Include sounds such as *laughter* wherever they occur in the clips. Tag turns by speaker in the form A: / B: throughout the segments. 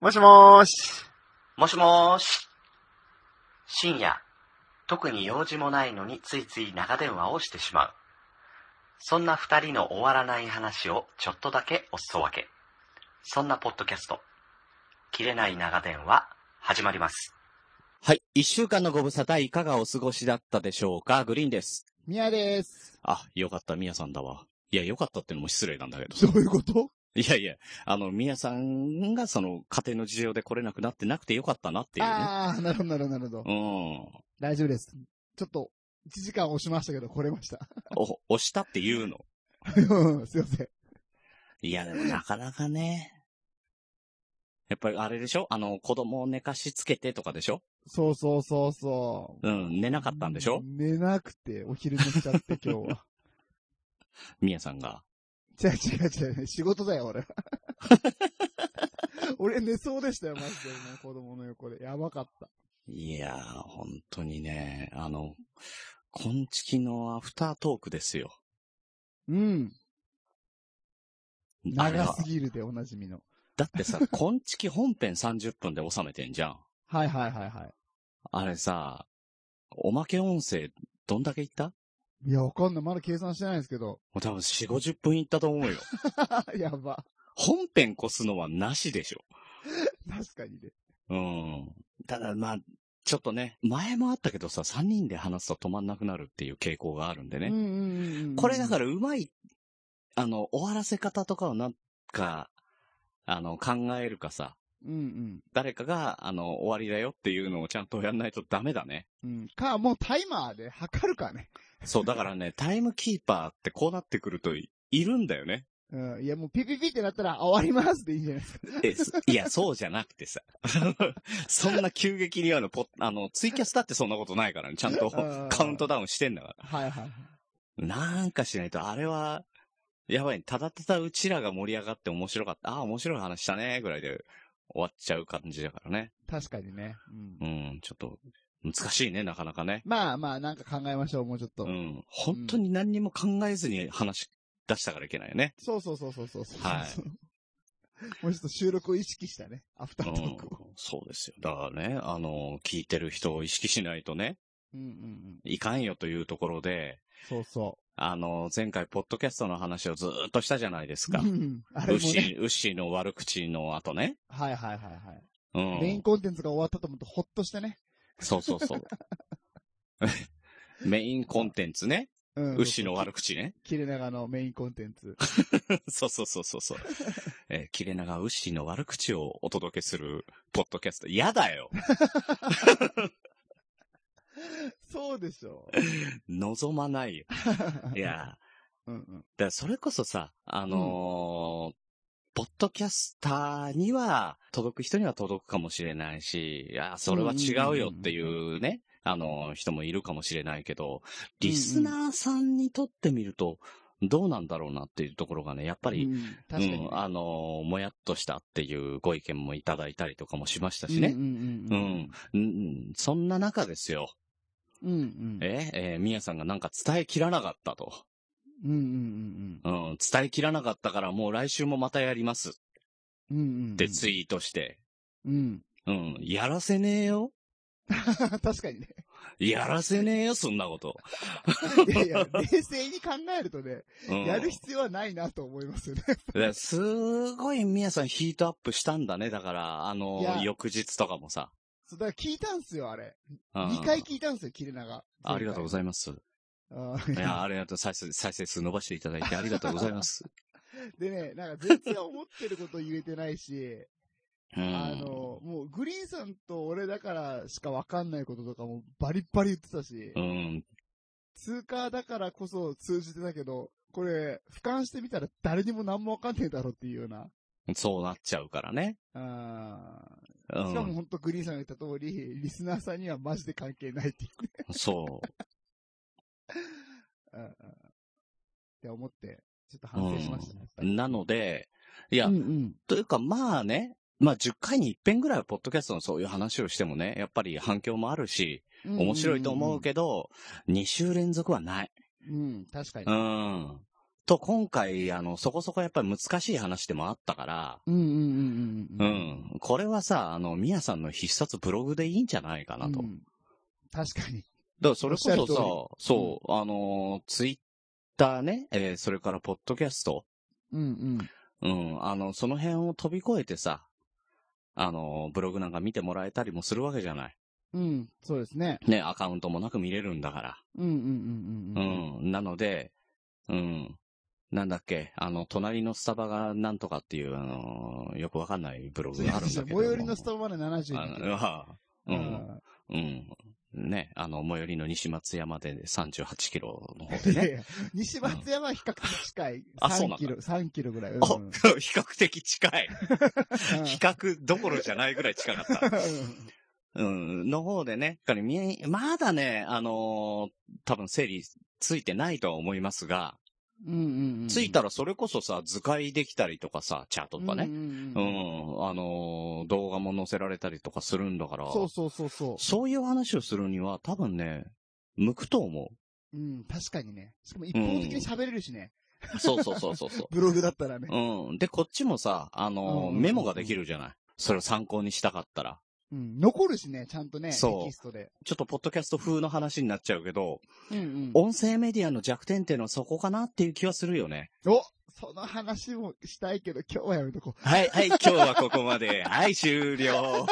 A: もしもーし。
B: もしもーし。深夜、特に用事もないのについつい長電話をしてしまう。そんな二人の終わらない話をちょっとだけおすそ分け。そんなポッドキャスト、切れない長電話、始まります。
C: はい。一週間のご無沙汰いかがお過ごしだったでしょうかグリーンです。
D: ミヤです。
C: あ、よかった、ミヤさんだわ。いや、よかったってのも失礼なんだ
D: *laughs*
C: けど。 *laughs*
D: どういうこと
C: いやいや、あの、ミヤさんがその、家庭の事情で来れなくなってなくてよかったなっていうね。
D: ああ、なるほど、なるほど、なるほど
C: う。ん。
D: 大丈夫です。ちょっと、1時間押しましたけど、来れました。 *laughs*
C: お、押したって言うの。
D: うんすいません。
C: いや、でもなかなかね。やっぱりあれでしょあの、子供を寝かしつけてとかでしょ
D: そうそうそうそう。
C: うん、寝なかったんでしょ
D: 寝なくて、お昼寝しちゃって、今
C: *laughs*
D: 日は。
C: ミヤさんが。
D: 違う違う違う、仕事だよ、俺は。 *laughs* 俺寝そうでしたよ、マジで。今子供の横で。やばかった。
C: いやー、本当にね、あの、こんちきのアフタートークですよ。
D: うん。
C: あれ
D: 長
C: は
D: すぎるでおなじみの。
C: だってさ、 *laughs* こんちき本編30分で収めてんじゃん。
D: はいはいはいは
C: あれさ、おまけ音声、どんだけいったも
D: い。いや、わかんない。まだ計算してないですけど。 *laughs*
C: う多分4、50分いったと思うよ。
D: やば。
C: 本編越すのはなしでしょ。
D: 確かにね。
C: うん。ただまあ、ちょっとね、前もあったけどさ、3人で話すと止まんなくなるっていう傾向があるんでね。
D: うんうんうんうん。
C: これだからうまい、あの、終わらせ方とかをなんか、あの、考えるかさ、
D: うんうん。
C: 誰かが、あの、終わりだよっていうのをちゃんとやんないとダメだね。
D: うん。か、もうタイマーで測るかね。
C: そう、だから
D: *laughs*
C: ね、タイムキーパーってこうなってくるとい、いるんだよね。
D: うん。いや、もうピピピってなったら、あ終わりますでいいんじゃないですか。
C: え、すいや、そうじゃなくてさ。 *laughs* そんな急激にあの、ポあの、ツイキャスだってそんなことないからね。ちゃんと
D: あー
C: カウントダウンしてんだか
D: はいはいはい。
C: ら。なんかしないと、あれは、やばい、ただただうちらが盛り上がって面白かった。ああー、面白い話したね、ぐらいで終わっちゃう感じだからね。
D: 確かにね。うん
C: う。ん、ちょっと、難しいね、なかなかね。
D: まあまあ、なんか考えましょう、もうちょっと。
C: うん、本当に何にも考えずに話し出したからいけないよね。
D: そうそうそうそうそうそう。
C: はい
D: もうちょっと収録を意識したね。アフタートークを。
C: うんそうですよ。だからね、あの、聞いてる人を意識しないとね、
D: うんうんうん。
C: いかんよというところで、
D: そうそ
C: あの、前回、ポッドキャストの話をずーっとしたじゃないです
D: う。
C: か
D: う。ん。あ
C: ウ
D: れ
C: ッ
D: も
C: シ
D: ね。
C: ー、ウッシーの悪口の後ね。
D: はいはいはいはい。
C: う
D: メイン
C: ん。
D: コンテンツが終わったと思ってほっとしてね。
C: そうそう *laughs* そう。メインコンテンツね。
D: うん。
C: ウッシーの悪口ね。
D: 切れ長のメインコンテンツ。 *laughs*
C: そうそうそうそうそう。えー、切れ長ウッシーの悪口をお届けする、ポッドキャスト。やだ *laughs* よ
D: そうでしょ
C: 望まないよ。
D: う。
C: い。やー、
D: うんうん。
C: だからそれこそさ、あのーポッドキャスターには、届く人には届くかもしれないし、いや、それは違うよっていうね、あのー人もいるかもしれないけど、リスナーさんにとってみると、どうなんだろうなっていうところがね、やっぱり、
D: うん
C: う
D: 確かに
C: ん
D: ね。、
C: あのーもやっとしたっていうご意見もいただいたりとかもしました
D: うん
C: し
D: う
C: ね。
D: ん
C: う
D: うんん。
C: うんそんな中ですよ。
D: うんうん。
C: え、えー、みやさんがなんか伝えきらなかったと。
D: うんうんうん
C: うん、伝えきらなかったからもう来週もまたやりますっ
D: うん。うんうんうん。
C: てツイートして、
D: うん。 *laughs*
C: うん、やらせねえよ。
D: 確か
C: *laughs*
D: にね。
C: やらせねえよ、そんなこと。
D: いやいや、冷静に考えるとね、
C: うん、
D: やる必要はないなと思いますよね。 *laughs*
C: だすごい、みやさんヒートアップしたんだね。だから、あ
D: いや
C: の、翌日とかもさ。
D: そう、だから聞いたんすよ、あれ。
C: うん
D: 2回聞いたんすよ、切れ長。
C: ありがとうご
D: い
C: ざいます。
D: ます。
C: い
D: *laughs*
C: や、ありがとう、再生、再生数伸ばしていただいてありがとうございます。
D: でね、なんか全然思ってること言えてないし、
C: うん。
D: *laughs* あの、もうグリーンさんと俺だからしかわかんないこととかもバリッバリ言ってたし、
C: うん。
D: 通貨だからこそ通じてたけど、これ、俯瞰してみたら誰にも何もわかんねえだろうっていうような。
C: そうなっちゃうからね。
D: あー
C: う
D: しかも
C: ん。
D: 本当グリーンさんが言った通り、リスナーさんにはマジで関係ないっていうね
C: そう。
D: うんうんって思って、ちょっと反省しましたね。やっぱり
C: なので、いや、
D: うんうん。
C: というか、まあね、まあ10回に一遍ぐらいはポッドキャストのそういう話をしてもね、やっぱり反響もあるし、面白いと思うけど、2週連続はない。
D: ど。うん、確かに
C: う。ん。と今回、あの、そこそこやっぱり難しい話でもあったから、
D: うんうんうんうん。
C: う
D: うん。
C: ん。これはさ、あの、ミヤさんの必殺ブログでいいんじゃないかなと。
D: うん確かに。
C: だからそれこ
D: おっしゃる
C: そさ、そう、あのツイッターね、えーそれからポッドキャスト、
D: うんうん。
C: うん、あの、その辺を飛び越えてさ、あのブログなんか見てもらえたりもするわけじゃない。
D: うん、そうですね。
C: ね、アカウントもなく見れるんだから。
D: うんうんうん
C: う
D: うんうん。
C: ん、なので、うん、なんだっけ、あの、隣のスタバがなんとかっていう、あのよくわかんないブログがあるんだけ
D: 最
C: ど。
D: 寄りのスタバまで70
C: あ
D: だけど
C: のあ
D: う
C: うん、
D: ん
C: うん。ね、あの、最寄りの西松山で38キロの方で
D: いや
C: ね
D: い。や西松山は比較的近い。
C: あそうなんだ
D: 3キロ、3キロぐら *laughs* い。うん
C: お
D: うん
C: 比較的近い。比較どころじゃないぐらい近かった。うん、の方でね、だからみまだね、あのー多分整理ついてないとは思いますが、
D: うんうんうん。
C: ついたらそれこそさ、図解できたりとかさ、チャートとかね。
D: うん
C: う
D: うん
C: ん
D: うん、
C: あのー動画も載せられたりとかするんだから、
D: そうそうそうそ
C: そういう話をするには多分ね、向くと思
D: う。うん、確かにね。しかも一方的に喋れるしね。
C: う。そうそうそうそうそう。
D: ブログだったらね。
C: *laughs* うん。で、こっちもさ、あのー
D: うん
C: メモができるじゃない。それを参考にしたかったら。
D: うん、残るしね、ちゃんとね、テ
C: そう
D: キストで。
C: ちょっとポッドキャスト風の話になっちゃうけど、
D: うんうん。
C: 音声メディアの弱点っていうのはそこかなっていう気はするよね。
D: おその話もしたいけど、今日はやめと *laughs* こ
C: はい、 *laughs* はい、今日はここまで。はい、終了。
D: う。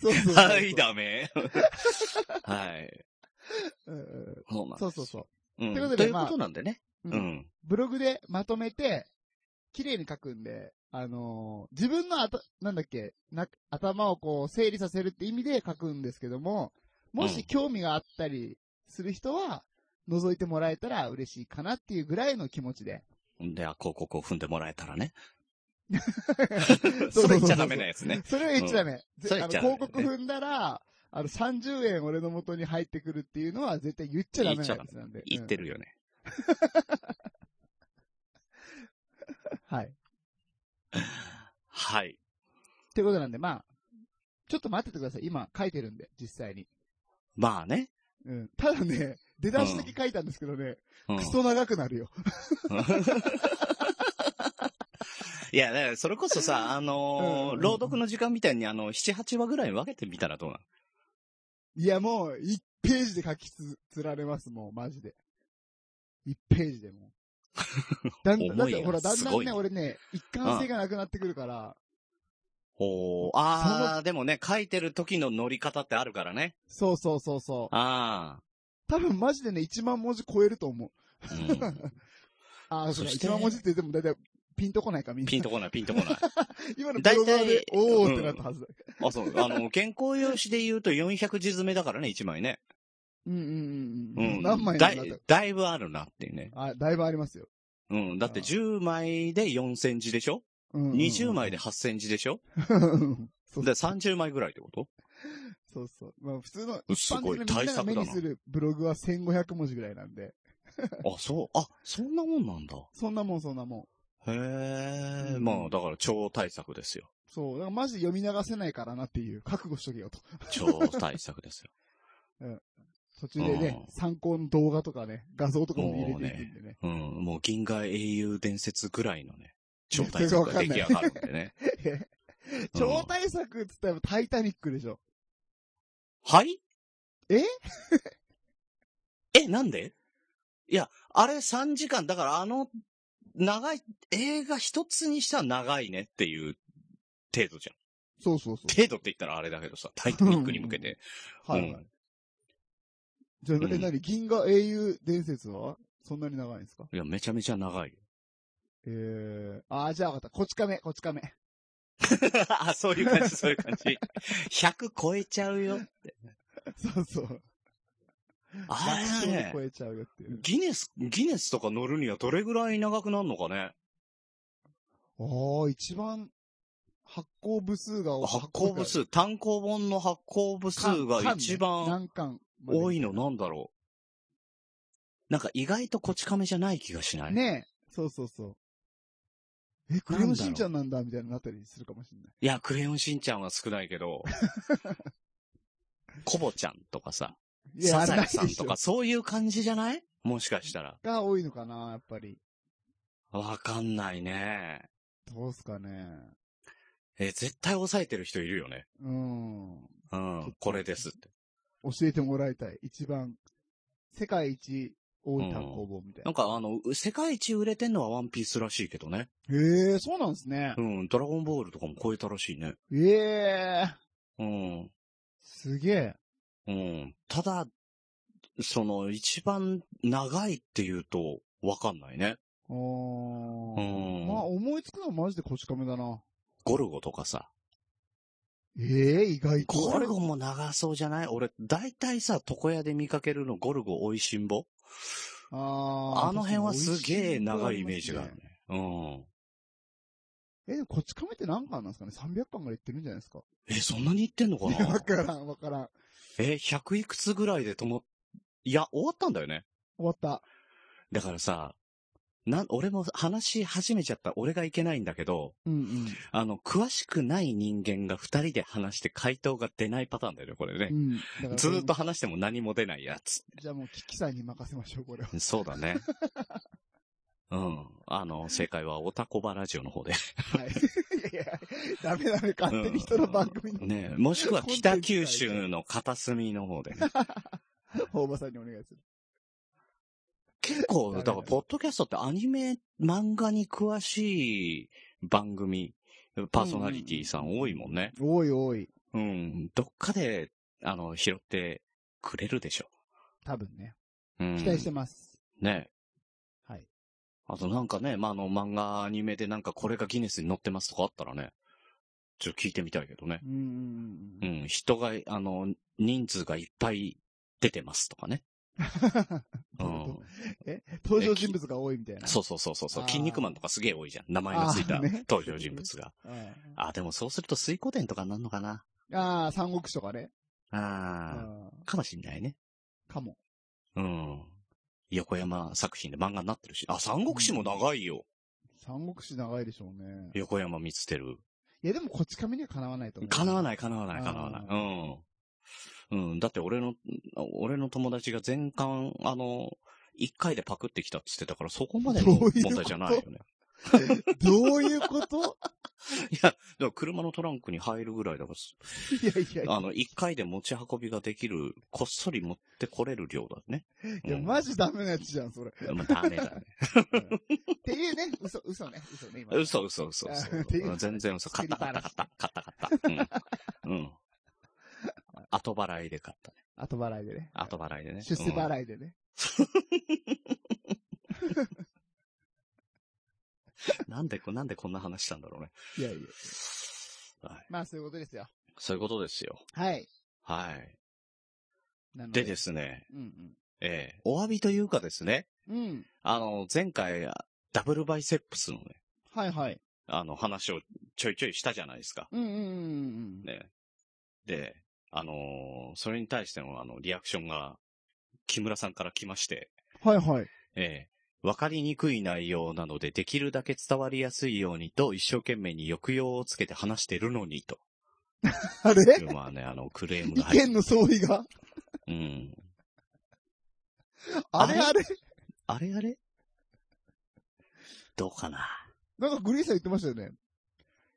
D: そうそうそうそう。
C: *laughs* はい、ダ
D: *laughs*
C: メ。はい。
D: うんうん
C: そうなん
D: そうそうそう。
C: うん
D: というこ
C: と
D: とで
C: いう
D: まあ
C: ことなんでね。
D: うん
C: うん。
D: ブログでまとめて、綺麗に書くんで、あのー自分のあた、なんだっけ、な、頭をこう整理させるって意味で書くんですけども、も
C: うん
D: し興味があったりする人は、覗いてもらえたら嬉しいかなっていうぐらいの気持ちで。
C: では、広告を踏んでもらえたら
D: *laughs*
C: ね。
D: そうそうそう
C: そ
D: そう
C: れ言っちゃダメなやつね。
D: それは言っちゃダメ。
C: んそれ
D: ぜ
C: 言
D: あ
C: っ
D: の
C: ちゃダメ
D: 広告踏んだら、あの、30円俺の元に入ってくるっていうのは絶対言っちゃダメなやつなんで。
C: 言ってるよね。
D: うんはい。
C: はい。
D: ということなんで、まあ、ちょっと待っててください。今書いてるんで、実際に。
C: まあね。
D: うん。ただね、出だしだけ書いたんですけどね、
C: うん
D: クソ長くなるよ。
C: いや、だからそれこそ
D: *laughs*
C: さ、あのー
D: うん
C: 朗読の時間みたいに、あの、7、8話ぐらい分けてみたらどうなの
D: いや、もう、1ページで書きつ、つられます、もう、マジで。1ページ
C: *laughs*
D: でもう。だんだん、だ
C: 重
D: っ
C: いよ
D: て、ほら、だんだ
C: す
D: ん
C: ごい
D: ね、
C: ね
D: 俺ね、一貫性がなくなってくるから、
C: おー、あー、でもね、書いてる時の乗り方ってあるからね。
D: そうそうそうそう。
C: あ
D: 多分、マジでね、1万文字超えると思う。
C: ー。
D: *laughs* ああ、そうか、
C: そして
D: 1万文字って言っても、だいたい、ピンとこないか、
C: う
D: み
C: んん、
D: な。
C: ピンとこない、ピンとこない。
D: 今のブロ
C: 大
D: グ
C: 体
D: で、おーってなったはずだ。
C: あ、そう。あの、原稿用紙で言うと400字詰めだからね、1枚ね。
D: うんうん
C: う
D: うんうん。
C: ん。
D: 何枚
C: だ
D: なん
C: い
D: だっ
C: だいぶあるなっていうね。
D: たあ、だいぶありますよ。
C: うん。だって10枚で4センチでしょ
D: うんうんうん
C: ?20 枚で。8センチでしょ
D: *laughs* そう
C: で、30枚ぐらいってこと
D: そうそう。まあ普通の、
C: すごい
D: 一般
C: 対
D: 的なみんなが目に
C: 策だな
D: するブログは1500文字ぐらいなんで、
C: あ、そう。あ、そんなもんなんだ。
D: そんなもんそんなもん。
C: へえ、
D: うん
C: まあ、だから超対策ですよ。
D: そう。だからマジで読み流せないからなっていう、覚悟しとけよと。
C: 超対策ですよ。 *laughs*
D: 途中でね
C: う、ん
D: 参考の動画とかね、画像とかも入れていくんでね。
C: うん、もう銀河英雄伝説ぐらいのね、超対策が出来上がるんでね。
D: *laughs* 超大作っつったらタイタニックでしょ。
C: はい
D: え
C: *laughs* え、なんでいや、あれ3時間、だからあの、長い、映画一つにしたら長いねっていう程度じゃん。
D: そうそうそ
C: 程度って言ったらあれだけどさ、タイタニックに向けて。
D: う。はい、は
C: う
D: い。じゃあ、え、
C: うん
D: なに、銀河英雄伝説はそんなに長いんですか
C: いや、めちゃめちゃ長いよ。
D: えー、あー、じゃあ分かった。こち亀、こち亀。
C: *laughs*
D: *laughs*
C: あ、そういう感じ、そういう感じ。100超えちゃうよ。
D: そうそう。
C: あ
D: 楽勝
C: れ
D: で
C: ね
D: 超、えちゃうよっていう。
C: ギネス、ギネスとか乗るにはどれぐらい長くなるのかね
D: ああ、一番発行部数が多い
C: 発行部数、単行本の発行部数が一番
D: 何巻まで
C: 多いのなんだろうなんか意外とこち亀じゃない気がしない
D: ねえ。そうそうそう。え、クレヨンしんちゃんなんだみたいになったりするかもしれない。
C: いや、クレヨンしんちゃんは少ないけ *laughs* ど、コボちゃんとかさ、
D: いや、
C: サザエ
D: あ
C: さ
D: れない
C: ん
D: でしょ
C: とか、そういう感じじゃないもしかしたら。
D: が多いのかな、やっぱり。
C: わかんないね。
D: どうすかね。
C: え、絶対抑えてる人いるよね。
D: うん。 *laughs*
C: うん。これですって。
D: 教えてもらいたい。一番、世界一多い単行本みた
C: な
D: いな。
C: んかあの、世界一売れてんのはワンピースらしいけどね。
D: へえ、そうなんですね
C: う。ん。ドラゴンボールとかも超えたらしいね。
D: ええ、
C: うん。
D: すげえ。
C: うん。ただ、その、一番長いっていうと、わかんないね。
D: お
C: う
D: ー。
C: ん。
D: まあ、思いつくのはマジでこち亀だな。
C: ゴルゴとかさ。
D: ええ、意外と。
C: ゴルゴも長そうじゃない俺、大体さ、床屋で見かけるのゴルゴ美味しんぼ
D: あー
C: あの辺はすげえ長いイメージがあるね。
D: え、でもこち亀って何巻なんですかね ?300 巻ぐらいいってるんじゃないですか *laughs*
C: うん。え、そんなにいってんのか
D: いや、わ
C: な
D: からん、わからん。
C: え、100いくつぐらいで止まっ、いや、終わったんだよね。
D: 終わった。
C: だからさ、なん、俺も話し始めちゃった。俺がいけないんだけど、
D: うんうん。
C: あの、詳しくない人間が二人で話して回答が出ないパターンだよね、これ
D: う
C: ね。
D: ん。だから
C: ずーっと。話しても何も出ないやつ。
D: じゃあもう、キキさんに任せましょう、これは。
C: そうだね。 *laughs* うん。あの、正解はオタコバラジオの方で。
D: はい。 *laughs* いやいや、ダメダメ、勝手に人の番組に、
C: ねもしくは北九州の片隅の方でね。
D: 大場さんにお願いする。
C: 結構、だから、ポッドキャストってアニメ、漫画に詳しい番組、パーソナリティさん多いもんね。
D: おいおい。
C: うん。どっかで、あの、拾ってくれるでしょ。
D: 多分ね。
C: うん。
D: 期待してます。
C: ね
D: はい。
C: あとなんかね、まあ、あの、漫画、アニメでなんかこれがギネスに載ってますとかあったらね、ちょっと聞いてみたいけどね。
D: うんう
C: う
D: んうんうん。
C: ん、人が、あの、人数がいっぱい出てますとかね。う
D: *laughs* なるほ
C: ん
D: ど。登場人物が多いみたいな。
C: そうそうそうそうそう。
D: あー
C: 筋肉マンとかすげえ多いじゃん。名前のついた
D: あーね
C: 登場人物が。
D: うん。
C: あーでもそうすると水光伝とかになるのかな。
D: ああ、三国志とかね。
C: ああ、
D: うん
C: かもしんないね。
D: かも。
C: うん。横山作品で漫画になってるし。あ、三国志も長いよ。
D: 三国志長いでしょうね。
C: 横山光輝。
D: いや、でもこっち亀にはかなわないと思う。
C: 叶わ
D: い。
C: ない、叶わない、
D: あー
C: 叶わない。うん。うん。だって俺の、俺の友達が全巻、あの、一回でパクってきたって言ってたから、そこまでの
D: どういうこと
C: 問題じゃないよね。
D: *laughs* どういうこと
C: いや、だから車のトランクに入るぐらいだか
D: いやいやい
C: ら、
D: や。
C: あの、一回で持ち運びができる、こっそり持ってこれる量だね。
D: いや、
C: うん
D: マジダメなやつじゃん、それ。
C: まあ、ダメだね。
D: っていうね、嘘、嘘ね、嘘ね、今。
C: 嘘嘘嘘
D: あ
C: 嘘
D: ーっていう。
C: 全然嘘。買った買った買った。買った買った。うん。うん。後払いで買ったね。
D: 後払いでね。
C: 後払いでね。
D: 出世払いでね。
C: うんなんでこ、なんでこんな話したんだろうね。
D: いやいや。
C: はい。
D: まあ、そういうことですよ。
C: そういうことですよ。
D: はい。
C: はい。
D: なの
C: でですね、
D: うん
C: ええお詫びというかですね、
D: うん。うん。
C: あの、前回、ダブルバイセップスのね、
D: はいはい。
C: あの、話をちょいちょいしたじゃないですか。
D: うんうんうんうん。
C: ね。で、あのーそれに対しての、あの、リアクションが、木村さんから来まして、
D: はいはい。
C: ええわかりにくい内容なので、できるだけ伝わりやすいようにと、一生懸命に抑揚をつけて話してるのに、と。
D: あれ
C: まあね、あの、クレーム
D: 意
C: が入っ
D: 見の相違が
C: うん。
D: あれあれ
C: あれあれどうかな。
D: なんかグリーンさん言ってましたよね。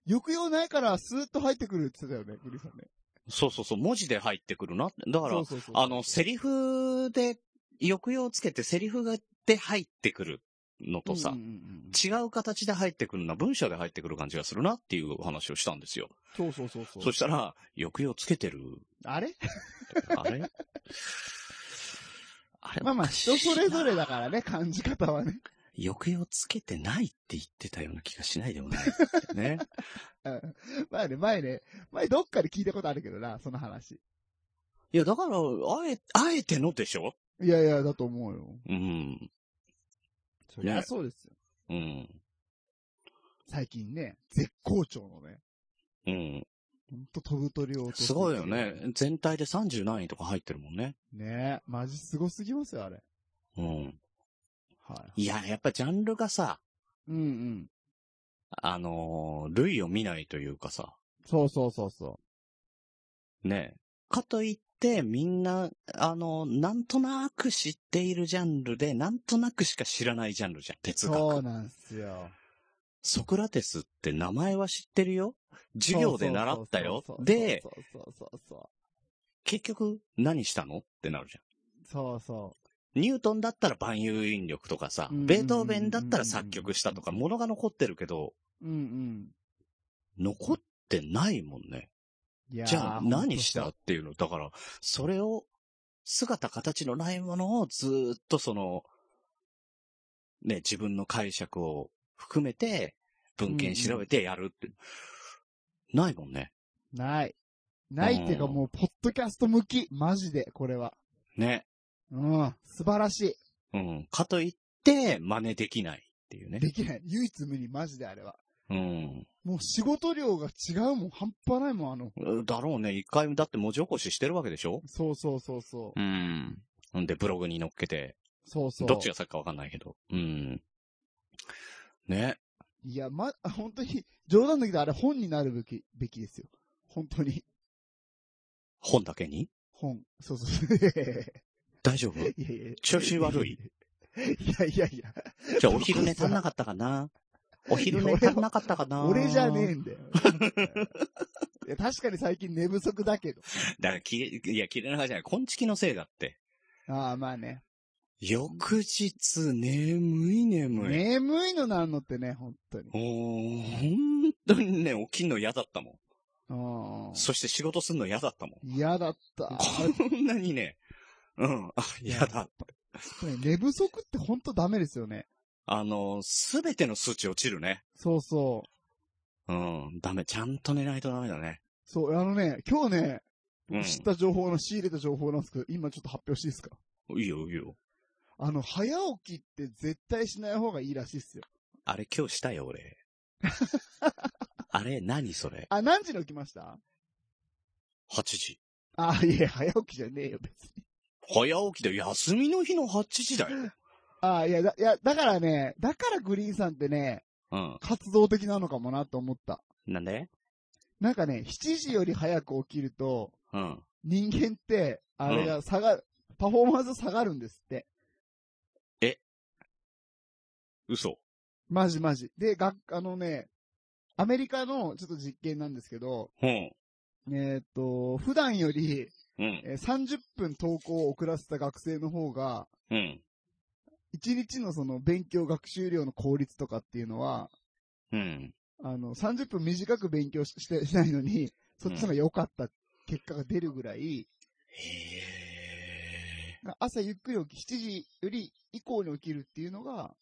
D: 抑揚ないからスーッと入ってくるって言ってたよね、グリーンさんね。
C: そうそうそう、文字で入ってくるな。だから、
D: そうそう
C: あの、セリフで、抑揚をつけてセリフがで入ってくるのとさ、
D: うんうんうんうん
C: 違う形で入ってくるな、文章で入ってくる感じがするなっていうお話をしたんですよ。
D: そうそうそうそう。
C: そしたら、抑揚つけてる。
D: あれ
C: あれ *laughs* あれ
D: ま
C: *laughs*
D: あまあ、
C: おかしいな
D: 人それぞれだからね、感じ方はね。
C: 抑揚つけてないって言ってたような気がしないでも *laughs* ないってね。
D: うん前ね、前ね、前どっかで聞いたことあるけどな、その話。
C: いや、だから、あえ、あえてのでしょ
D: いやいや、だと思うよ。
C: うん。
D: そりゃ
C: ね
D: そうですよ。
C: うん。
D: 最近ね、絶好調のね、
C: うん。
D: ほんと飛ぶ鳥を落として
C: すごいよね。。全体で30何位とか入ってるもんね。
D: ねマジすごすぎますよ、あれ。
C: うん。
D: はい。
C: いや、やっぱジャンルがさ、
D: うんうん。
C: あのー類を見ないというかさ、
D: そうそうそうそ
C: ね。かといっってみんな、あの、なんとなく知っているジャンルで、なんとなくしか知らないジャンルじゃん、哲
D: そう
C: 学。
D: なんすよ。
C: ソクラテスって名前は知ってるよ授業で習ったよ
D: そうそうそう
C: で、、
D: そうそうそう
C: 結局何したのってなるじゃん。
D: そう。そうそ
C: ニュートンだったら万有引力とかさ、
D: うん
C: ベートーベンだったら作曲したとか、ものが残ってるけど、
D: う。うんうん。
C: 残ってないもんね。
D: いやー
C: じゃあ
D: ほんと
C: 何したっていうの。だから、それを、姿形のないものをずーっとその、ね、自分の解釈を含めて、文献調べてやるって、ないもんね。
D: ない。ないっていうか
C: うん
D: もう、ポッドキャスト向き。マジで、これは。
C: ね。
D: うん。素晴らし
C: うん。かといって、真似できないっていう
D: い。
C: ね。
D: できない。唯一無二、マジであれは。
C: うん。
D: もう仕事量が違うもん。半端ないもん、あの。
C: だろうね。一回、だって文字起こししてるわけでしょ
D: そうそうそうそう。
C: うん。んで、ブログに乗っけて、
D: そうそう。
C: どっちが先かわかんないけど。うん。ね。
D: いや、ま、本当に、冗談だけどあれ本になるべき、べきですよ。本当に。
C: 本だけに
D: 本。そうそうそう。
C: 大丈夫
D: いやいや
C: 調子悪
D: *laughs*
C: い。
D: いやいやいや。
C: じゃあ、お昼寝足んなかったかなお昼寝足んなかったかな
D: 俺じゃねえんだ
C: *laughs*
D: よ。いや確かに最近寝不足だけど。
C: だから、きれ、いや、切れ長じゃない。昆虫のせいだって。
D: ああ、まあね。
C: 翌日、眠い眠い。
D: 眠いのなんのってね、本当に。
C: おー本当にね、起きんの嫌だったも
D: うん
C: ん。。そして仕事すんの嫌だった
D: *laughs*
C: もん。
D: 嫌だった。
C: こんなにね、うん、あ、嫌だ。
D: これ寝不足って本当ダメですよね。
C: あの、すべての数値落ちるね。
D: そうそ
C: う
D: う。
C: ん、ダメ。ちゃんと寝ないとダメだね。
D: そう、あのね、今日ね、
C: うん。
D: 知った情報の、仕入れた情報なんですけど、今ちょっと発表していいですか
C: いいよ、いいよ。
D: あの、早起きって絶対しない方がいいらしいっすよ。
C: あれ今日したよ、俺。あれ、何それ
D: あ、何時に起きました
C: ?8 時。
D: あ、いえ、早起きじゃねえよ、別に。
C: 早起きで休みの日の8時だよ。
D: あ、いや、だ、いや、だからね、だからグリーンさんってね、
C: うん。
D: 活動的なのかもなと思った。
C: なんで
D: なんかね、7時より早く起きると、
C: うん。
D: 人間って、あれが下がる、パフォーマンス下がるんですって。
C: 嘘。
D: マジマジ。で、学、あのね、アメリカのちょっと実験なんですけど、
C: うん。
D: えーっと、普段より、
C: うん。
D: えー30分投稿を遅らせた学生の方が、
C: うん。
D: 1日のその勉強学習量の効率とかっていうのは、
C: うん。
D: あの、30分短く勉強ししてしないのに、そっちの方が良かった結果が出るぐら
C: へ
D: い、朝ゆっくり起き、7時より以降に起きるっていうのが、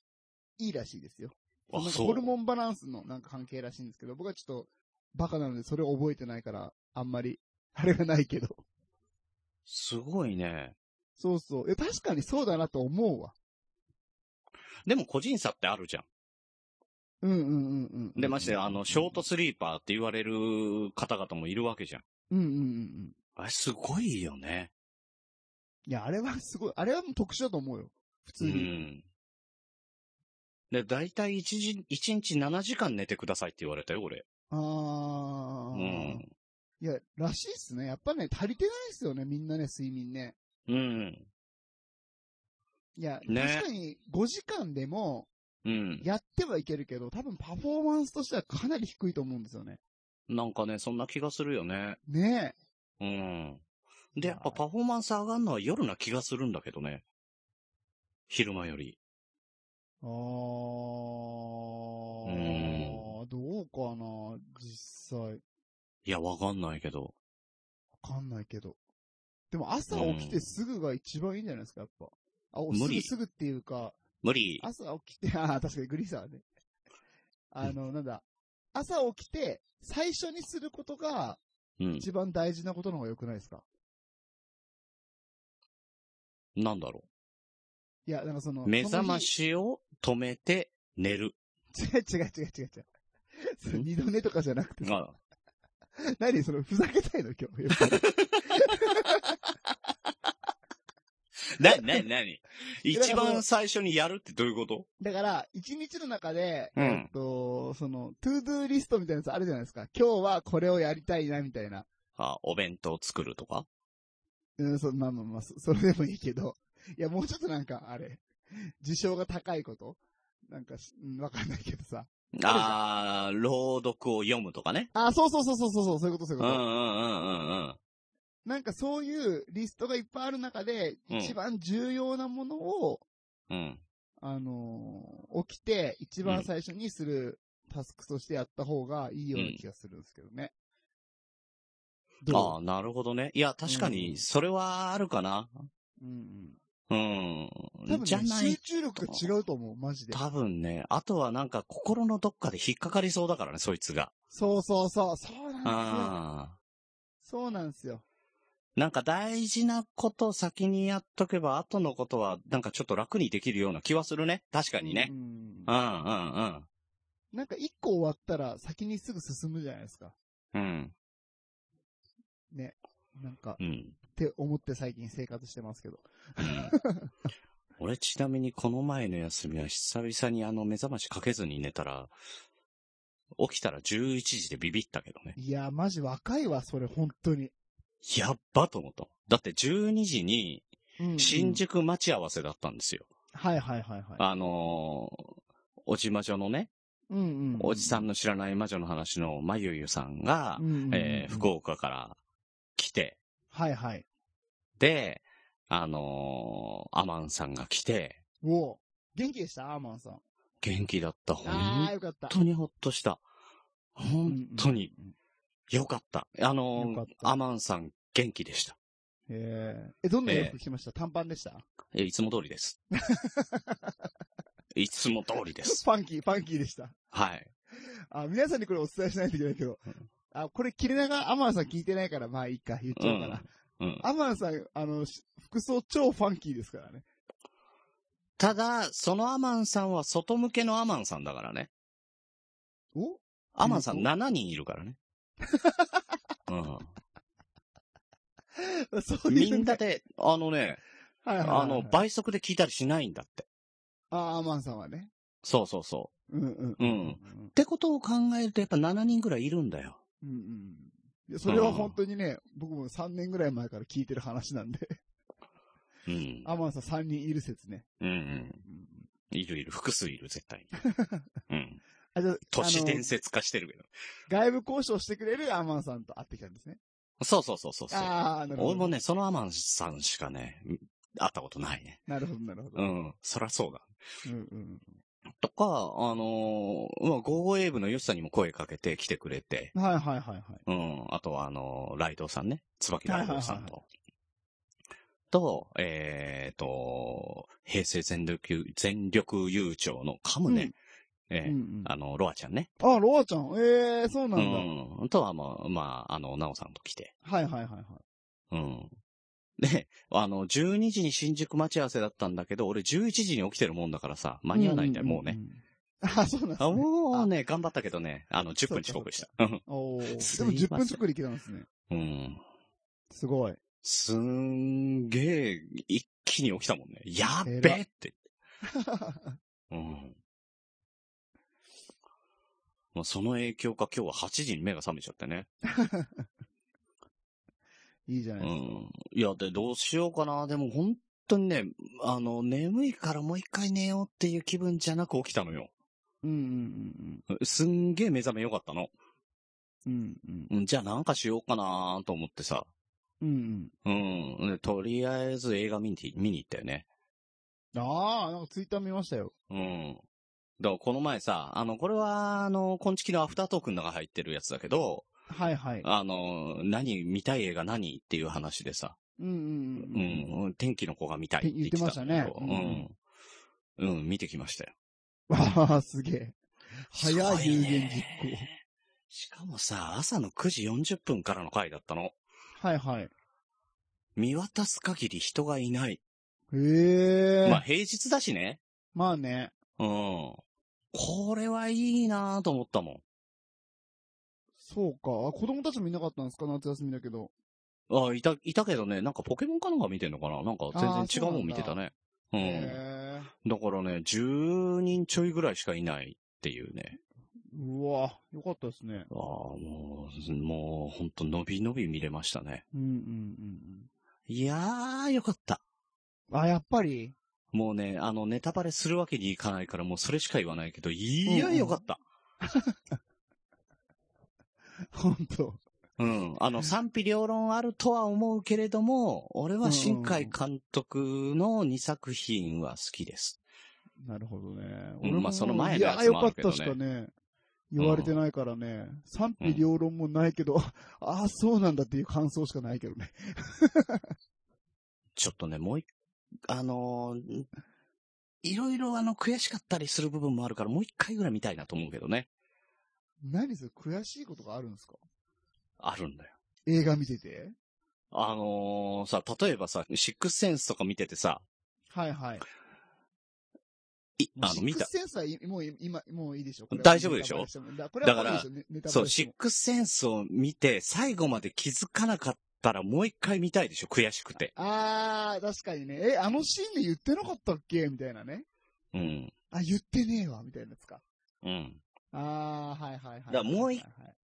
D: いいらしいですよ。
C: ー。あ、
D: なんか
C: そう。
D: ホルモンバランスのなんか関係らしいんですけど、僕はちょっとバカなのでそれを覚えてないから、あんまり、あれがないけど。
C: すごいね。
D: そうそう。いや、確かにそうだなと思うわ。
C: でも個人差ってあるじゃん。
D: うんうんうんうん。
C: で、まして、あの、ショートスリーパーって言われる方々もいるわけじゃん。
D: うんうんうんうん。
C: あれ、すごいよね。
D: いや、あれはすごい、あれはもう特殊だと思うよ。普通
C: う
D: に。
C: ん。で、だいたい1時、一日7時間寝てくださいって言われたよ、俺。
D: あ
C: う
D: ー。
C: ん。
D: いや、らしいっすね。やっぱね、足りてないっすよね、みんなね、睡眠ね。
C: うん。
D: いや、
C: ね
D: 確かに5時間でも、
C: うん。
D: やってはいけるけど、多分パフォーマンスとしてはかなり低いと思うんですよね。
C: なんかね、そんな気がするよね。
D: ねえ。
C: うん。で、やっぱパフォーマンス上がるのは夜な気がするんだけどね。昼間より。
D: あー。どうかな、実際。
C: いや、わかんないけど。
D: わかんないけど。でも朝起きてすぐが一番いいんじゃないですか、やっぱ。あ、お
C: 無
D: す
C: 理
D: ぐすぐっていうか、
C: 無理。
D: 朝起きて、 *laughs* ああ、確かにグリーンさんはね。あの、なんだ。朝起きて、最初にすることが、
C: うん。
D: 一番大事なことの方が良くないですか
C: なんだろ
D: いや、なんかその、
C: う。目覚ま
D: し
C: しを止めて寝る。
D: 違 *laughs* う違う違う違う違う。それ二度寝とかじゃなくて *laughs* さ、
C: あ
D: 何その、ふざけたいの今日。やっぱり
C: *laughs* な、
D: *laughs*
C: な、なに
D: や
C: 一
D: だから
C: 番最初にやるってどういうこと
D: だから、一日の中で、
C: うん
D: えっと、その、トゥードゥーリストみたいなやつあるじゃないですか。今日はこれをやりたいな、みたいな。
C: あ、お弁当作るとか
D: うん、そ、まあまあまあ、そ *laughs* それでもいいけど。いや、もうちょっとなんか、あれ、事象が高いことなんかし、うんわかんないけどさ。
C: あー、朗読を読むとかね。
D: あ、そうそうそうそうそう、そういうことそういう
C: うん
D: こ
C: う
D: と。
C: んうんうんうん。
D: なんかそういうリストがいっぱいある中で、
C: うん
D: 一番重要なものを、
C: うん。
D: あのー起きて一番最初にするタスクとしてやった方がいいような気がするんですけどね。
C: あ
D: ど
C: あ、なるほどね。いや、確か
D: うん
C: に、それはあるかな。
D: ううん
C: うん。
D: うん。多分、
C: じゃ
D: ね、
C: ない
D: 集。中力が違うと思う、マジで。
C: 多分ね、あとはなんか心のどっかで引っかかりそうだからね、そいつが。
D: そうそうそう、そうなんですよ。
C: ああ。
D: そうなんですよ。
C: なんか大事なことを先にやっとけば、後のことはなんかちょっと楽にできるような気はするね。確かにね
D: う。ん
C: うんうん
D: なんか一個終わったら先にすぐ進むじゃないですか。
C: うん。うん。
D: なんか、
C: う
D: っ
C: ん。
D: て思って最近生活してますけど。
C: 俺ちなみにこの前の休みは久々にあの目覚ましかけずに寝たら、起きたら11時でビビったけどね。
D: いやー、マジ若いわ、それ、本当に。
C: やっばと思った。だって12時に
D: うん
C: 新。宿待ち合わせだったんですよ。
D: はいはいはいはい。
C: あのー、おじ魔女のね、
D: うんうん。
C: おじさんの知らない魔女の話のまゆゆさんが
D: う、んうんうん、
C: えー福岡から来て、
D: はいはい。
C: で、あのーアマンさんが来て、
D: おぉ。元気でしたアーマンさん。
C: 元気だった。
D: あー、
C: 本
D: よかった。
C: 当にほっとした。本当に
D: うんうんうん。
C: よかった。あ
D: よかっ
C: のー
D: た
C: アマンさん元気でした。
D: えー、え、どんな洋服着てました、短パンでした
C: え、いつも通り *laughs* です。いつも通りです。
D: ファンキー、ファンキーでした。
C: はい。
D: あ、皆さんにこれお伝えしないといけないけど。あ、これ、切れ長、アマンさん聞いてないから、まあいいか、言っちゃおうかな。
C: うん。
D: アマンさん、あの、し服装超ファンキーですからね。
C: ただ、そのアマンさんは外向けのアマンさんだからね。
D: お
C: アマンさん7人いるから *laughs* ね。うん、
D: そうい
C: み
D: うね、
C: んなで、あのね、
D: はいはいはいはい、
C: あの、倍速で聞いたりしないんだって。
D: あ、アマンさんはね。
C: そうそうそう。
D: うんうん。
C: うん
D: うん
C: ってことを考えると、やっぱ7人ぐらいいるんだよ。
D: うんうん。いやそれは本当にね、僕も3年ぐらい前から聞いてる話なんで、
C: うん。
D: アマンさん3人いる説ね。
C: うん、うん。
D: うん
C: いるいる。複数いる、絶対
D: *laughs*
C: に。うん。
D: あ、じゃあ、
C: 都市
D: あの
C: 伝説化してるけど。
D: 外部交渉してくれるアマンさんと会ってきたんですね。
C: そうそうそうそうそう。
D: ああ、なるほ
C: 俺も
D: ど。
C: ね、そのアマンさんしかね、会ったことないね。
D: なるほど、なるほど。
C: うん。そりゃそうだ。
D: うんうん。
C: とか、あのーまあ、ゴーゴーエイブのヨシさんにも声かけて来てくれて、
D: はいはいはいはい。
C: うん。あとは、あのーライドウさんね。椿ライドウさん
D: はいはいはい
C: と。と、えっ、と、平成全力、全力悠長のカムネ。
D: うん
C: えー
D: うんうん、
C: あの、ロアちゃんね。
D: あ、ロアちゃん。ええー、そうな
C: うん
D: だ。
C: ん。あとは、まあ、まあ、あの、ナオさんと来て。
D: はいはいはいはい。
C: うん。で、あの、12時に新宿待ち合わせだったんだけど、俺11時に起きてるもんだからさ、間に合わないんだよ、もうね。
D: んんん。 *laughs* あ、そうなんです
C: あ、
D: ね。
C: もうね、頑張ったけどね、あの、10分遅刻した。うん
D: おー
C: す
D: で
C: いま
D: も
C: せん
D: 10分作り来たんですね。
C: うん。
D: すごい。
C: すんげえ、一気に起きたもんね。やっべえって。うん。まあ、その影響か今日は8時に目が覚めちゃってね。
D: いいじゃ
C: う
D: ないですか。
C: ん。いや、で、どうしようかな。でも本当にね、あの、眠いからもう一回寝ようっていう気分じゃなく起きたのよ。 *laughs*
D: うんうん
C: すんげえ目覚めよかったの。
D: うんうん。うんうん。
C: うんじゃあなんかしようかなと思ってさ。
D: うん
C: うん。でとりあえず映画見に見に行ったよね。
D: うん。ああ、なんかツイッター見ましたよ。
C: うん。だからこの前さ、あの、これは、あの、今月のアフタートークの中入ってるやつだけど、
D: はいはい。
C: あの、何、見たい映画何っていう話でさ、
D: うんうん
C: う
D: うんうん。
C: ん、天気の子が見たいって言ってたんだけど
D: 言ってましたね
C: うん。うん、見てきましたよ。
D: わ *laughs* あ、すげえ。早
C: すご
D: い
C: い
D: 有
C: ね
D: 言実行。
C: しかもさ、朝の9時40分からの回だったの。
D: はいはい。
C: 見渡す限り人がいない。
D: へえ。
C: まあ、平日だしね。
D: まあね。
C: うん。これはいいなぁと思ったもん。
D: そうか。あ子供たちもいなかったんですか夏休みだけど。
C: あ、いた、いたけどね、なんかポケモンかなんか見てんのかななんか全然違うもん見てたね。う
D: へ
C: ん。
D: え。
C: だからね、10人ちょいぐらいしかいないっていうね。
D: うわ、よかったですね。
C: ああ、もう、もう、ほんと、伸び伸び見れましたね。
D: うんうんうんうん。
C: いやー、よかった。
D: あ、やっぱり。
C: もうね、あの、ネタバレするわけにいかないから、もうそれしか言わないけど、いや、
D: うんうん
C: よかった。
D: 本当
C: うん。あの、賛否両論あるとは思うけれども、俺は新海監督の2作品は好きです。
D: なるほどね。
C: うん
D: 俺も
C: まあその前
D: い
C: のや
D: や、
C: つ
D: よ
C: もあ
D: か
C: る
D: っ
C: けど
D: た
C: ね
D: しかね、言われてないからね、賛否両論もないけど、ああ、そうなんだっていう感想しかないけどね。
C: ちょっとね、もう一、あのーいろいろあの、悔しかったりする部分もあるから、もう一回ぐらい見たいなと思うけどね。
D: 何それ、悔しいことがあるんですか
C: あるんだよ。
D: 映画見てて
C: あのーさ、例えばさ、シックスセンスとか見ててさ、
D: はいはい。
C: いあの、見
D: シッ
C: た
D: クス。センスは今もう今、もういいでしょこれは
C: 大丈夫でしょ
D: ネタバレてもだこれはもういいでしょネタバレして
C: そ
D: も
C: う、シックスセンスを見て、最後まで気づかなかったら、もう一回見たいでしょ悔しくて。
D: あー、確かにね。え、あのシーンで言ってなかったっけみたいなね。
C: うん。
D: あ、言ってねえわ、みたいなやつか。
C: うん。
D: あー、はいはいはい。
C: だからもう一一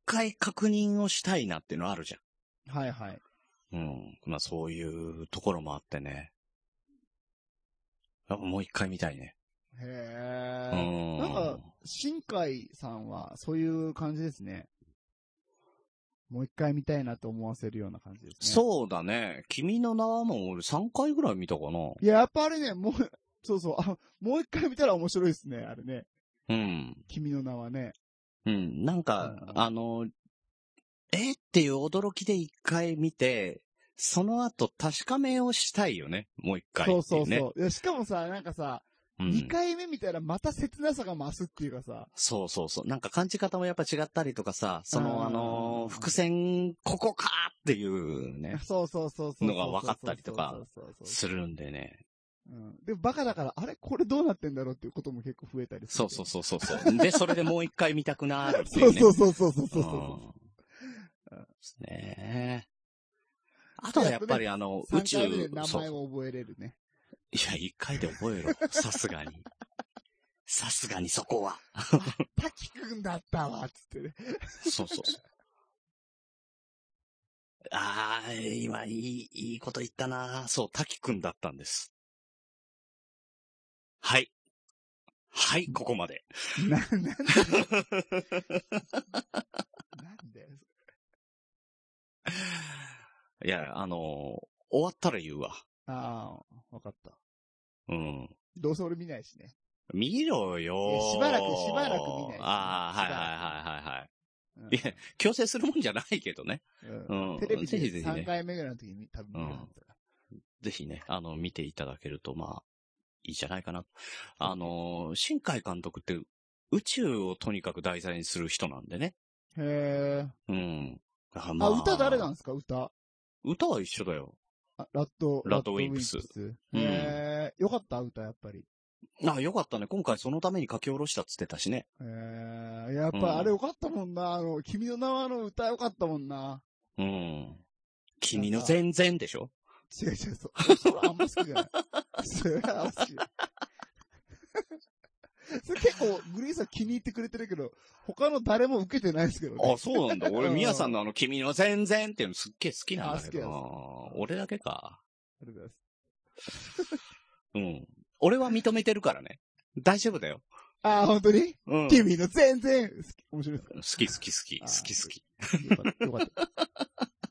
C: 回確認をしたいなっていうのあるじ
D: はいはい。
C: ゃん。うん。まあそういうところもあってね。やっぱもう一回見たいね。
D: へ
C: う
D: ー。
C: ん。
D: なんか新海さんは、そういう感じですね。もう一回見たいなと思わせるような感じですね。う。
C: そうだね。君の名はも俺3回ぐらい見たかな。
D: いや、やっぱあれね、もう、そうそう、あもう一回見たら面白いですね、あれね。
C: うん。
D: 君の名はね。
C: うん。なんか、
D: うん
C: あの、えっていう驚きで一回見て、その後確かめをしたいよね。もう一回、
D: そうそう
C: ね。
D: そう。いや、しかもさ、なんかさ、
C: うん
D: 二、回目見たらまた切なさが増すっていうかさ、
C: そうそうそう。なんか感じ方もやっぱ違ったりとかさ、そ
D: うん
C: の、あの、伏線、ここかっていうね、
D: そうそうそうそうそうそうそうそう。
C: のが分かったりとか
D: そうそうそう
C: するんでね。
D: うん。で、バカだから、あれこれどうなってんだろうっていうことも結構増えたりする。
C: そうそうそうそう
D: *laughs*
C: そう。で、それでもう一回見たくなるっていうね。
D: そうそうそうそうそうそうそう。
C: うんですねあとはやっぱりあの、宇宙、
D: 3回目で名
C: そう。
D: 前を覚えれるね。
C: いや、一回で覚えろ。さすがに。さすがにそこは。
D: 滝くんだったわ、つってね。
C: そうそうそう。ああ、今、いい、いいこと言ったなそう、滝くんだったんです。はい。はい、ここまで。
D: な、なん *laughs* でなんで
C: いや、あのー終わったら言うわ。
D: ああ、わかった。
C: うん。
D: どうせ俺見ないしね。
C: 見ろよ
D: いやしばらくしばらく見ない
C: ああ、はいはいはいはいはい。
D: うん
C: いや、強制するもんじゃないけどね。
D: うん
C: うん
D: テレビ
C: ぜひぜ
D: で
C: ひね
D: 3回目ぐらいの時に多分見るはずだか
C: ぜひね、あの、見ていただけると、まあ、いいんじゃないかな。あの、新海監督って、宇宙をとにかく題材にする人なんでね。
D: ら。へえ。
C: うん。あ、
D: あ、歌誰なん
C: ん
D: ですか歌。
C: 歌は一緒だよ。
D: あラッド、
C: ラッドウィンプス
D: ラッドウィンプスへえ。よかった、歌、やっぱり。
C: あ、よかったね。今回そのために書き下ろしたっつってたしね。
D: ええ。やっぱあれよかったもんな。あの、君の名はの歌よかったもんな。
C: うん。君の全然でしょ
D: 違う違う、そう。それはあんま好きじゃ
C: *laughs*
D: ない。それはあんま好きじゃない。それ結構、グリーンさん気に入ってくれてるけど、他の誰も受けてないですけどね。
C: あ、そうなんだ。俺、
D: うん
C: ミヤさんのあの、君の全然っていうのすっげえ好きなんだけど
D: あ
C: な。俺だけか。
D: ありがとうございます
C: うん。俺は認めてるからね。大丈夫だよ。
D: あー、本当に
C: うん。好き
D: 君の全然、好き面白いです
C: 好き好き。
D: あ
C: 好
D: ー
C: き好き。
D: よかった。よかっ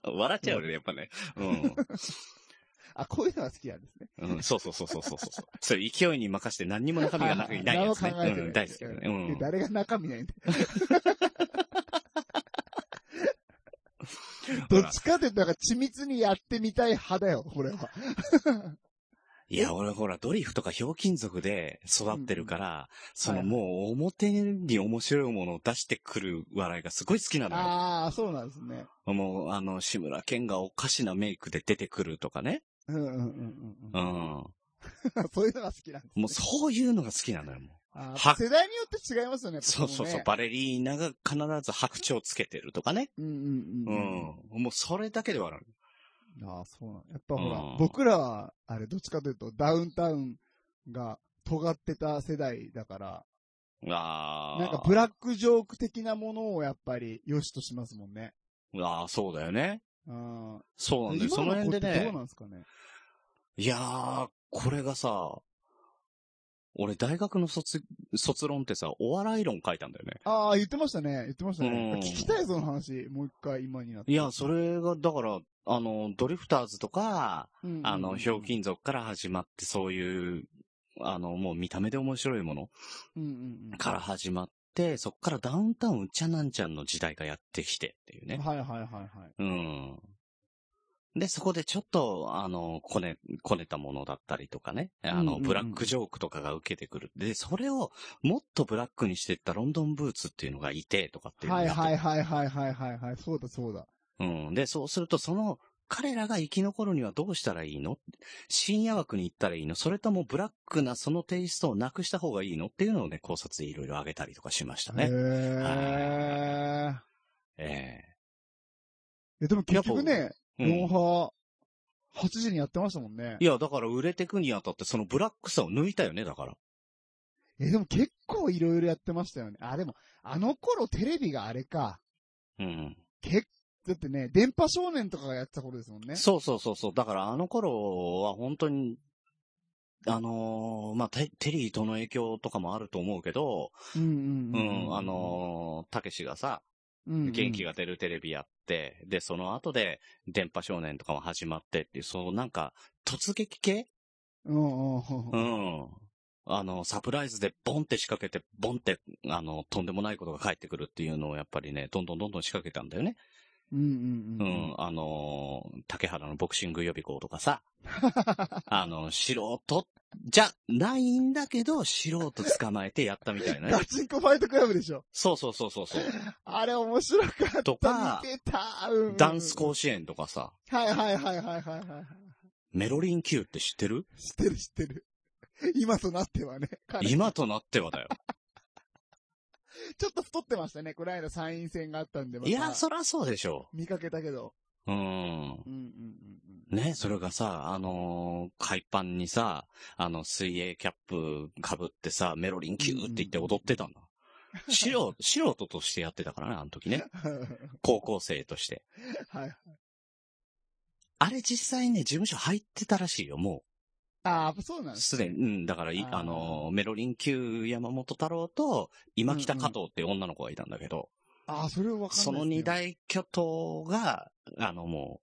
D: た。
C: 笑っちゃうよね、やっぱね。う
D: あ、こういうのが好きなんですね。
C: ん。うん、そうそうそうそう
D: *laughs*
C: そうそう。それ勢いに任せて何にも中身がな
D: はいい
C: ないやつね。
D: 何も考え
C: う
D: てない
C: ん、大好きだね。う
D: いや
C: ん。
D: 誰が中身ないんだよ
C: *laughs*
D: どっちかって言ったら、緻密にやってみたい派だよ、これは。
C: いや、俺ほら、ドリフとかひょうきん族で育ってるから、そのもう表に面白いものを出してくる笑いがすごい好きなのよ。
D: ああ、そうなんですね。
C: もう、あの、志村けんがおかしなメイクで出てくるとかね。
D: うんうんうん
C: う。
D: う
C: *laughs*
D: んん。
C: も
D: うん、そういうのが好きなんです、ね。
C: うそういうのが好きなのよ、もう。
D: あー
C: は
D: 世代によって違いますよね、やっぱ
C: そうそうそう。
D: こ
C: バレリーナが必ず白鳥つけてるとかね。
D: のねう
C: う
D: んうんうん
C: ん。もうそれだけで笑う。
D: ああ、そうなの。やっぱほら、
C: うん
D: 僕らは、あれ、どっちかというと、ダウンタウンが尖ってた世代だから、
C: ああ。
D: なんかブラックジョーク的なものをやっぱり良しとしますもんね。
C: ああ、そうだよね。
D: うん。
C: そうなんだよ。その辺で
D: 今子ってど
C: ね
D: うな、んですかね。
C: いやー、これがさ、俺大学の卒、卒論ってさ、お笑い論書いたんだよね。
D: ああ、言ってましたね。言ってました
C: うん
D: ね。聞きたい、その話。もう一回、今になって。
C: いや、それが、だから、あの、ドリフターズとか、
D: うんうんうん、
C: あの、ひょうきん族から始まって、そういう、あの、もう見た目で面白いもの
D: うんうんうん。
C: から始まって、そっからダウンタウンうちゃなんちゃんの時代がやってきてっていうね。
D: はいはいはいはい。
C: うん。で、そこでちょっと、あの、こね、こねたものだったりとかね。あ
D: うんうんう
C: の、
D: ん
C: ブラックジョークとかが受けてくる。で、それをもっとブラックにしていったロンドンブーツっていうのがいて、とかっていうの
D: は
C: を
D: い
C: やってて
D: はいはいはいはいはいはい。そうだそうだ。
C: うん。で、そうすると、その、彼らが生き残るにはどうしたらいいの深夜枠に行ったらいいのそれともブラックなそのテイストをなくした方がいいのっていうのをね、考察でいろいろ挙げたりとかしました
D: へ
C: ね。
D: え。
C: え
D: え、でも結局ね、
C: え
D: モ
C: う
D: ン
C: ん
D: ハー、8時にやってましたもんね
C: い。や、だから売れてくにあたって、そのブラックさを抜いたよね、だから。
D: え、でも結構いろいろやってましたよね。あ、でも、あの頃テレビがあれか。
C: うん。
D: 結だってね、電波少年とかがやってた頃ですもんね。
C: そうそうそうそう。だからあの頃は本当に、あのーまあ、テテリーとの影響とかもあると思うけど、
D: うんうん
C: う、
D: うんん。
C: あのーたけしがさ、
D: うんうん、
C: 元気が出るテレビやって、で、その後で、電波少年とかも始まってっていう、そのなんか、突撃系
D: うんうんうん。
C: うん。あの、サプライズでボンって仕掛けて、ボンって、あの、とんでもないことが返ってくるっていうのをやっぱりね、どんどんどんどん仕掛けたんだよね。
D: うんうん
C: う
D: うん
C: ん。。あの、竹原のボクシング予備校とか *laughs* さ、あの、素人じゃないんだけど、素人捕まえてやったみたいな *laughs* ね
D: ガ。チンコファイトクラブでしょ。
C: そうそうそうそうそう。
D: あれ面白かった。
C: とか
D: 見てた。うんうん
C: *laughs* ダンス甲子園とかさ、
D: はいはいはいはいはいはい。
C: メロリン Q って知ってる *laughs*
D: 知ってる知ってる。今となってはね。彼
C: 今となっては *laughs* だよ。
D: ちょっと太ってましたね。この間参院選があったんで。また
C: いや、そらそうでしょ
D: 見かけたけど。
C: う。うん。
D: うんうんうんうん。
C: ね、それがさ、あのー、海パンにさ、あの、水泳キャップ被ってさ、メロリンキューって言って踊ってたん *laughs* だ。素人、素人としてやってたからね、あの時ね。高校生として。
D: *laughs* はい。
C: あれ実際ね、事務所入ってたらしいよ、も
D: ああ、そうなん
C: う。
D: です。
C: すでに、うん、だからい、
D: あー
C: あのー、メロリンキュー山本太郎と、今北加藤って女の子がいたんだけど、
D: ああ、それはわかんないですね。
C: その二大巨頭が、あの、もう、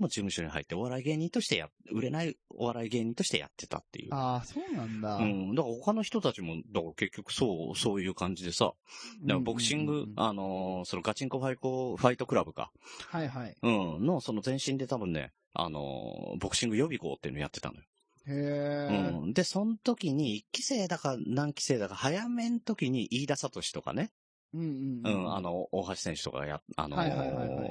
C: もう事務所に入ってお笑い芸人としてや、売れないお笑い芸人としてやってたっていう。
D: ああ、そうなんだ。
C: うん。だから他の人たちも、だから結局そう、そういう感じでさ。だからボクシング、
D: うんうんうん
C: あのーそのガチンコファイコ、ファイトクラブか。
D: はいはい。
C: うん。の、その前身で多分ね、あのーボクシング予備校っていうのやってたのよ。
D: へえ。
C: うん。で、その時に、一期生だか何期生だか早めん時に飯田聡とかね、
D: うんうん
C: うん、あ、の、大橋選手とかがや、あのー
D: はいはいはいはい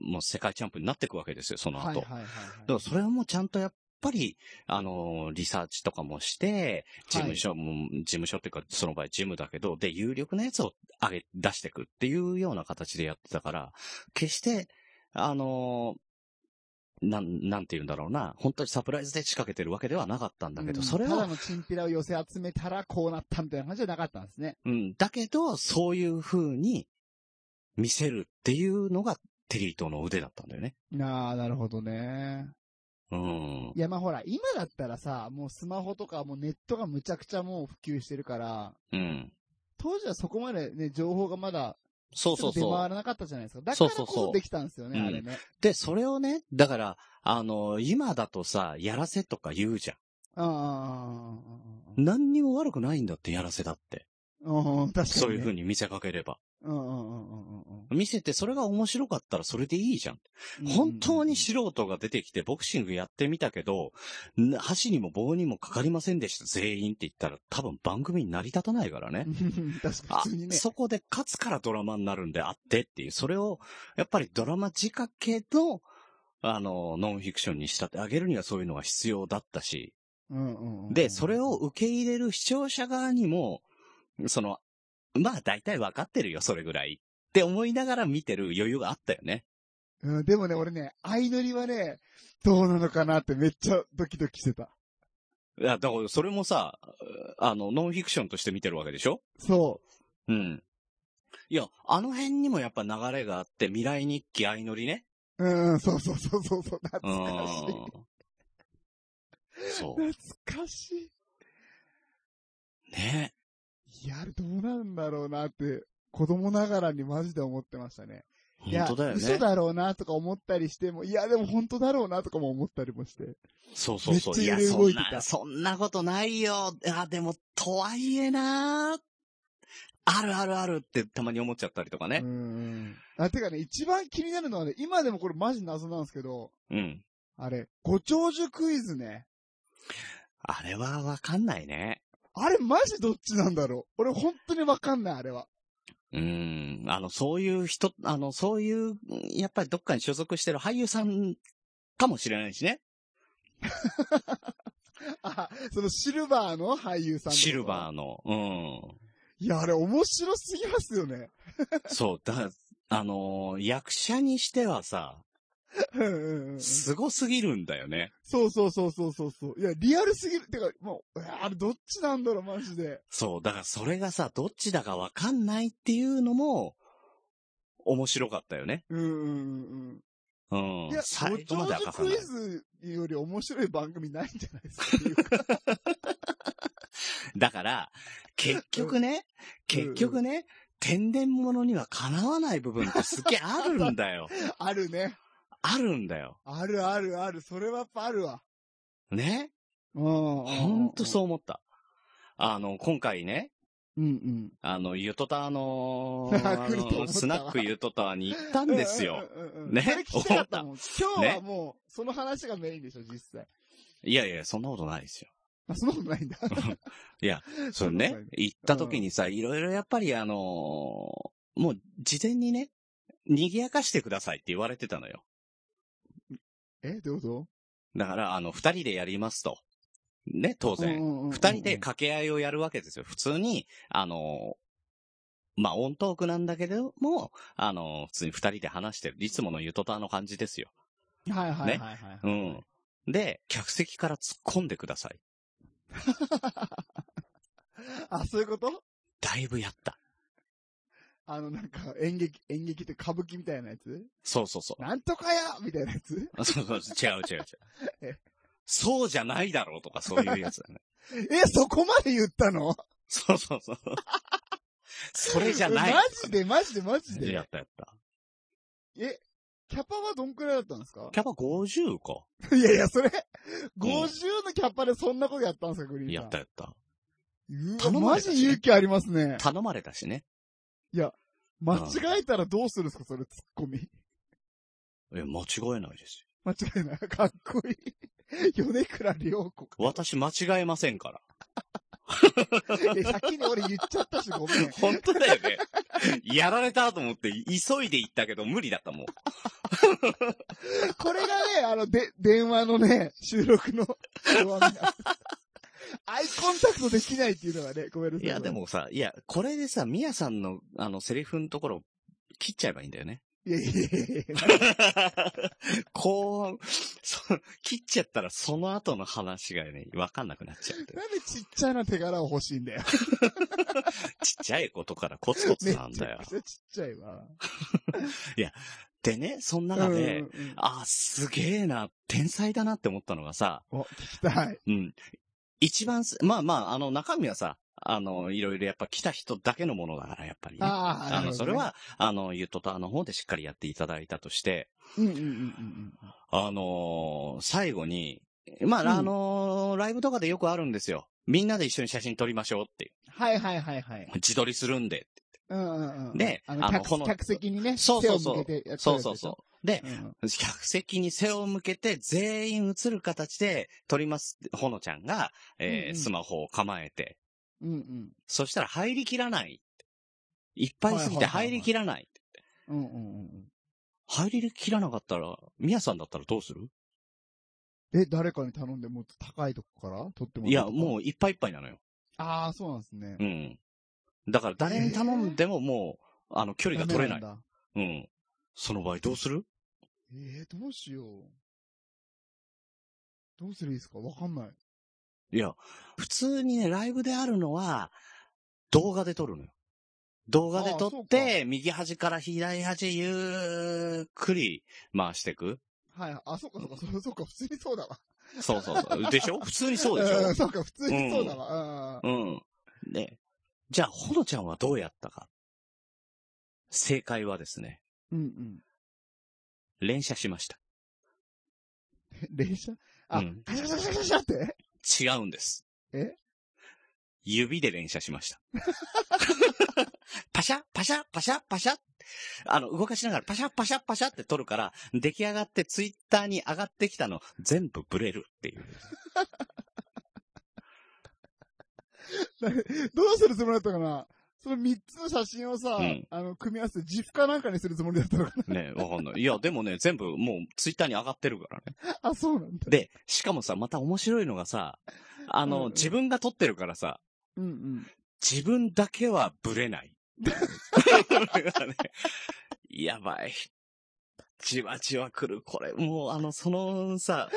C: もう世界チャンプになってくわけですよ、その後。
D: はいはいはいはい。
C: だからそれはもうちゃんとやっぱり、あのーリサーチとかもして、事務所も、事務所っていうか、その場合ジムだけど、で、有力なやつを上げ、出してくっていうような形でやってたから、決して、あのーなん、なんて言うんだろうな、本当にサプライズで仕掛けてるわけではなかったんだけど、
D: うん
C: それ
D: ただ
C: は、
D: のチンピラを寄せ集めたらこうなったみたいな感じじゃなかったんですね。
C: うん、だけど、そういう風に見せるっていうのが、テリー島の腕だったんだよね。
D: ああ、なるほどね。
C: うん。
D: いや、まあほら、今だったらさ、もうスマホとかもうネットがむちゃくちゃもう普及してるから、
C: うん。
D: 当時はそこまでね、情報がまだ、
C: そうそう
D: 出
C: そう。
D: 回らなかったじゃないですか。だか
C: そう
D: ら
C: そう
D: こ
C: そう
D: そできたんですよね、
C: うん
D: あれね。
C: で、それをね、だから、あの、今だとさ、やらせとか言うじゃ
D: ああ
C: ん。何にも悪くないんだって、やらせだって。
D: ああ、ああああ、確かにね。
C: そういう風に見せかければ。
D: うんうんうんうんうん
C: 見せて、それが面白かったらそれでいいじゃん。
D: うん。
C: 本当に素人が出てきて、ボクシングやってみたけど、な箸にも棒にもかかりませんでした、全員って言ったら、多分番組に成り立たないからね。
D: うん確
C: *laughs*
D: か
C: あ
D: に普通に、ね。
C: そこで勝つからドラマになるんであってっていう、それを、やっぱりドラマ仕掛けの、あの、ノンフィクションに仕立て上げるにはそういうのが必要だったし、
D: うんうんうん
C: で、それを、受け入れる視聴者側にも、その、まあ大体わかってるよ、それぐらい。って思いながら見てる余裕があったよね。
D: うん、でもね、俺ね、相乗りはね、どうなのかなってめっちゃドキドキしてた。
C: いや、だからそれもさ、あの、ノンフィクションとして見てるわけでしょ
D: そ
C: うん。いや、あの辺にもやっぱ流れがあって、未来日記相乗りね。
D: うんうん、そうそうそうそう *laughs* そ
C: う
D: う、
C: ん
D: 懐かしい。
C: そう。
D: 懐かしい。
C: ね。
D: いや、あれどうなんだろうなって、子供ながらにマジで思ってましたね。いや
C: 本当だよね。
D: 嘘だろうなとか思ったりしても、いや、でも本当だろうなとかも思ったりもして。
C: そうそうそう。
D: めっ
C: い
D: ちゃ
C: や、
D: 揺れ
C: そ
D: 動い
C: ん
D: てた
C: な、そんなことないよ。あ、でも、とはいえなあるあるあるってたまに思っちゃったりとか
D: う
C: ね
D: ん。うん。あ、てかね、一番気になるのはね、今でもこれマジ謎なんですけど、
C: うん。
D: あれ、ご長寿クイズね。
C: あれはわかんないね。
D: あれマジどっちなんだろう俺本当にわかんない、あれは。
C: うん。あの、そういう人、あの、そういう、やっぱりどっかに所属してる俳優さんかもしれないしね。
D: あ、 *laughs* そのシルバーの俳優さん。
C: シルバー
D: ー。
C: の。うん。
D: いや、あれ面白すぎますよね。 *laughs*
C: そう、だ、あのー役者にしてはさ、
D: うんうんうん。
C: すごすぎるんだよね。
D: そうそうそうそうそうそう。いや、リアルすぎる。てか、もう、いやあれどっちなんだろう、マジで。
C: そう、だからそれがさ、どっちだかわかんないっていうのも、面白かったよね。
D: うんうん
C: うん
D: うん。いや、。
C: 最
D: ご
C: 後まで明
D: 長寿
C: かさない
D: クイ。ズより面白い番組ないんじゃないですかっていうか。
C: だから、結局ね、
D: うん
C: 結局ね、天然物にはかなわない部分ってすげえあるんだ
D: *laughs*
C: よ。 *laughs*
D: あるね。
C: あるんだよ。
D: あるあるある。それはやっぱあるわ。
C: ね
D: うん。
C: ほんと
D: う
C: そう思った。あの、今回ね、
D: ん。うん、
C: あの、ゆとたわの
D: *laughs* 来ると
C: あ
D: 思ったわ
C: のスナックゆとたわに行った
D: うんん。
C: ですよ。
D: *laughs* うんうんうんうん。
C: ね
D: それ聞きたかったもん。今日は
C: *laughs* ね
D: もう、その話がメインでしょ、実際。
C: いやいや、そんなことないですよ。
D: あ、そんなことないんだ。
C: *laughs* いや、
D: *laughs*
C: それ
D: んな
C: ね
D: ことない、
C: 行った時にさ、いろいろやっぱりあのーもう事前にね、賑やかしてくださいって言われてたのよ。
D: え、どうぞ。
C: だから、あの、二人でやりますと。ね、当然。
D: 然
C: 二人で掛け合いをやるわけですよ。普通に、あのーまあ、オントークなんだけれども、あのー普通に二人で話してる。いつものゆとたの感じですよ。
D: はいはいはいはい。
C: うん。で、客席から突っ込んでください。
D: あ、そういうこと
C: だいぶやった。
D: あの、なんか、演劇、演劇って歌舞伎みたいなやつ
C: そうそうそう。
D: なんとかやみたいなやつ
C: あそうそうそう、違う違う違
D: え
C: う。そうじゃないだろうとかそういうやつだね。 *laughs*
D: え、そこまで言ったの
C: そうそうそう。それじゃない。
D: マジでマジでマジ
C: やっ
D: で。
C: たやった。
D: え、キャパはどんくらいだったんですか
C: キャバ50か。
D: いやいや、それ、50のキャパでそんなことやったんですか、グリーン
C: や
D: さ
C: っ
D: ん。
C: たやった。
D: うわ。
C: 頼ま
D: マ
C: れたしね
D: ジ勇気ありますね。
C: 頼まれたしね。
D: 間違えたらどうするんですか、それ、ツッコミ。
C: え、間違えないです
D: 間違えない。かっこいい。米倉涼子か。
C: よ。私間違えませんから。
D: いや先に俺言っちゃったし、ごめん。
C: 本当だよ
D: *laughs*
C: ね。やられたと思って急いで行ったけど無理だったもん。
D: これがね、あの、で、 *laughs* 電話のね、収録の *laughs* 弱みなんです、アイコンタクトできないっていうのがね、ごめんなさい。
C: いやで。もさ、いや、これでさ、ミヤさんのあのセリフのところ切っちゃえばいいんだよね。
D: いやいやいやいや
C: *laughs* こう、そ切っちゃったらその後の話がね、わかんなくなっちゃうって。
D: なんでちっちゃな手柄を欲しいん
C: *laughs*
D: だよ。
C: ちっちゃいことからコツコツ
D: めっ
C: なん
D: ち
C: だ
D: ゃ
C: よ
D: *laughs* く。ちゃちっちゃいわ。
C: でね、その中で、
D: うんうんうん
C: あ、すげえな、天才だなって思ったのがさ、
D: お、聞きたい。
C: うん。一番す、まあまあ、あの中身はさ、あの、いろいろやっぱ来た人だけのものだから、やっぱりね。あ
D: ああ、な
C: の、
D: るほどね
C: それ、は、あの、ゆとたの方でしっかりやっていただいたとして、
D: うんうんうんうん
C: あのー最後に、まあ、
D: うん
C: あのーライブとかでよくあるんですよ。みんなで一緒に写真撮りましょうっていう。
D: うん。はいはいはいはい。
C: 自撮りするんで。
D: うんうんうん。
C: で
D: あの、
C: あの
D: 客
C: この
D: 客席にね、
C: そうそうそう
D: 手を向けてやって
C: そうそうそう。で、
D: うんうん。
C: 客席に背を向けて全員映る形で撮りますって。ほのちゃんが、えー
D: うんうん
C: スマホを構えて。
D: うんうん。
C: そしたら入りきらない。いっぱいすぎて
D: はいはいはいはい
C: 入りきらない。
D: うんうんうん
C: 入りきらなかったら、みやさんだったらどうする
D: うん。え、誰かに頼んでもっと高いとこから撮ってもら
C: いや、
D: う。
C: もういっぱいいっぱいなのよ。
D: ああ、そうなんですね
C: う。ん。だから誰に頼んでももう、あの、距離が取れない
D: ダメ。んだ
C: うん。その場合どうする
D: えー、どうしよう。どうすればいいですかわかんない。
C: いや、普通にね、ライブであるのは、動画で撮るのよ。動画で撮
D: ああそ
C: っ
D: う
C: て、
D: か
C: 右端から左端ゆっくり回してく。
D: はい。あ、そうか、そうか、そう *laughs* そうか、普通にそうだわ。
C: そうそう *laughs* そう。でしょ普通にそうでし
D: ん
C: ょ
D: そうか、普通にそうだわ。
C: うん。で、じゃあ、ほのちゃんはどうやったか。正解はですね、
D: うん。うんうん。
C: 連射しました。
D: 連射あ
C: うん、
D: ガシャガシャガシャガシャって
C: 違うんです。
D: え
C: 指で連射しました。 *laughs* パシャパシャパシャパシャあの、動かしながらパシャパシャパシャって撮るから、出来上がってツイッターに上がってきたの、全部ブレるっていう。
D: どうするつもりだったかなその三つの写真をさ、
C: うん
D: あの、組み合わせて、ジフかなん *laughs* かにするつもりだったのか
C: ねわかんない。いや、でもね、全部もうツイッターに上がってるからね。
D: なあ、そうなんだ。
C: で、しかもさ、また面白いのがさ、あ
D: うん
C: の、
D: うん
C: 自分が撮ってるからさ、
D: うんうん。
C: 自分だけはブレない。これがね *laughs* やばい。じわじわ来る。これ、もう、あの、そのさ、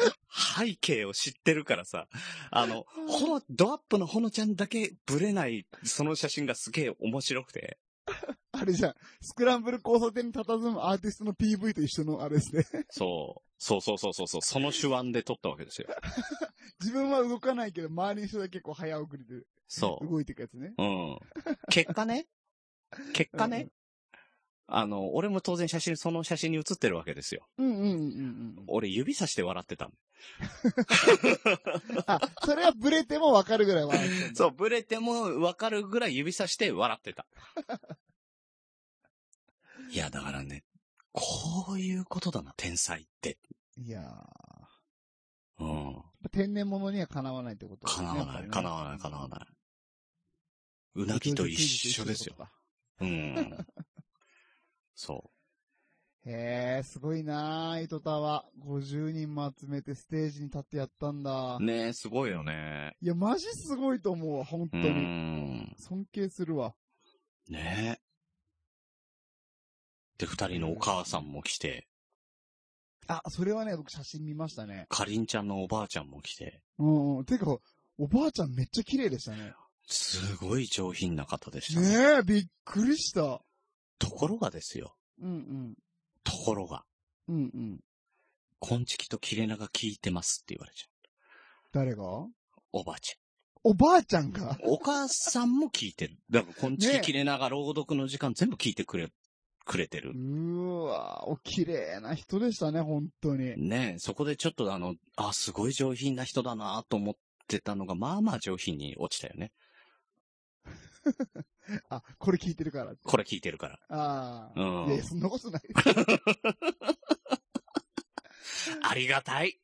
C: 背景を知ってるからさ、あの、ほの、ドアップのほのちゃんだけブレない、その写真がすげえ面白くて。
D: あれじゃん、スクランブル交差点に佇むアーティストの PV と一緒のあれですね。 *laughs*
C: そう。そうそうそうそうそう。その手腕で撮ったわけですよ。
D: 自分は動かないけど、周りの人だけこう早送りで
C: そう。
D: 動いていくやつね。
C: うん。結果ね、結果ね、あの、俺も当然写真、その写真に写ってるわけですよ。
D: うんうんうんうん
C: 俺指さして笑ってたの
D: うん。あ、 *laughs* それはブレてもわかるぐらい笑 *laughs* ってんだ
C: そう、ブレてもわかるぐらい指さして笑って
D: *laughs*
C: た。いや、だからね、こういうことだな、天才って。
D: いや
C: うん。
D: ー、天然物にはかなわないってこと
C: 叶わない、叶わない、叶わない。うなぎと一緒ですよ。。
D: やっぱりね
C: うん。そ
D: へえ、すごいなー、糸田は。50人も集めてステージに立ってやったん *laughs* だ
C: う。。ねえ、すごいよね。
D: いや、マジすごいと思うわ、本
C: う
D: 当
C: ん
D: に。。尊敬するわ。
C: ねえ。で、二人のお母さんも来て、
D: あ、それはね、僕写真見ましたね。
C: かりんちゃんのおばあちゃんも来て、
D: うんうん。てか、おばあちゃんめっちゃ綺麗でしたね。
C: すごい上品な方でしたね。
D: ねえ、びっくりした。
C: ところがですよ。
D: うん
C: ところが、
D: うん。うんうん。
C: コンチキと切れ長聞いてますって言われちゃ
D: 誰が
C: う。おばあち
D: おばあちゃんが
C: ゃん。お母さんも聞いてる。だから、コンチキ
D: ね
C: 切れ長朗読の時間全部聞いてくれ、くれて
D: う
C: る。
D: ーわお綺麗な人でしたね、本当に。
C: ねえ、そこでちょっとあの、あ、すごい上品な人だなと思ってたのが、まあまあ上品に落ちたよね。
D: あ、これ聞いてるから。
C: これ聞いてるから。
D: ああ。
C: うん
D: いやいや、そんなことない。
C: ありがたい。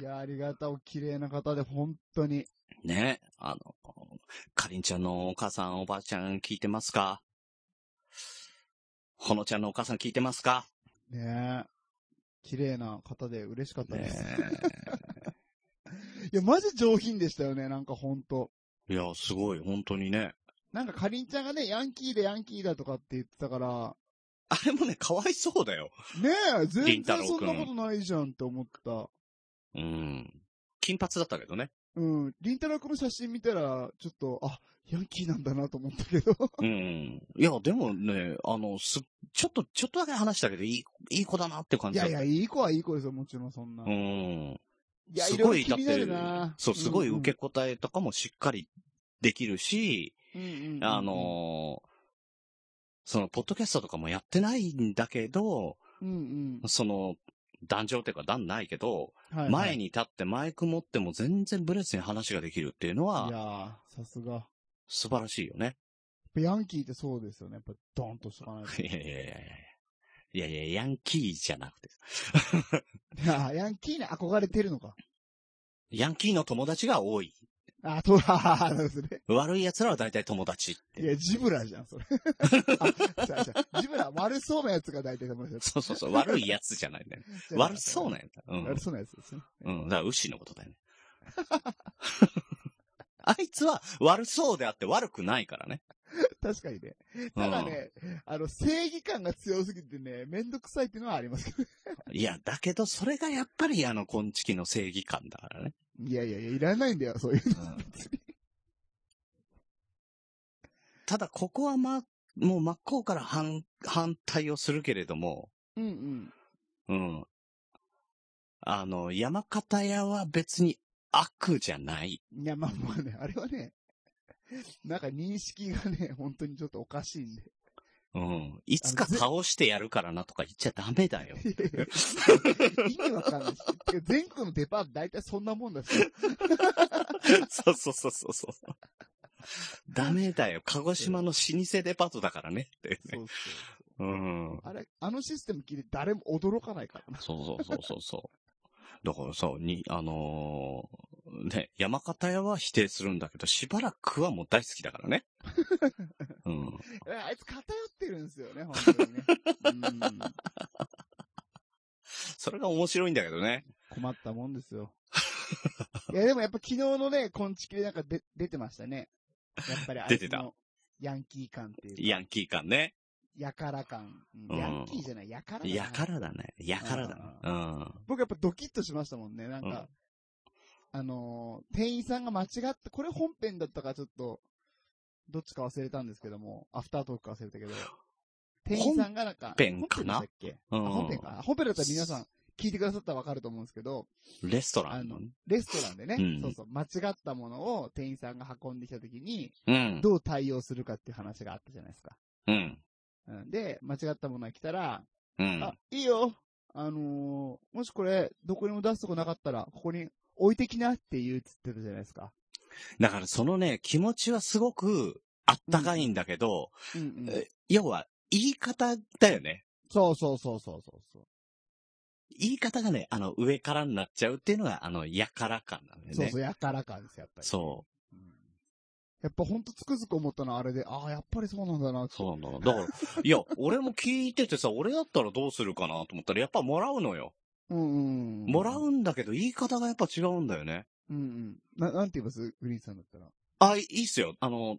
D: いや、ありがたお綺麗な方で、本当に。
C: ねえ、あの、かりんちゃんのお母さん、おばあちゃん聞いてますかほのちゃんのお母さん聞いてますか
D: ねえ。綺麗な方で嬉しかったで
C: ね
D: す。
C: え。
D: いや、マジ上品でしたよね、なんか本当
C: いや、すごい、本当にね。
D: なんかかりんちゃんがね、ヤンキーでヤンキーだとかって言ってたから、
C: *laughs* あれもね、かわいそうだよ。
D: ねえ、全
C: 凛太郎
D: 然
C: くん
D: そんなことないじゃんって思った。
C: うん。金髪だったけどね。
D: うん。りんたろくんの写真見たら、ちょっと、あ、ヤンキーなんだなと思ったけど。
C: うん。いや、でもね、あの、す、ちょっと、ちょっとだけ話したけど、いい、いい子だなって感
D: い
C: じだっ
D: やい
C: た。
D: や、いい子はいい子ですよ、もちろんそんな。
C: う
D: い
C: ん。
D: や、
C: す
D: い
C: ご
D: ろ
C: い、
D: いろ気になる
C: だっ
D: な
C: て、そう、すごい受
D: け、
C: け答えとかもしっかりできるし、
D: うんうんうん
C: あ、のーその、ポッドキャストとかもやってないんだけど、
D: うん
C: その、壇上っていうか段ないけど、
D: うん。はい
C: 前に立ってマイク持っても全然ブレずに話ができるっていうの
D: はい。い
C: は、
D: やー、さすが。やっ
C: 素晴らしいよね。
D: ぱヤンキーってそうですよね。やっぱ、ドンとしとかないと。 *laughs*
C: いやいやい *laughs* やいや。いやいや、ヤンキーじゃなくて。
D: いやーヤンキーに憧れてるのか。
C: ヤンキーの友達が多い。
D: あ、と、あー、なるほどね。
C: 悪い奴らは大体友達って。
D: いや、ジブラじゃん、
C: *laughs*
D: それ。あ、じゃあじゃあジブラ、悪そうなやつが大体友達だ
C: そうそう
D: *laughs*
C: そう、悪い奴じゃないんだよ。悪そうなやつ。う
D: 悪そうなやつですね。
C: ん。うん。だから、牛のことだよね。 *laughs* あいつは悪そうであって悪くないからね。
D: 確かにね。
C: うん
D: ただね、あの、正義感が強すぎてね、めんどくさいっていうのはありますけど。
C: いや、だけど、それがやっぱりあの、コンチキの正義感だからね。
D: いやいやいや、いらないんだよ、そういうの。
C: ただ、ここはまあ、もう真っ向から反、反対をするけれども、
D: うん
C: う
D: うん。
C: ん。あの、山形屋は別に悪じゃない。
D: いや、まあまあね、あれはね、なんか認識がね、本当にちょっとおかしい
C: *laughs*
D: んで。
C: うん。いつか倒してやるからなとか言っちゃダメ *laughs* だよ。
D: いやいや意味わかんないし。てか全国のデパート大体そんなもんだし。
C: そうそうそうそうそう。ダメだよ。鹿児島の老舗デパートだからね。って
D: そう
C: ね。
D: そ
C: う
D: う。
C: ん。
D: あれ、あのシステム聞いて誰も驚かないからな。
C: そうそうそうそうそう。だからさ、に、あのーね、山形屋は否定するんだけど、しばらくはもう大好きだから *laughs* ね。うん。
D: え *laughs* あいつ偏ってるんですよね、本当にね。うん。
C: それが面白いんだけどね。
D: 困ったもんですよ。いや、でもやっぱ昨日のね、昆虫でなんかで出てましたね。やっぱりあいつ
C: 出てた
D: のヤンキー感っていうか、
C: ヤンキー感ね。
D: やから感。うん
C: うん
D: ヤンキーじゃない、やからだな
C: やからだね。やからだね。うん。
D: 僕やっぱドキッとしましたもんね、なんか。あのー店員さんが間違って、これ本編だったかちょっと、どっちか忘れたんですけども、アフタートークか忘れたけど、店員さんがなんか、
C: 本編かな
D: 本編でしたっけ
C: う
D: あ本
C: ん
D: 編。か。本編だったら皆さん聞いてくださったらわかると思うんですけど、
C: レストラ
D: あ
C: ンの
D: の
C: ね。、
D: レストランでね、
C: うん
D: そうそう、間違ったものを店員さんが運んできたときに、
C: うん。
D: どう対応するかっていう話があったじゃないですか。
C: うん。
D: うん、で、間違ったものが来たら、
C: うん
D: あ。、いいよあのーもしこれ、どこにも出すとこなかったら、ここに置いてきなって言うっつってたじゃないですか。
C: だからそのね、気持ちはすごくあったかいんだけど、
D: うんうん。
C: え要は、言い方だよね。
D: そうそうそうそうそうそう。
C: 言い方がね、あの、上からになっちゃうっていうのが、あの、やから感なんだよね。
D: そうそう、やから感です、やっぱり。。
C: そう
D: ん、やっぱほんとつくづく思ったのはあれで、ああ、やっぱりそうなんだなっ
C: う。
D: て。
C: そうなんだ。
D: *laughs*
C: だから、いや、俺も聞いててさ、俺だったらどうするかなと思ったら、やっぱもらうのよ。
D: うんうんうん。
C: もらうんだけど、言い方がやっぱ違うんだよね。
D: うんうん。な、なんて言いますグリーンさんだったら。
C: あ、いいっすよ。あの、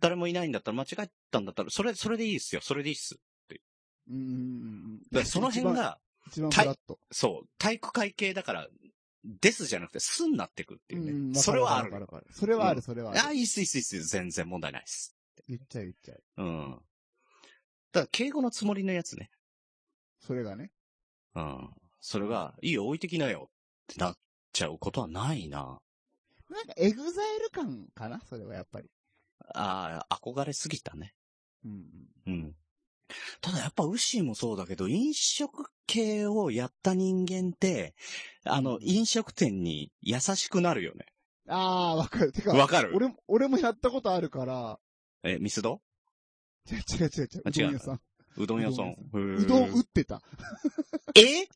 C: 誰もいないんだったら、間違えたんだったら、それ、それでいいっすよ。それでいいっす。
D: うんうんうんう
C: だか
D: ん。
C: らその辺が、
D: 一番、一番フラット。
C: そう、体育会系だから、ですじゃなくて、すになってくっていうね。
D: うんうん
C: それはあ。
D: わか
C: る。
D: わかわかそれはあ
C: う
D: る、
C: ん
D: それはあ
C: あ、
D: る。
C: いいっす、いいっす、いいっす。全然問題ないっす。
D: 言っちゃう言っちゃう。
C: うん。だから、敬語のつもりのやつね。
D: それがね。
C: うん。それが、いいよ、置いてきなよ。ってなっちゃうことはないな。
D: なんか、エグザイル感かなそれはやっぱり。
C: ああ、憧れすぎたね。
D: うんう
C: う
D: ん。
C: ん。ただやっぱ、ウシーもそうだけど、飲食系をやった人間って、あの、飲食店に優しくなるよね。
D: あー、わかる。てか、
C: わかる
D: 俺も、俺もやったことあるから、
C: え、ミスド
D: 違う違う違う違う。
C: あ
D: うどん
C: 違ううどん
D: 屋さん。
C: 屋さん。
D: う
C: へー
D: うどん打ってた。
C: え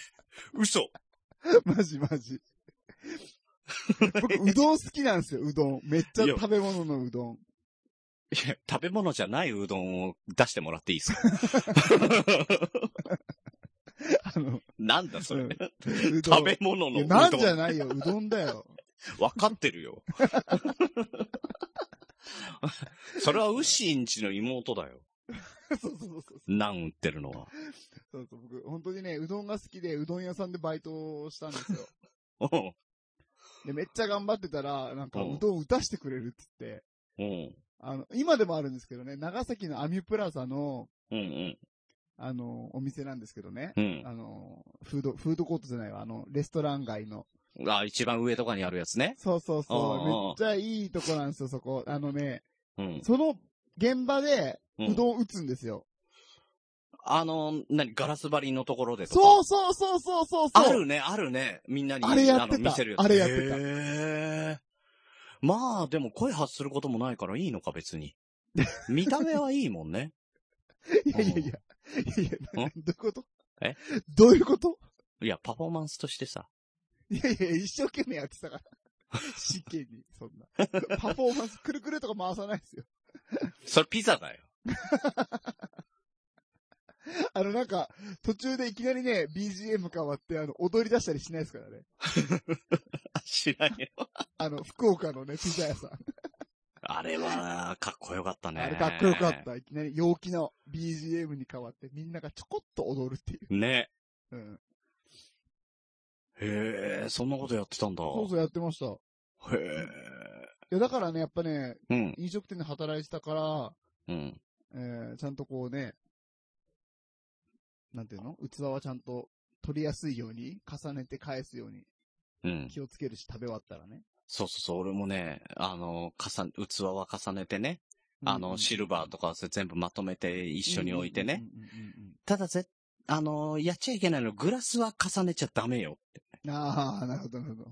C: *laughs* 嘘
D: マジマジ。僕、うどん好きなんですよ、うどん。めっちゃ
C: いや
D: 食べ物のうどん。
C: いや食べ物じゃないうどんを出してもらっていいですか *laughs*
D: あの、
C: なんだそれ。
D: うんうどん。
C: 食べ物
D: い
C: の
D: や
C: う
D: な
C: ど
D: ん
C: ん
D: じゃないよ、うどんだよ。
C: わかってるよ。 *laughs* それはウシインチの妹だよ。
D: そうそうそうそう。
C: ナン売ってるのは。
D: そうそう、僕、本当にね、うどんが好きで、うどん屋さんでバイトをしたんですよ。
C: うん。
D: で、めっちゃ頑張ってたら、なんか、
C: うん
D: うどん打たしてくれるっつって、
C: うん。
D: あの、今でもあるんですけどね、長崎のアミュプラザの、
C: うん
D: あの、お店なんですけどね、
C: うん。
D: あの、フード、フードコートじゃないわ、あの、レストラン街の。
C: うん。あ、一番上とかにあるやつね。
D: そうそう
C: あ
D: そう、
C: あ
D: めっちゃいいとこなんですよ、そこ。あのね、
C: うん。
D: その現場で、
C: う、
D: うんどん打つんですよ。
C: あの、なに、ガラス張りのところでとか。
D: そうそうそうそうそうそう
C: あるね、あるね。みんなに。
D: あれやってた
C: の見せるやつ。
D: あれやってた
C: へーまあ、でも声発することもないからいいのか、別
D: *laughs*
C: に。見た目はいいもんね。
D: いやいやいや。いやいや、な
C: うん
D: どういうこと
C: え
D: どういうこと
C: いや、パフォーマンスとしてさ。
D: いやいや、一生懸命やってたから。真剣に、そんな。パフォーマンス、くるくるとか回さないですよ。
C: それピザだよ。
D: あの、なんか、途中でいきなりね、BGM 変わって、あの、踊り出したりしないですからね。
C: あ知らんよ。
D: あの、福岡のね、ピザ屋さん。
C: あれは、かっこよかったね。
D: あれかっこよかっ。た。いきなり陽気な BGM に変わって、みんながちょこっと踊るっていう。
C: ね。
D: うん。
C: へえ、そんなことやってたんだ。
D: そうそうやってました。い
C: へえ。
D: や、だからね、やっぱね、
C: うん、
D: 飲食店で働いてたから、
C: うん。
D: えーちゃんとこうね、なんていうの器はちゃんと取りやすいように、重ねて返すように
C: うん。
D: 気をつけるし、食べ終わったらね。
C: そうそうそう、俺もね、あの、重ね、器は重ねてね、あの、シルバーとかそれ全部まとめて一緒に置いてね。
D: うんうんうん
C: ただぜ、あの、やっちゃいけないの、グラスは重ねちゃダメよ。
D: うん。ああ、なるほど、なるほど。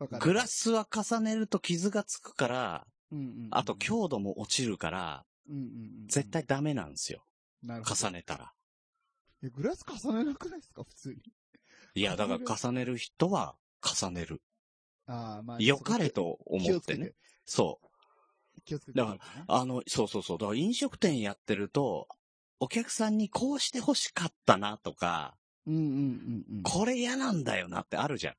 D: わかる
C: グラスは重ねると傷がつくから、
D: うんうんうん
C: あと強度も落ちるから、
D: うんうんうん
C: 絶対ダメなんですよ。
D: なるほど
C: 重ねたら。
D: えグラス重ねなくないですか普通に。
C: いや、だから重ねる人は重ねる。
D: ああ、まあ。
C: 良かれと思ってね。。そう。
D: 気をつけて。気をつけてね
C: あの、そうそうそう。だから飲食店やってると、お客さんにこうして欲しかったなとか、
D: うんうんうんうん。
C: これ嫌なんだよなってあるじゃん。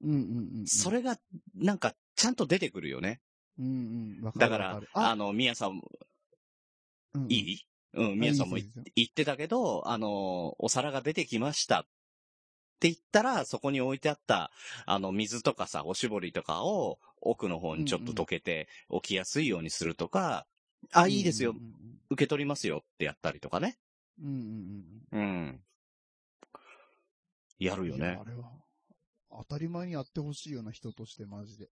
D: うんうんうんうん。
C: それが、なんか、ちゃんと出てくるよね。
D: うんうん。わか
C: だ
D: る
C: か
D: わ
C: ら
D: る、
C: あ、の、宮さんも、
D: うん
C: いいうん、宮さんも
D: あ
C: 言
D: いいですよいいですよ
C: 言ってたけど、あの、お皿が出てきましたって言ったら、そこに置いてあった、あの、水とかさ、おしぼりとかを奥の方にちょっとどけて置きやすいようにするとか、あ、いいですよ
D: うん、
C: 受け取りますよってやったりとかね。
D: うん
C: う
D: うん
C: ん。や
D: うん。
C: るよ
D: い
C: ね
D: や。あれは。当たり前にやってほしいような人として、マジで。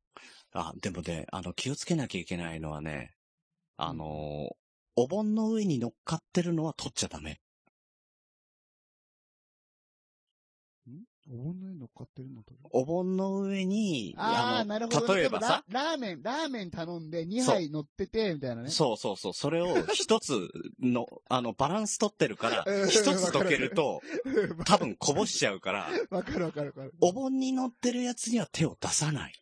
C: あ、でもね、あの、気をつけなきゃいけないのはね、あのーお盆の上に乗っかってるのは取っちゃダメ。
D: お盆の上に乗っかってるのと。
C: お盆の上に、
D: あ
C: の
D: あ、なるほど。
C: 例えばさ、
D: ラ。ラーメン、ラーメン頼んで2杯乗ってて、みたいなね。
C: そうそうそう、それを
D: *laughs*
C: 一つの、あの、バランス取ってるから
D: う、ん
C: 一つ溶けると、
D: う。
C: 多分こぼしちゃうから、
D: *laughs* わかるわかるわかる。
C: お盆に乗ってるやつには手を出さない。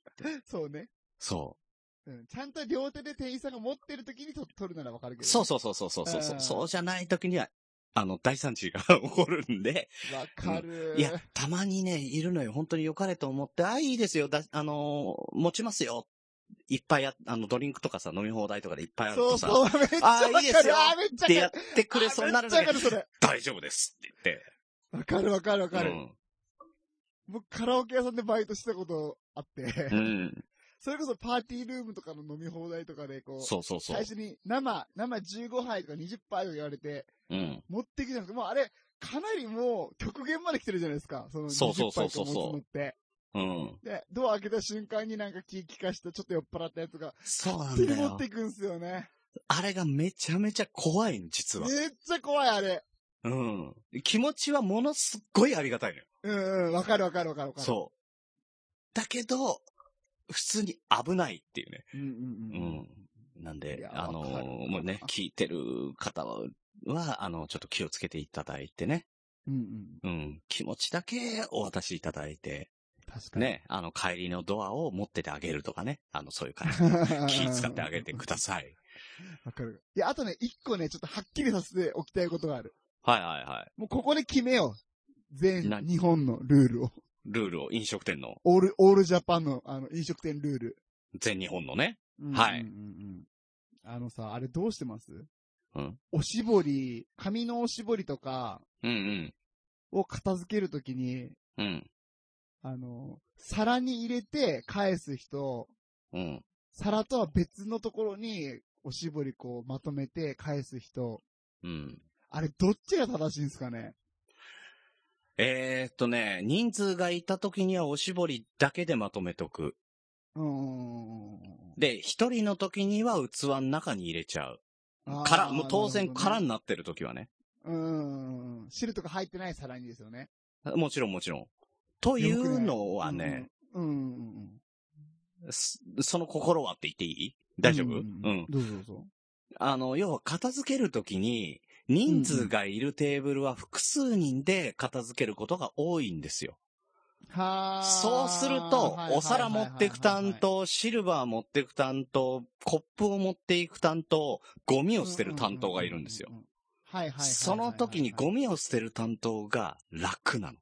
D: そうね。
C: そ
D: うん。ちゃんと両手で店員さんが持ってる時にと取るならわかる
C: う。
D: けど。
C: そうそうそうそうそうそう
D: う
C: そ
D: ん
C: う。そうじゃない時には、あの、大惨事が *laughs* 起こるんで、
D: う。わかる。
C: いや、たまにね、いるのよ。本当に良かれと思って、あ、いいですよ。だ、あのー持ちますよ。いっぱいあ、あの、ドリンクとかさ、飲み放題とかでいっぱいある
D: そ
C: と
D: う
C: さ、
D: そう。めっちゃわかる。
C: あいいですよ
D: あめっちゃ
C: ってやってくれそうになるんだ
D: めっ
C: け
D: ちゃ
C: ど
D: わかる、それ。
C: 大丈夫ですって言って。
D: わかるわかるわかる。
C: うん
D: 僕、カラオケ屋さんでバイトしたことあって、
C: うん。
D: それこそパーティールームとかの飲み放題とかで、こう、
C: そうそうそう
D: 最。初に生、生15杯とか20杯とか言われて、
C: うん。
D: 持ってきたんですけど、もうあれ、かなりもう極限まで来てるじゃないですか。その
C: そう
D: 20
C: そうそ
D: 杯
C: うそ
D: と
C: う
D: か持ち乗って。
C: うん。
D: で、ドア開けた瞬間になんか気利かしたちょっと酔っ払ったやつが、
C: そうな
D: 手
C: ん
D: に
C: だ
D: 持っ
C: よ
D: て。いくんすよね。
C: あれがめちゃめちゃ怖いの、実は。
D: めっちゃ怖い、あれ。
C: うん。気持ちはものすっごいありがたいのよ。
D: うんうん、わかるわかるわかるわかる。
C: そう。だけど、普通に危ないっていうね。
D: う。うんうんうん。
C: うん。なん
D: い
C: で
D: や、
C: あの
D: わかる
C: ー、もうね、聞いてる方は、はあの、ちょっと気をつけていただいてね。
D: うんう
C: う
D: ん。
C: ん。気持ちだけお渡しいただいて、
D: 確かに。
C: ね、あの、帰りのドアを持っててあげるとかね。あの、そういう
D: *laughs*
C: 感じで。気使ってあげてください。
D: わかる。いや、あとね、一個ね、ちょっとはっきりさせておきたいことがある。
C: はいはいはい。
D: もうここで決めよう。全
C: 何
D: 日本のルールを。
C: ルールを、飲食店の、
D: オール、オールジャパンの、あの、飲食店ルール。
C: 全日本のね。
D: うん
C: はい
D: うんうんうんあのさ、あれどうしてます
C: うん
D: おしぼり、紙のおしぼりとか
C: うん
D: を片付けるときに、
C: うん。うん。
D: あの、皿に入れて返す人、
C: うん。
D: 皿とは別のところに、おしぼりこうまとめて返す人、
C: うん。
D: あれどっちが正しいんですかね
C: えー、っとね、人数がいた時にはおしぼりだけでまとめとく。
D: うんうんうんうんうん。
C: で、一人の時には器の中に入れちゃう。
D: あー
C: から、もう当然
D: なるほど
C: 空
D: ね
C: になってる時はね。
D: うんうん。汁とか入ってない皿にですよね。
C: もちろんもちろん。というのはね、
D: うんうんうんうん。
C: すその心はって言っていい大丈夫、うん、
D: どうぞどうぞ。
C: あの、要は片付ける時に、人数がいるテーブルは複数人で片付けることが多いんですよ。
D: はー
C: そうすると、お皿持ってく担。当、シルバー持ってく担当、コップを持っていく担当、ゴミを捨てる担当がいるんですよ。
D: うううう。はいはいはいはいはい。
C: その時にゴミを捨てる担当が楽なの。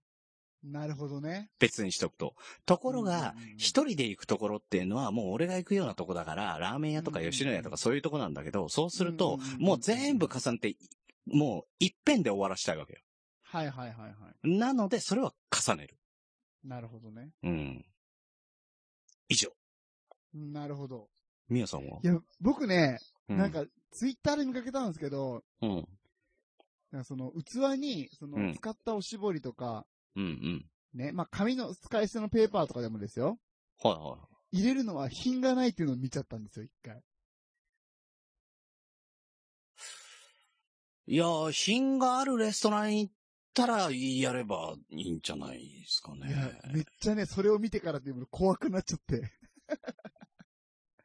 D: なるほどね。
C: 別にしとくと。ところが
D: うんうんうん、
C: 一人で行くところっていうのはもう俺が行くようなとこだから、ラーメン屋とか吉野家とかそういうとこなんだけど、そうする
D: う
C: と
D: んうんう、ん
C: もう全部重ねて、もう一遍で終わらしたいわけよ。
D: はいはいはいはい。
C: なので、それは重ねる。
D: なるほどね。
C: うん。以上。
D: なるほど。
C: みやさんはい
D: や、僕ね、
C: う
D: なんか、ツイッターで見かけたんですけど、
C: うん。うん
D: なんかその器に、そうの
C: ん
D: 使ったおしぼりとか、
C: うん。
D: ね、まあ、紙の使い捨てのペーパーとかでもですよ。
C: はいは
D: 入れるのは品がないっていうのを見ちゃったんですよ、一回。
C: い。いやー、品があるレストラン行ったら、やればいいんじゃないですか
D: いや
C: ね。、
D: めっちゃね、それを見てからっていうの怖くなっちゃって。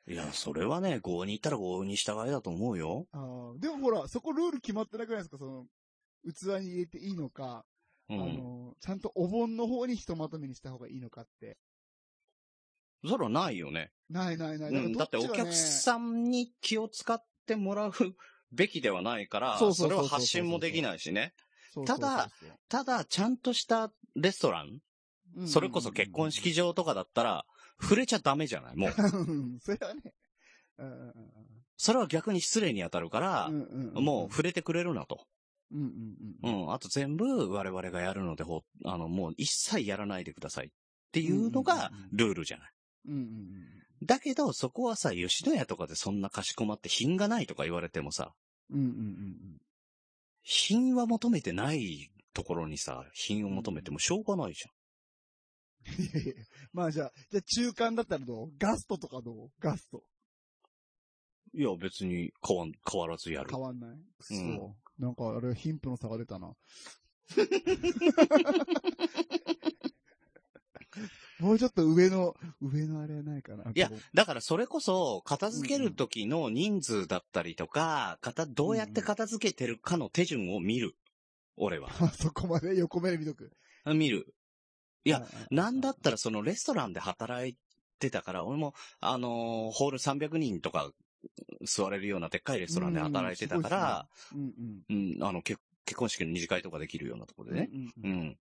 C: いや、それはね、合に行ったら合に従いだと思うよ。
D: あーでもほら、そこルール決まってなくないですかその、器に入れていいのか、
C: う
D: あ
C: ん。
D: の、ちゃんとお盆の方にひとまとめにした方がいいのかって。
C: それはないよね。
D: ないないない。
C: うん。だってお客
D: ん、
C: さんに気を使ってもらうべきではないから、
D: そうそ
C: そう
D: そう
C: れ
D: そうそう
C: は発信もできないしね。
D: そう
C: ただ
D: そうそう
C: ただ、ちゃんとしたレストラン、
D: そう、
C: それこそ結婚式場とかだったら、触れちゃダメじゃない
D: *laughs*
C: もう。
D: うんうんうんうん。それはね、うんうん
C: それは逆に失礼に当たるから、
D: うんうん
C: もう、触れてくれるなと。
D: うんうんう。
C: うんん。あと全部我々がやるので、ほ、あの、もう一切やらないでくださいっていうのが
D: うんうんうん
C: ルールじゃない。
D: うんうんうん。
C: だけど、そこはさ、吉野家とかでそんなかしこまって品がないとか言われてもさ、
D: うんうんうん
C: 品は求めてないところにさ、品を求めてもしょうがないじ
D: うん。いやいやまあじゃあ、じゃあ中間だったらどうガストとかどうガスト。
C: ゃん。いや、別に変わん、変わらずやる。
D: 変わんないそう、なんかあれ、貧富の差が出
C: *laughs*
D: たな。もうちょっと上の、上のあれはないかな。
C: いやだからそれこそ、片付ける時の人数だったりとか、片、どうやって片付けてるかの手順を見る。俺は。
D: あそこまで横目で見とく。
C: 見る。いや
D: ううう、
C: なんだったらそのレストランで働いてたから、俺も、あのーホール300人とか座れるようなでっかいレストランで働いてたから、
D: うんうん。
C: うん、あの、結結婚式の二次会とかできるようなところでね。
D: うん
C: う
D: うん
C: ん。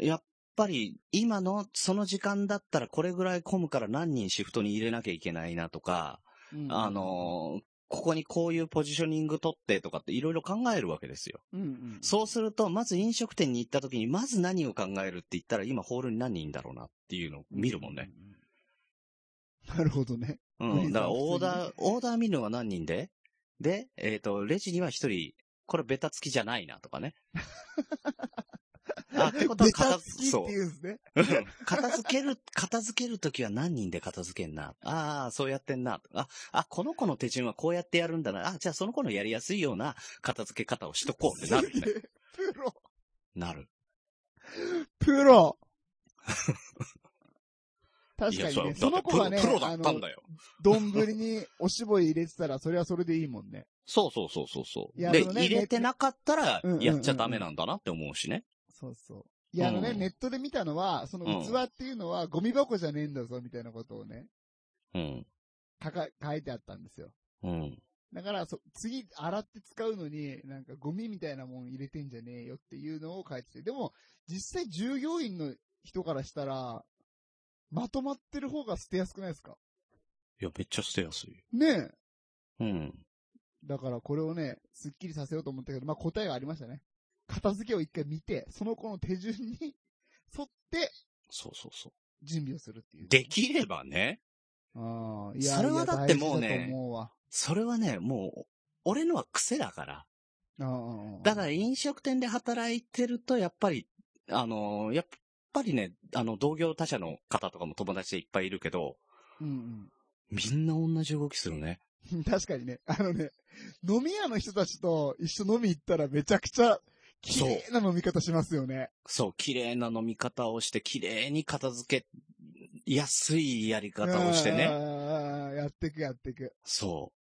C: やっぱり、今のその時間だったらこれぐらい混むから何人シフトに入れなきゃいけないなとか、
D: うんうん
C: あ、のーここにこういうポジショニング取ってとかっていろいろ考えるわけですよ。
D: うんうん、
C: そうすると、まず飲食店に行った時に、まず何を考えるって言ったら、今ホールに何人いんだろうなっていうのを見るもんね。
D: うんうんうん。なるほどね。
C: う
D: うん
C: ん。だからオーダー、オーダー見るのは何人でで、えっ、と、レジには一人、これベタ付きじゃないなとか
D: *laughs*
C: ね。あ、ってことは
D: ベ
C: 片
D: タ
C: 付
D: つきっていうんですね。
C: そう。片付ける、片付けるときは何人で片付けんな。ああ、そうやってんな。あ、あ、この子の手順はこうやってやるんだな。あ、じゃあその子のやりやすいような片付け方をしとこうってなるね
D: す *laughs* げ。えプロ。
C: なる。
D: プロ *laughs* 確か
C: いや
D: にね、
C: そ
D: そ
C: だ
D: うの
C: って
D: 子がね、
C: プロプロだったん
D: よ。
C: だよ。
D: 丼におしぼり入れてたら、それはそれでいいもんね。
C: そうそうそうそうそう。
D: いや
C: で、
D: あのね
C: 入れてなかったら
D: うんうんうんう、ん
C: やっちゃダメなんだなって思うしね。
D: そうそう。いや、あのね、
C: うん
D: ネットで見たのは、その器っていうのはゴミ箱じゃねえんだぞ、みたいなことをね、
C: うん。
D: 書か、書いてあったんですよ。
C: うん。
D: だから、そ、次、洗って使うのに、なんかゴミみたいなもん入れてんじゃねえよっていうのを書いてて。でも、実際従業員の人からしたら、まとまってる方が捨てやすくないですか
C: いや、めっちゃ捨てやすい。
D: ね
C: う
D: え。
C: ん。
D: だからこれをね、スッキリさせようと思ったけど、まあ、答えがありましたね。片付けを一回見て、その子の手順に *laughs* 沿って
C: そうそうそ。
D: 準備をするっていうう。
C: できればね、
D: ああ、いや、
C: それはだってもうね
D: いや大事だと思うわ。
C: それはね、もう、俺のは癖だから。
D: ああああ
C: だから飲食店で働いてると、やっぱり、あのーやっぱりね、あの、同業他社の方とかも友達でいっぱいいるけど、
D: うん
C: みんな同じ動きするね。
D: うん。 *laughs* 確かにね、あのね、飲み屋の人たちと一緒飲み行ったらめちゃくちゃ、綺麗な飲み方しますよね。
C: そう、綺麗な飲み方をして、綺麗に片付け、やすいやり方をして
D: ああ
C: ね。
D: ああああやってくやってく。
C: そ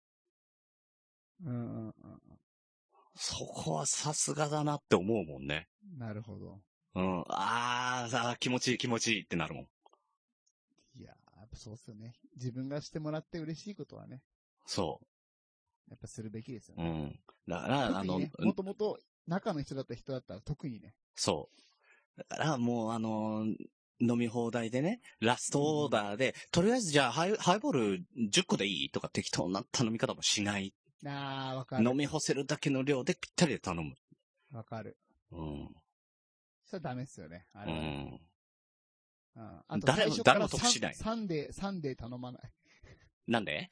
C: う。
D: うんうんうん。
C: そこはさすがだなって思うもんね。
D: なるほど。
C: うん。あー、さあ、気持ちいい気持ちいいってなるもん。
D: いやー、やっぱそうっすよね。自分がしてもらって嬉しいことはね、
C: そ
D: やっぱするべきですよ
C: う。
D: ね。
C: うん。だから、あ
D: 特に
C: の、
D: ね、もともと仲の人だった人だったら特にね。
C: そう。だから、もう、あの、飲み放題でね、ラストオーダーで、とりあえずじゃあハイ、ハイボール10個でいいとか適当な頼み方もしない。
D: あー、わかる。
C: 飲み干せるだけの量でぴったりで頼む。
D: わかる。
C: うん。
D: それはダメっすよね。あ
C: う
D: れはね
C: ん。
D: うんあと
C: 誰も
D: 最初か
C: 誰
D: ら
C: も得しない *laughs*
D: サンサンデー、サンデー頼まない。
C: なんで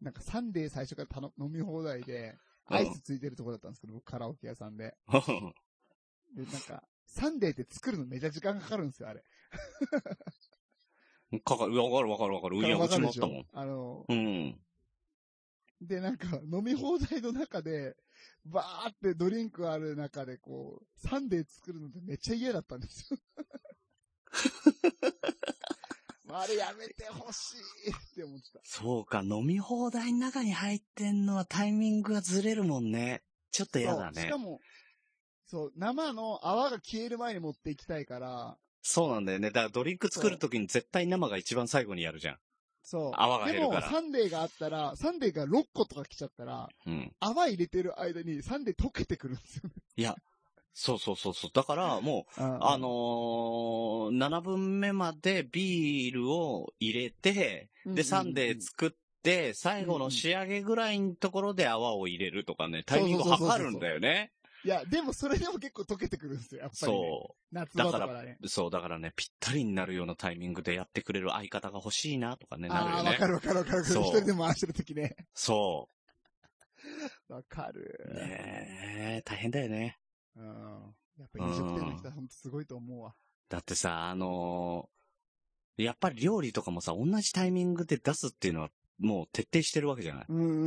D: なんかサンデー最初から頼飲み放題で、
C: うん
D: アイスついてるとこだったんですけど、僕カラオケ屋さんで。で、なんか、サンデーって作るのめちゃ時間かかるんですよ、あれ。
C: かかる、わかるわかるわかる。いや、
D: わ
C: う
D: か
C: ち
D: る
C: もあ
D: で
C: っ
D: した
C: もん
D: ょ。あの、
C: うん。
D: で、なんか、飲み放題の中で、バーってドリンクある中で、こう、サンデー作るのってめっちゃ嫌だったんで
C: *laughs*
D: すよ。まああれやめてほしいって思ってた。
C: そうか、飲み放題の中に入ってんのはタイミングがずれるもんね。ちょっと嫌だ
D: そうし
C: ね
D: か。も、そう、生の泡が消える前に持っていきたいから、
C: そうなんだよね。だからドリンク作るときに絶対生が一番最後にやるじゃん。
D: そう。
C: 泡が減るから
D: でも、サンデーがあったら、サンデーが6個とか来ちゃったら、
C: うん。
D: 泡入れてる間にサンデー溶けてくるんですよね。
C: そうそうそうそう。だから、もう、
D: あ
C: あの、ー、7分目までビールを入れて、で、サンデー作って、最後の仕上げぐらいのところで泡を入れるとかね、タイミングを測るんだよね。
D: いや、でもそれでも結構溶けてくるんですよ、やっぱり、ね。
C: そ
D: 夏場とからね。
C: う。そう、だからね、ぴったりになるようなタイミングでやってくれる相方が欲しいなとかね、なる
D: ああ
C: よ
D: ー、わ
C: ね。
D: かるわかるわかるわかる。
C: そう
D: 一人で回してる時ね。
C: そ
D: わかる
C: う。。ねえ、大変だよね。
D: うん。やっぱ飲食店の人は本当すごいと思うわ。
C: だってさ、あのーやっぱり料理とかもさ、同じタイミングで出すっていうのは、もう徹底してるわけじゃない
D: うんうんうんうんう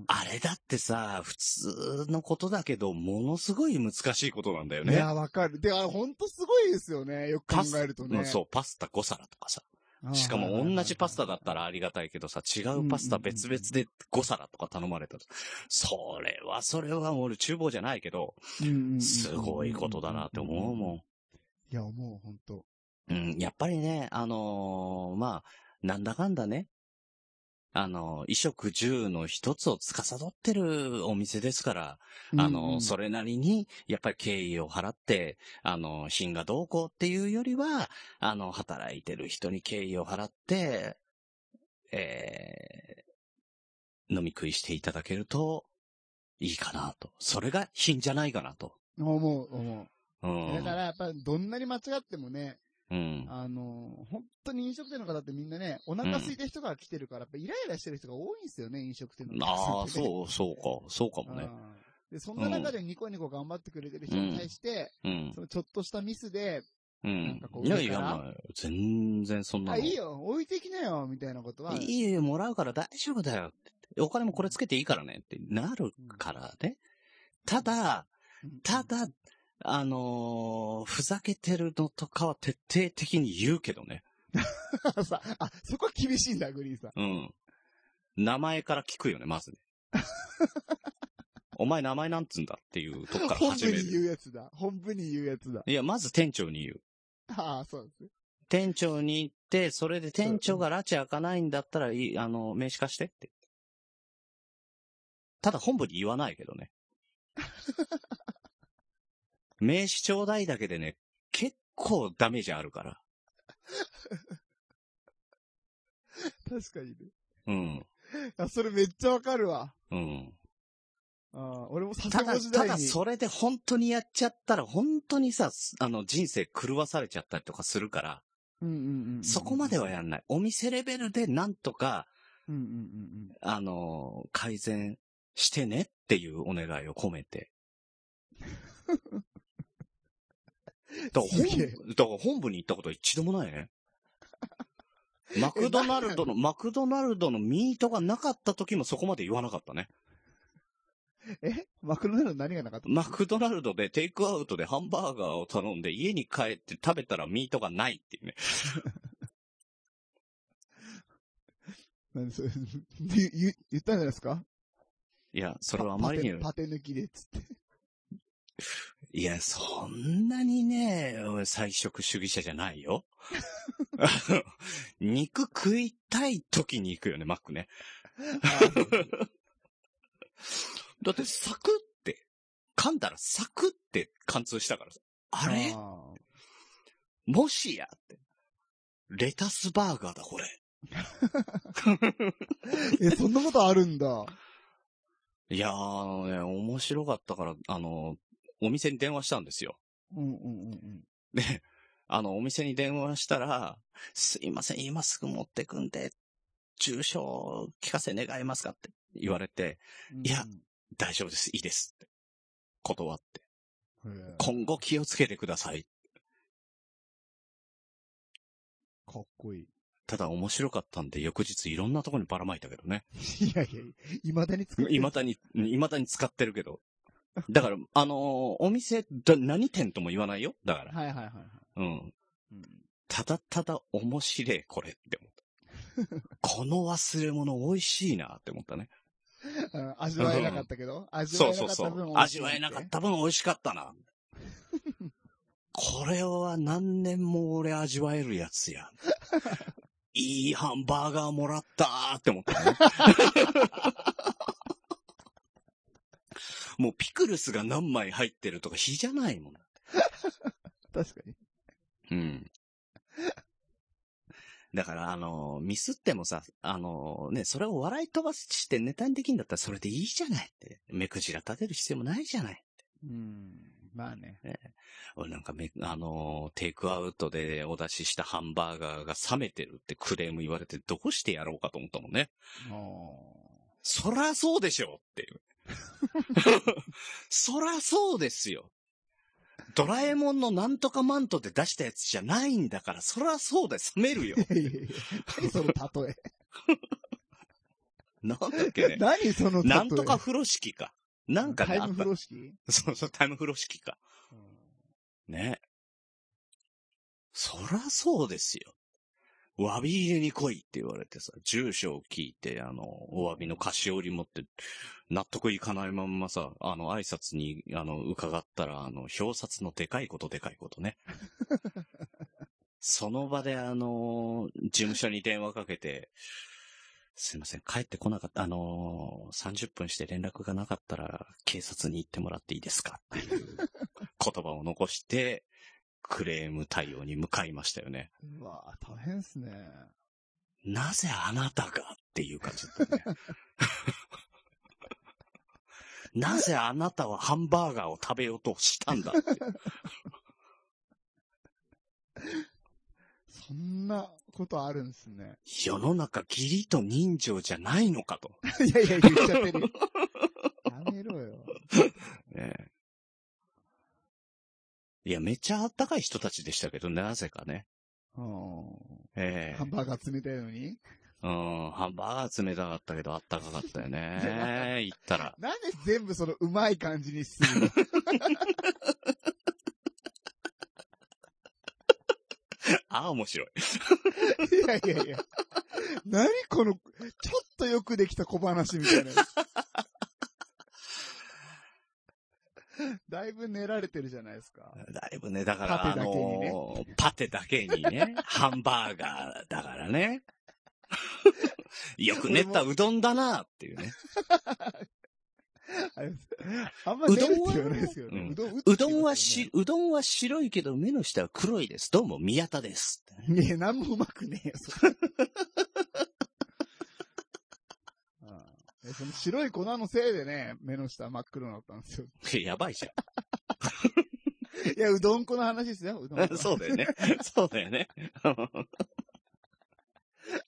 D: ん
C: あれだってさ、普通のことだけど、ものすごい難しいことなんだよ
D: うん。い
C: ね。
D: や、わかる。で、あれ本当すごいですよね。よく考えると
C: う
D: ね。
C: んそう、パスタ5皿とかさ。
D: うん
C: しかも同じパスタだったらありがたいけどさ、違うパスタ別々で5皿とか頼まれたと。それは、それは俺厨房じゃないけど、
D: うんうんうんうん
C: すごいことだなって思うも
D: いや、思う、本当
C: ん。うん、やっぱりね、あのーまあ、なんだかんだね、あのー、衣食住の一つを司ってるお店ですから、あの、そ
D: れ。
C: れなりに、やっぱり敬意を払って、あの、品がどうこうっていうよりは、あの、働いてる人に敬意を払って、えー、飲み食いしていただけると、いいかなと。それが品じゃないかなと。
D: 思う、思
C: う
D: う。
C: ん。
D: だから、やっぱり、どんなに間違ってもね、
C: うん。
D: あの、本当に飲食店の方ってみんなね、お腹空いた人が来てるから、やっぱイライラしてる人が多いんですよね、飲食店の
C: ああ、
D: う
C: そう、そうか、そうかもね。
D: で、そんな中でニコニコ頑張ってくれてる人に対して、
C: うん
D: そ。のちょっとしたミスで、
C: う
D: なん
C: ん
D: かこ。う
C: いやい
D: 上
C: や、
D: から
C: まあ全然そんな
D: あ、
C: の。
D: いいよ、置いてきなよ、みたいなことは。
C: いいよ、もらうから大丈夫だよ。お金もこれつけていいからねってなるからね。ただ、
D: うん
C: た、だ、あのーふざけてるのとかは徹底的に言うけどね。
D: さ *laughs* あ、そこは厳しいんだ、グリーンさん。
C: うん。名前から聞くよね、ま
D: *laughs*
C: ずね。お前名前なんつうんだっていうとこから
D: 本
C: 始め
D: 部に
C: る。
D: 言うやつだ。本部に言うやつだ。
C: いや、まず店長に言う。
D: ああ、そうですね。
C: 店長に行って、それで店長が拉致開かないんだったら、いい、あの、名刺貸してって。ただ本部に言わないけど
D: *laughs*
C: ね。名刺ちょうだいだけでね、結構ダメージあるから。
D: 確かにね。
C: うん。
D: あ、それめっちゃわかるわ。
C: うん。
D: ああ、俺も佐
C: た
D: 世
C: だ
D: 保時、
C: た
D: 代に。
C: だそれで本当にやっちゃったら、本当にさ、あの、人生狂わされちゃったりとかするから、
D: うんうんうんうん
C: そこまではやんない。お店レベルでなんとか、
D: うんうんうん
C: あの、改善してねっていうお願いを込め
D: *laughs*
C: て。だから
D: すげえ
C: 本部、だから本部に行ったことは一度もない
D: *laughs*
C: ね。マクドナルドの、マクドナルドのミートがなかった時もそこまで言わなかったね。
D: うん。えマクドナルド何がなかった
C: マクドナルドでテイクアウトでハンバーガーを頼んで家に帰って食べたらミートがないっていうね。
D: 何それ *laughs* 言言言ったんじゃないですか
C: いや、それはあまりにも
D: パテパテ抜きで、つって。
C: いや、そんなにね、俺菜食主義者じゃないよ。肉食いたい時に行くよね、マックね。だって、サクって、噛んだらサクって貫通したからさ。 *laughs* あれ
D: あー
C: もしやって。レタスバーガーだ、これ。
D: え、そんなことあるんだ。
C: いやー、あのね、面白かったから、あの、お店に電話したんですよ。
D: うんうんうんうん。
C: で、あの、お店に電話したら、すいません、今すぐ持ってくんで、重症聞かせ願えますかって言われて、いや大丈夫です、いいですって。断って。
D: うん、へえ
C: 今後気をつけてください。
D: かっこいい。
C: ただ面白かったんで、翌日いろんなとこにばらまいたけどね。
D: いやいや、未だに作ってる
C: 未だに、未だに使ってるけど。だから、あのーお店、だ何店とも言わないよ。だから。
D: はいはいはいはい。
C: うん。
D: うん
C: ただただ面白い、これって思った。この忘れ物美味しいなって思ったね。
D: うん味わえなかったけど、味わ
C: そうそう
D: えなかっ
C: そ
D: た分。
C: う。味わえなかったた分美味しかった *laughs* な。これは何年も俺味わえるやつや。 *laughs* いいハンバーガーもらったーって思 *laughs* った、ね。もうピクルスが何枚入ってるとか比じゃないもん。
D: 確かに。
C: うん。だから、あの、ミスってもさ、あの、ね、それを笑い飛ばしてネタにできんだったらそれでいいじゃないって。目くじら立てる必要もないじゃない。
D: うん。まあね。
C: 俺なんかめ、あの、テイクアウトでお出ししたハンバーガーが冷めてるってクレーム言われてどうしてやろうかと思ったもんね。
D: お
C: そらそうでしょっていう。 *laughs* そらそうですよ。ドラえもんのなんとかマントで出したやつじゃないんだから、そらそうだよ、冷めるよ。
D: ーいやいやいや何その例
C: なんだっけ
D: え。
C: ね。
D: *laughs* 何その例え。
C: なんとか風呂敷か。なんか
D: タ
C: ね、
D: イ
C: あ
D: ム
C: った。
D: 風呂敷
C: そうそう、タイム風呂敷か。ね。そらそうですよ。詫び入れに来いって言われてさ、住所を聞いて、あの、お詫びの菓子折り持って、納得いかないまんまさ、あの、挨拶に、あの、伺ったら、あの、表札のでかいことでかいことね。その場で、あの、事務所に電話かけて、すいません、帰ってこなかった、あの、30分して連絡がなかったら、警察に行ってもらっていいですかっていう言葉を残して、クレーム対応に向かいましたよね。
D: うわぁ、大変っすね。
C: なぜあなたがっていう感じだったね。なぜあなたはハンバーガーを食べようとしたんだって。
D: そんなことあるんすね。
C: 世の中義理と人情じゃないのかと。
D: *laughs* いやいや、言っちゃってる。 *laughs* やめろよ。
C: ねえいや、めっちゃあったかい人たちでしたけど、なぜかね。
D: うん
C: ええ
D: ハンバーガー冷たいのに
C: うん、ハンバーガー冷たかったけど、あったかかったよね。行ったら。
D: なんで全部そのうまい感じにす *laughs* るの
C: ああ、面白い。
D: いやいやいや。何この、ちょっとよくできた小話みたいな。だいぶ練られてるじゃないですか。
C: だいぶね、だから、
D: パテ
C: あ
D: だけにね
C: のーパテだけに *laughs* ね、ハンバーガーだから *laughs* ね。よく練ったうどんだなっていうね。
D: あれあんま練るって言わないですよね。
C: う
D: うどん、
C: うどんは
D: し
C: し、うどんは白いけど目の下は黒いです。どうも宮田です。
D: ねえ、なんもうまくねえよ、
C: *laughs*
D: それああえその白い粉のせいでね、目の下真っ黒になったんですよ。
C: やばいじ
D: いや、うどん粉の話ですよ、うど
C: ゃ
D: ん
C: ん。
D: 粉。
C: *laughs* そうだよね。そうだよね。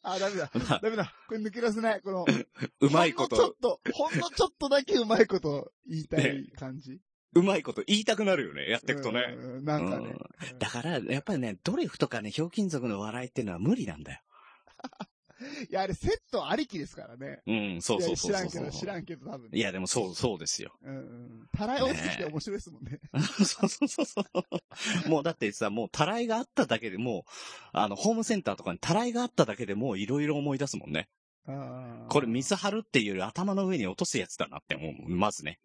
D: あ、ダメだ。
C: まあ
D: ダメだ。これ抜け出せない。この、
C: *laughs* うまいこ
D: ほんのちょ
C: と
D: っ、と、ほんのちょっとだけうまいこと言いたい感
C: *laughs*
D: じ。
C: うまいこと言いたくなるよね。やってくとね。
D: うん。なんかね。
C: だから、やっぱりね、ドリフとかね、ひょうきん族の笑いっていうのは無理なんだよ。
D: いや、あれセットありきですからね。
C: うん、そうそうそう
D: い
C: そ
D: や
C: う
D: 知
C: そ
D: らんけ
C: う。
D: ど、知らんけど、多分。
C: いや、でもそう、そうですよ。
D: うんうん。たらい落ちてきて面白いですもんね。
C: *laughs* そうそうそうそう。もうだってさ、もうたらいがあっただけでもう、あの、ホームセンターとかにたらいがあっただけでもういろいろ思い出すもんね。
D: あー
C: これ水張るっていうより頭の上に落とすやつだなって思う。まずね。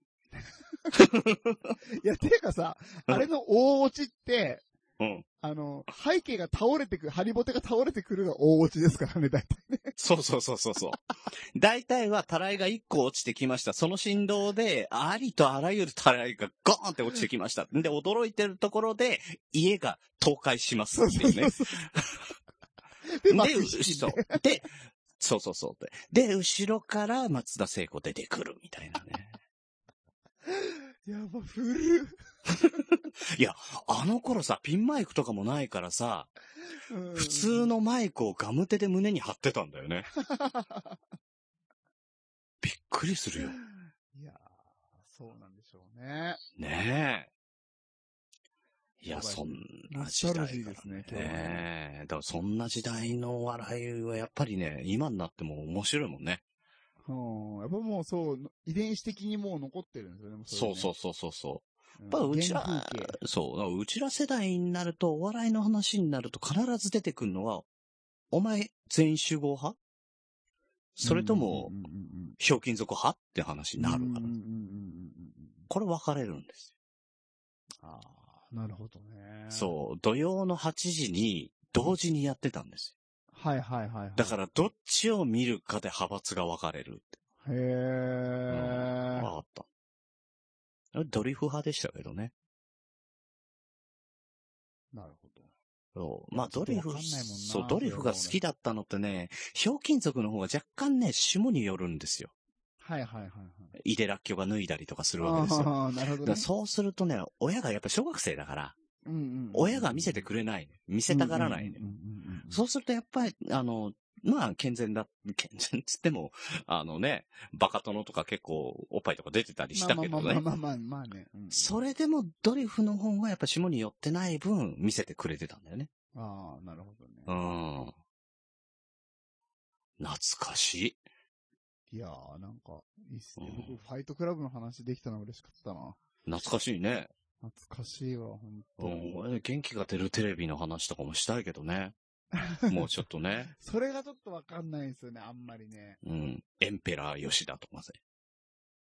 D: いや、ていうかさ、あれの大落ちって、
C: うん。
D: あの、背景が倒れてくる、ハリボテが倒れてくるが大落ちですからね、大体。
C: *laughs* そうそうそうそうそう。大体はたらいが1個落ちてきました。その振動で、ありとあらゆるたらいがゴーンって落ちてきました。で、驚いてるところで、家が倒壊しますっていうね。
D: で、
C: で、
D: 幕
C: う
D: 引き
C: そう。で、そうそうそう。で、後ろから松田聖子出てくるみたいなね。
D: やば、古っ。
C: いや、あの頃さ、ピンマイクとかもないからさ、普通のマイクをガム手で胸に貼ってたんだよ
D: *laughs*
C: ね。びっくりするよ。
D: いやーそうなんでしょうね。
C: ねえ。いや、
D: やばい
C: そんな時代から
D: ノスタルジーですね今日は
C: ねえ。だからそんな時代のお笑いはやっぱりね、今になっても面白いもんね。
D: うん。やっぱもうそう、遺伝子的にもう残ってるんですよね。も
C: そうそううそうそうそう。
D: れね。
C: やっぱうちら
D: 原風景、
C: そう、うちら世代になると、お笑いの話になると必ず出てくるのは、お前、全員集合派それとも
D: うん、うんうんうんうん
C: ひょうきん族派って話になるか
D: うん
C: ら
D: うんう。んうんうんうん
C: これ分かれるんです
D: ああ、なるほどね
C: よ。。そう、土曜の8時に同時にやってたんです
D: はいはいはいはい。
C: よ。だから、どっちを見るかで派閥が分かれるって。
D: へえ
C: 分。かった。ドリフ派でしたけどね。
D: なるほど。
C: そう。まあ、
D: ちょ
C: ド
D: っと
C: リフ、
D: わかんないもんな
C: そう、ドリフが好きだったのってね、ひょうきん族の方が若干ね、霜によるんですよ。
D: はいはいはいはい。
C: イデラッキョが脱いだりとかするわけですよ。だか
D: ああ、なるほど
C: ら
D: ね。
C: そうするとね、親がやっぱ小学生だから、
D: うんうん
C: 親が見せてくれない、ね。見せたがらないね
D: うん。うんうんうん
C: そうするとやっぱり、あの、まあ、健全だ、健全っつっても、あのね、バカ殿とか結構おっぱいとか出てたりしたけど
D: まあ
C: ね。
D: まあまあまあまあね。うん
C: それでもドリフの方はやっぱ下に寄ってない分見せてくれてたんだよね。
D: ああ、なるほどね。
C: うん。懐かしい。
D: いやー、なんか、いいっすね
C: う。ん
D: 僕、ファイトクラブの話できたの嬉しかったな。
C: 懐かしいね。
D: 懐かしいわ、ほん
C: う
D: と。
C: ん、俺元気が出るテレビの話とかもしたいけどね。もうちょっとね。
D: *laughs* それがちょっとわかんないんですよね、あんまりね。
C: うん。エンペラー吉田とかね。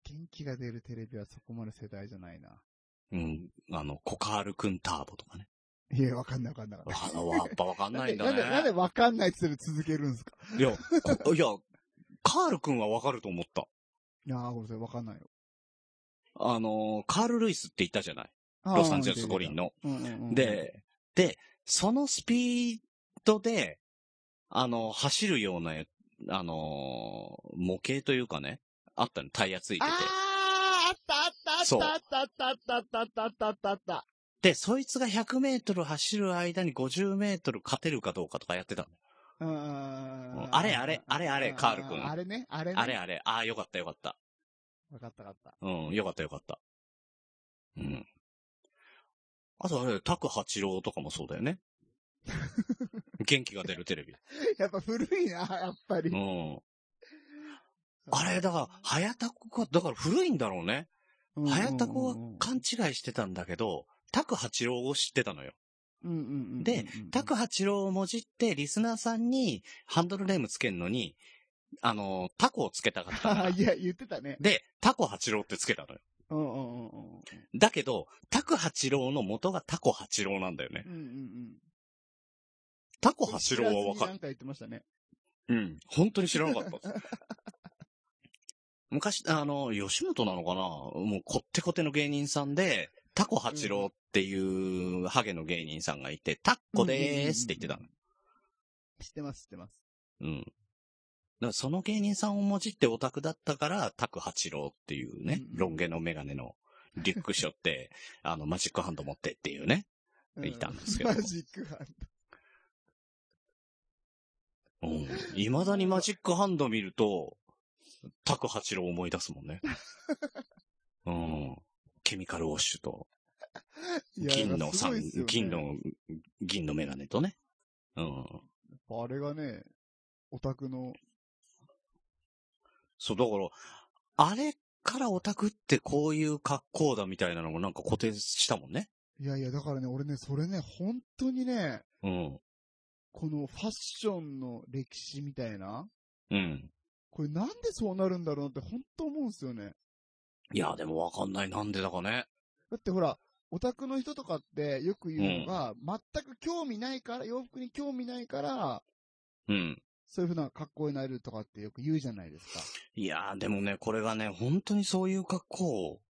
D: 元気が出るテレビはそこまで世代じゃないな。
C: うん。あの、コカールくんターボとかね。
D: いや、わかんないわかんなかった。
C: あの、やっぱわかんないんだ
D: なんで、なんで
C: ね。
D: わかんないっつって続けるんですか
C: いや、こいや、カールくんはわかると思った。
D: いやー、ごめんなさい、わかんないよ。
C: あの、カール・ルイスって言ったじゃない
D: あー
C: ロサンゼルス五輪。の。
D: うんうんうん、
C: で、で、そのスピードで、あの、走るような、あの、模型というかね、あったの、タイヤついてて
D: あ。ー、あったあったあったあったあったあったあったあったあった。
C: で、そいつが100メートル走る間に50メートル勝てるかどうかとかやってたの。
D: うーん
C: あれあれあれあれカール君
D: あれね、あれね。
C: あれあれ、ああ、よかったよかった。
D: わかったわかった。
C: うん、よかったよかった。うん。あとあれ、タク八郎とかもそうだよ
D: *laughs*
C: ね。元気が出るテレビ。
D: やっぱ古いな、やっぱり
C: う。ん。あれ、だから、早田子が、だから古いんだろうね。
D: うんうんうんうん、
C: 早田子は勘違いしてたんだけど、タク八郎を知ってたのよ。
D: うんうんうんうん。
C: で、タク八郎をもじって、リスナーさんにハンドルネームつけんのに、あの、タコをつけたかったか
D: *laughs* あ
C: ら。
D: いや、言ってたね。
C: で、タコ八郎ってつけたのよ。
D: うんうんうんうん。
C: だけど、タク八郎の元がタコ八郎なんだよね。
D: うんうんうん。
C: タコ八郎はわ
D: 知
C: から
D: ずにな
C: る。
D: んか言ってましたね。
C: うん。本当に知らなかったです。 *laughs* 昔、あの、吉本なのかなもうこってこての芸人さんで、タコ八郎っていうハゲの芸人さんがいて、タッコでーすって言ってたの。
D: 知ってます、知ってます。
C: うん。だからその芸人さんをもじってオタクだったから、タク八郎っていうね、
D: うん
C: ロン毛のメガネのリュック背負って、あの、マジックハンド持ってっていうね。
D: う
C: いたんですけど
D: マジックハン
C: うん。未だにマジックハンド見ると、タク八郎思い出すもん
D: *laughs*
C: ね。うん。ケミカルウォッシュと、
D: ド。いや
C: 銀の
D: す
C: 三、
D: ごいっすよね
C: 銀の、銀のメガネとね。うん。
D: あれがね、オタクの、
C: そう、だから、あれからオタクってこういう格好だみたいなのもなんか固定したもんね。
D: いやいや、だからね、俺ね、それね、本当にね、
C: うん。
D: このファッションの歴史みたいな、
C: うん。
D: これなんでそうなるんだろうなって本当思うんですよね。
C: いや、でもわかんない。なんでだかね。
D: だってほら、オタクの人とかってよく言うのが、全く興味ないから、洋服に興味ないから、
C: うん。
D: そういうふうな格好になれるとかってよく言うじゃないですか。
C: いや、でもね、これがね、本当にそういう格好を、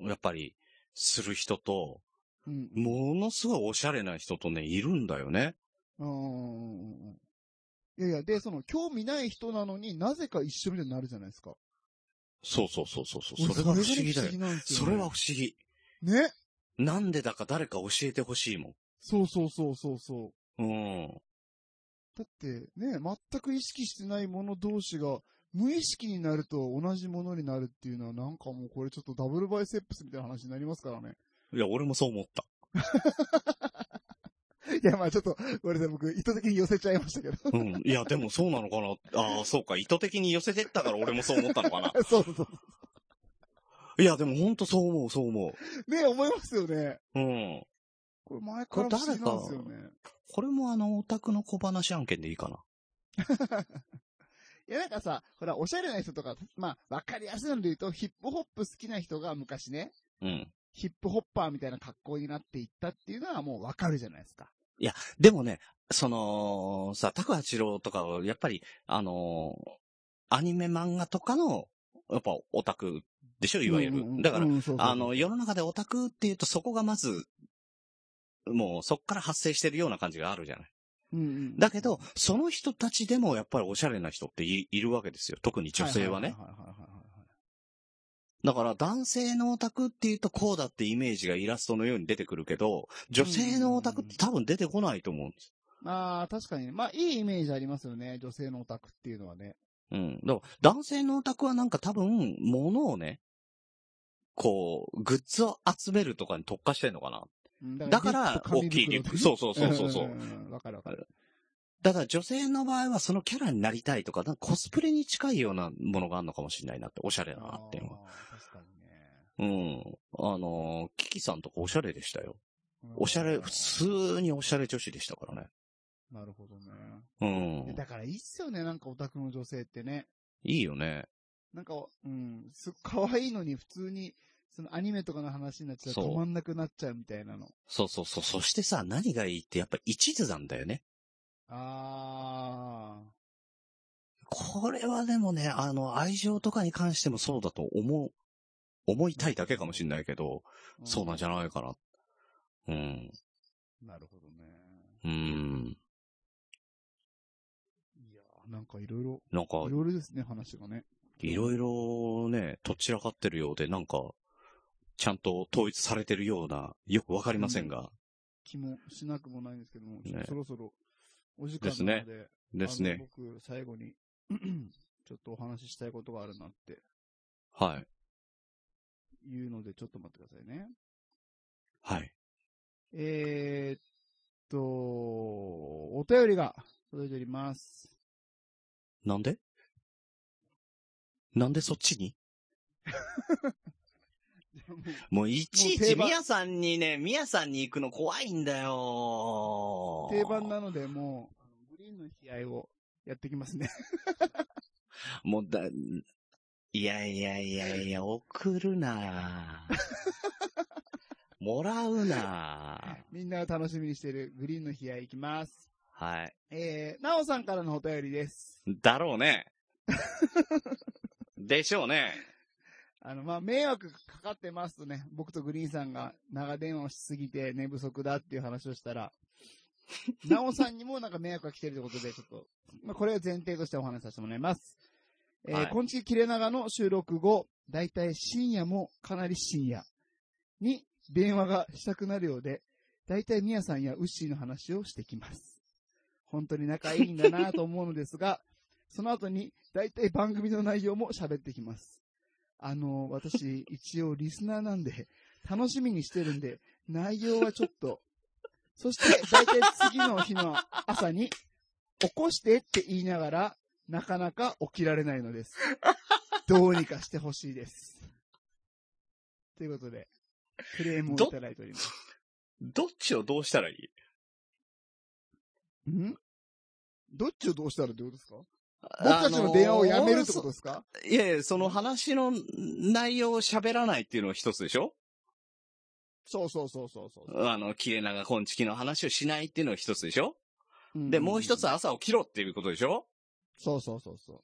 C: やっぱり、する人と、
D: うん。
C: ものすごいおしゃれな人とね、いるんだよね。
D: うんうんうんうん。いやいや、で、その、興味ない人なのになぜか一緒みたいになるじゃないですか。
C: そうそうそうそう。そう
D: 俺
C: それが不思議だよ。
D: それがね不思議なんですよ
C: そ
D: ね
C: れは不思議。
D: ね。
C: なんでだか誰か教えてほしいも
D: そうそうそうそうそう。
C: ん。うん。
D: だってね、全く意識してないもの同士が、無意識になると同じものになるっていうのはなんかもうこれちょっとダブルバイセップスみたいな話になりますからね。
C: いや、俺もそう思った。
D: *laughs* いや、まあちょっと、ごめんなさい、僕意図的に寄せちゃいましたけど。
C: うん。いや、でもそうなのかな。ああ、そうか。意図的に寄せてったから俺もそう思ったのかな。
D: *laughs* そうそうそ
C: いや、でもほんとそう思う、そう思
D: う。ね思いますよね。
C: う。うん。
D: これ前から不思議なんですよね。
C: これもあの、オタクの小話案件でいいかな。
D: いや、なんかさ、ほら、おしゃれな人とか、まあ、わかりやすいので言うと、ヒップホップ好きな人が昔ね、
C: うん。
D: ヒップホッパーみたいな格好になっていったっていうのはもうわかるじゃないですか。
C: でもね、その、さ、高八郎とかは、やっぱり、あのーアニメ漫画とかの、やっぱオタクでしょ、いわゆる。だから、あ
D: あ、
C: の、世の中でオタクっていうとそこがまず、もうそこから発生してるような感じがあるじゃない。
D: うんうん
C: だけど、その人たちでもやっぱりおしゃれな人っていいるわけですよ。特に女性はね。
D: いいいいはいはい
C: だから男性のオタクっていうとこうだってイメージがイラストのように出てくるけど、女性のオタクって多分出てこないと思うんです。
D: ああ、確かにね。まあ、いいイメージありますよね。女性のオタクっていうのはね。
C: うん。だから男性のオタクはなんか多分、物をね、こう、グッズを集めるとかに特化してんのかな。
D: うん
C: だから、大きいリュック。そううそうそうそうそう。
D: んんんんわかるわかる。
C: だから女性の場合はそのキャラになりたいとか、なんかコスプレに近いようなものがあるのかもしれないなって、おしゃれだなっていうのは。
D: あー確かにね。
C: うん。あのー、キキさんとかおしゃれでしたよ。
D: うん
C: おしゃれ、普通におしゃれ女子でしたからね。
D: なるほどね。
C: うん。
D: だからいいっすよね、なんかオタクの女性ってね。
C: いいよね。
D: なんか、うん、すごい可愛いのに普通に、そのアニメとかの話になっちゃうと
C: そう
D: 止まんなくなっちゃうみたいなの。
C: そうそうそう。そしてさ、何がいいってやっぱ一途なんだよね。
D: あー。
C: これはでもね、あの、愛情とかに関してもそうだと思う、思いたいだけかもしれないけど、そうなんじ
D: ゃ。
C: ゃないかな。うん。
D: なるほどね。
C: うん。
D: いやーなんかいろいろ、
C: なんか
D: い、ろいろですね、話がね。
C: いろいろね、とっちらかってるようで、なんか、ちゃんと統一されてるような、よくわかりませんが、
D: 気もしなくもないんですけども、
C: ね
D: ちょっとそろそろお時間
C: です
D: なの
C: ね
D: で、で
C: ですね。
D: 僕、最後に、 *clears throat* ちょっとお話ししたいことがあるなって
C: はい。
D: いうので、ちょっと待ってくださいね。
C: はい。
D: えー、っと、お便りが届いております。
C: なんでなんでそっちにもういちい
D: もう定
C: ち、
D: 番
C: みやさんにね、みやさんに行くの怖いんだよ
D: 定番なので、もう、あのグリーンの悲哀をやってきますね。
C: もうだ、いやいやいやいや、送る *laughs* なもらうな
D: *laughs* みんな楽しみにしているグリーンの悲哀いきます。
C: はい。
D: えー、なおさんからのお便りです。
C: だろう *laughs* ね。でしょうね。
D: あの、まあ、迷惑かかってますとね、僕とグリーンさんが長電話をしすぎて寝不足だっていう話
C: *laughs*
D: をしたら、なおさんにもなんか迷惑が来てるということで、ちょっと、まあ、これを前提としてお話しさせてもらいます。えー
C: はい
D: 今月切れ長の収録後、だいたい深夜もかなり深夜に電話がしたくなるようで、だいたいミヤさんやウッシーの話をしてきます。本当に仲いいんだなと思うのですが、その後に、だいたい番組の内容も喋ってきます。あの、私、一応リスナーなんで、楽しみにしてるんで、内容はちょっと、そして、だいたい次の日の朝に、起こしてって言いながら、なかなか起きられないのです。どうにかしてほしいです。ということで、クレームをいただいております。
C: どっちをどうしたらいい
D: んどっちをどうしたらどうですか僕たちの電話をやめるってことですか
C: いやいや、その話の内容を喋らないっていうのが一つでしょ
D: そうそうそうそうそう。
C: あの、切れ長こんちきの話をしないっていうのが一つでしょ
D: うん
C: で、もう一つ。朝起きろっていうことでしょ
D: そうそうそうそ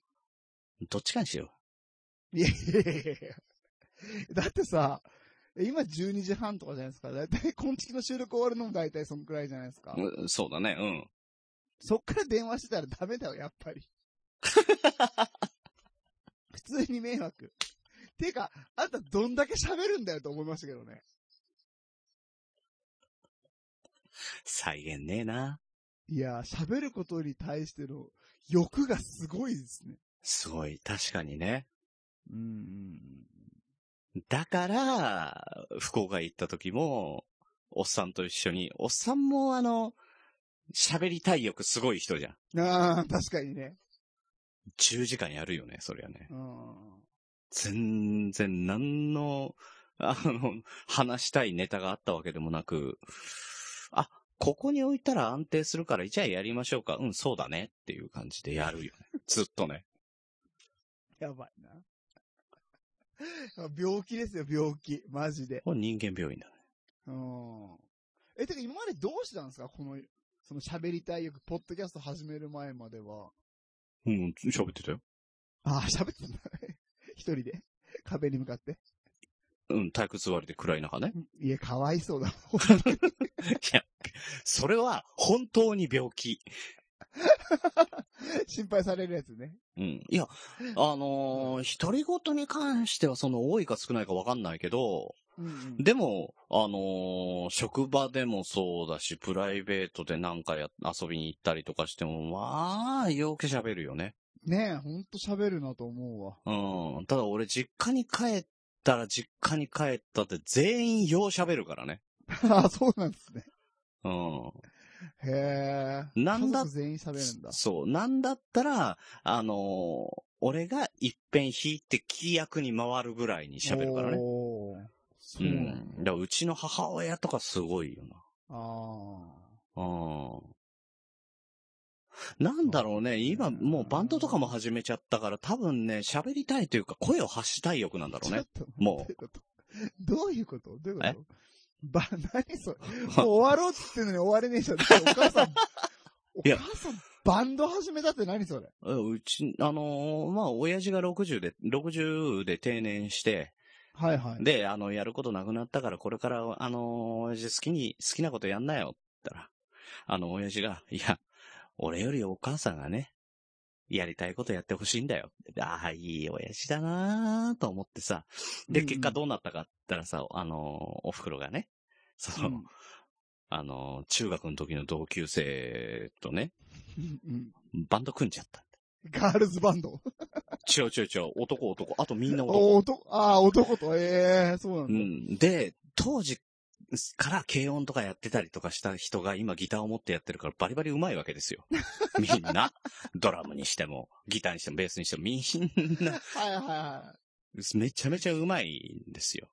C: どっちかにしよ
D: う。いやいやいやいやだってさ、今12時半とかじゃないですか。だいたい今月の収録終わるのもだいたいそんくらいじゃないですか。
C: う。うんそうだね、うん。
D: そっから電話してたらダメだよ、やっ
C: *laughs*
D: ぱり。普通に迷惑。てか、あんたどんだけ喋るんだよと思いましたけどね。
C: 再現ねえな。
D: いやー、喋ることに対しての欲がすごいですね。
C: すごい、確かにね。
D: うんうん
C: だから、福岡行った時も、おっさんと一緒に、おっさんもあの、喋りたい欲すごい人じゃん。
D: うん。ああ、確かにね。
C: 10時間やるよね、そりゃね。
D: うん。
C: 全然何の、あの、話したいネタがあったわけでもなく、あ、ここに置いたら安定するから、じゃあやりましょうか。うん、そうだね。っていう感じでやるよね。ずっとね。
D: やばいな。 *laughs* 病気ですよ、病気。マジで。
C: これ人間病院だね。
D: うん。え、てか今までどうしてたんですかこの、その喋りたい欲、ポッドキャスト始める前までは。
C: うん、喋ってたよ。
D: ああ、喋ってたんだ。 *laughs* 一人で。壁に向かって。
C: うん、体育座りで暗い中ね。
D: いや、かわいそうだ。
C: い
D: *laughs*
C: や、それは本当に病気。
D: 心配されるやつね。
C: うん。いや、あのー、独り言に関してはその多いか少ないかわかんないけど、
D: うん、うん。
C: でも、あのー職場でもそうだし、プライベートでなんかや、遊びに行ったりとかしても、まあ、よく喋るよね。
D: ねえ、ほんと喋るなと思うわ。
C: うん。ただ俺、実家に帰ったら、実家に帰ったって全員よう喋るからね。
D: *laughs* ああ、そうなんですね。
C: うん。
D: へえ。
C: なんだ
D: 家族全員喋るんだ。
C: そう。なんだったら、あのー俺が一遍弾いてキー役に回るぐらいに喋るからね。
D: おーそううなんだ。
C: ん。だからうちの母親とかすごいよな。
D: ああ。
C: うん。なんだろうね、今もうバンドとかも始めちゃったから、多分ね、喋りたいというか声を発したい欲なんだろうね。
D: ちょっと
C: もう。
D: どういうこと *laughs* どういうことどういう
C: え
D: ことば、何
C: *laughs*
D: それ。もう終わろうって言ってんのに終われねえじゃん。お母さん、お
C: いや
D: 母さん、バンド始めたって何それ。
C: うんうち、あのーまあ、親父が60で、60で定年して、
D: はいはい。
C: で、あの、やることなくなったから、これから、あのー親父好きに、好きなことやんなよ、って言ったら、あの、親父が、いや、俺よりお母さんがね、やりたいことやってほしいんだよ。ってああ、いい親父だなーと思ってさ。で、
D: うん
C: 結果どうなったかって言ったらさ、あのーお袋がね、その、
D: うん
C: あのー中学の時の同級生とね、
D: うん
C: バンド組んじゃった。
D: ガールズバンド。
C: ちょちょちょ、男男、あとみんな男。
D: お男、ああ、男と、ええそうなん
C: う
D: だ。
C: ん。で、当時から軽音とかやってたりとかした人が今ギターを持ってやってるからバリバリ上手いわけ
D: *laughs*
C: ですよ。みんな。ドラムにしても、ギターにしても、ベースにしても、みんな、
D: はいはいは
C: めちゃめちゃ上手いんですよ。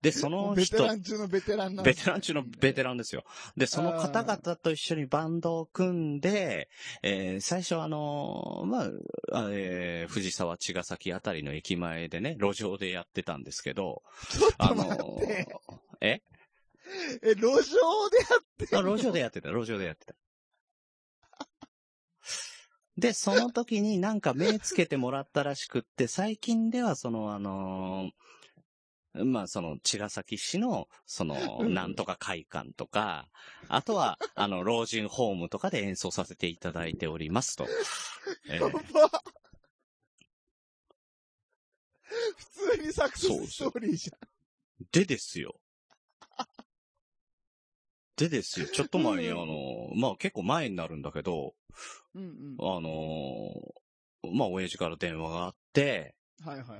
C: で、そ
D: い。もう
C: の
D: ベテ
C: 人
D: ラ、ン中のベテランなん
C: ベテラン中のベテ
D: ン。
C: ランですよ。で、その方々と一緒にバンドを組んで、えー最初あのーまあ、あえー藤沢茅ヶ崎あたりの駅前でね、路上でやってたんですけど、
D: ちょっ
C: あ
D: と
C: の
D: *laughs* 待
C: ー
D: って。
C: え
D: え、路上でやって
C: あ路上でやってた、路上でやってた。で、その時になんか目つけてもらったらしくって、最近ではそのあのーまあその、茅ヶ崎市の、その、
D: うん
C: なんとか会館とか、あとは、あの、老人ホームとかで演奏させていただいておりますと。え
D: やば
C: ー
D: 普通にサクセスストーリーじ
C: でですよ。でですよ、ちょっと前にあのーまあ結構前になるんだけど、
D: ゃん。うん
C: あのーまあ、親父から電話があって、
D: うん。はいはいは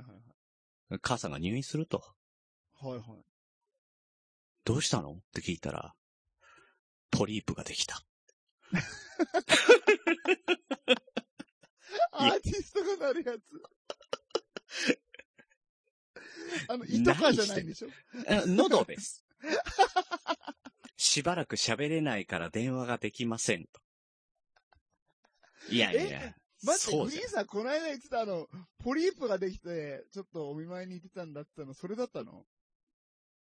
D: い。
C: 母さんが入院すると。
D: はいはい。
C: どうしたのって聞いたら、ポリープができた。
D: アーティストがなるやつ。
C: *laughs*
D: あの、いとかじゃないんでしょ
C: え喉です。しばらく喋れないから電話ができませんと。いやいや。
D: 待って、
C: そう
D: グリ
C: じゃん
D: ーンさん、この間言ってたあの、ポリープができて、ちょっとお見舞いに行ってたんだっての、それだったの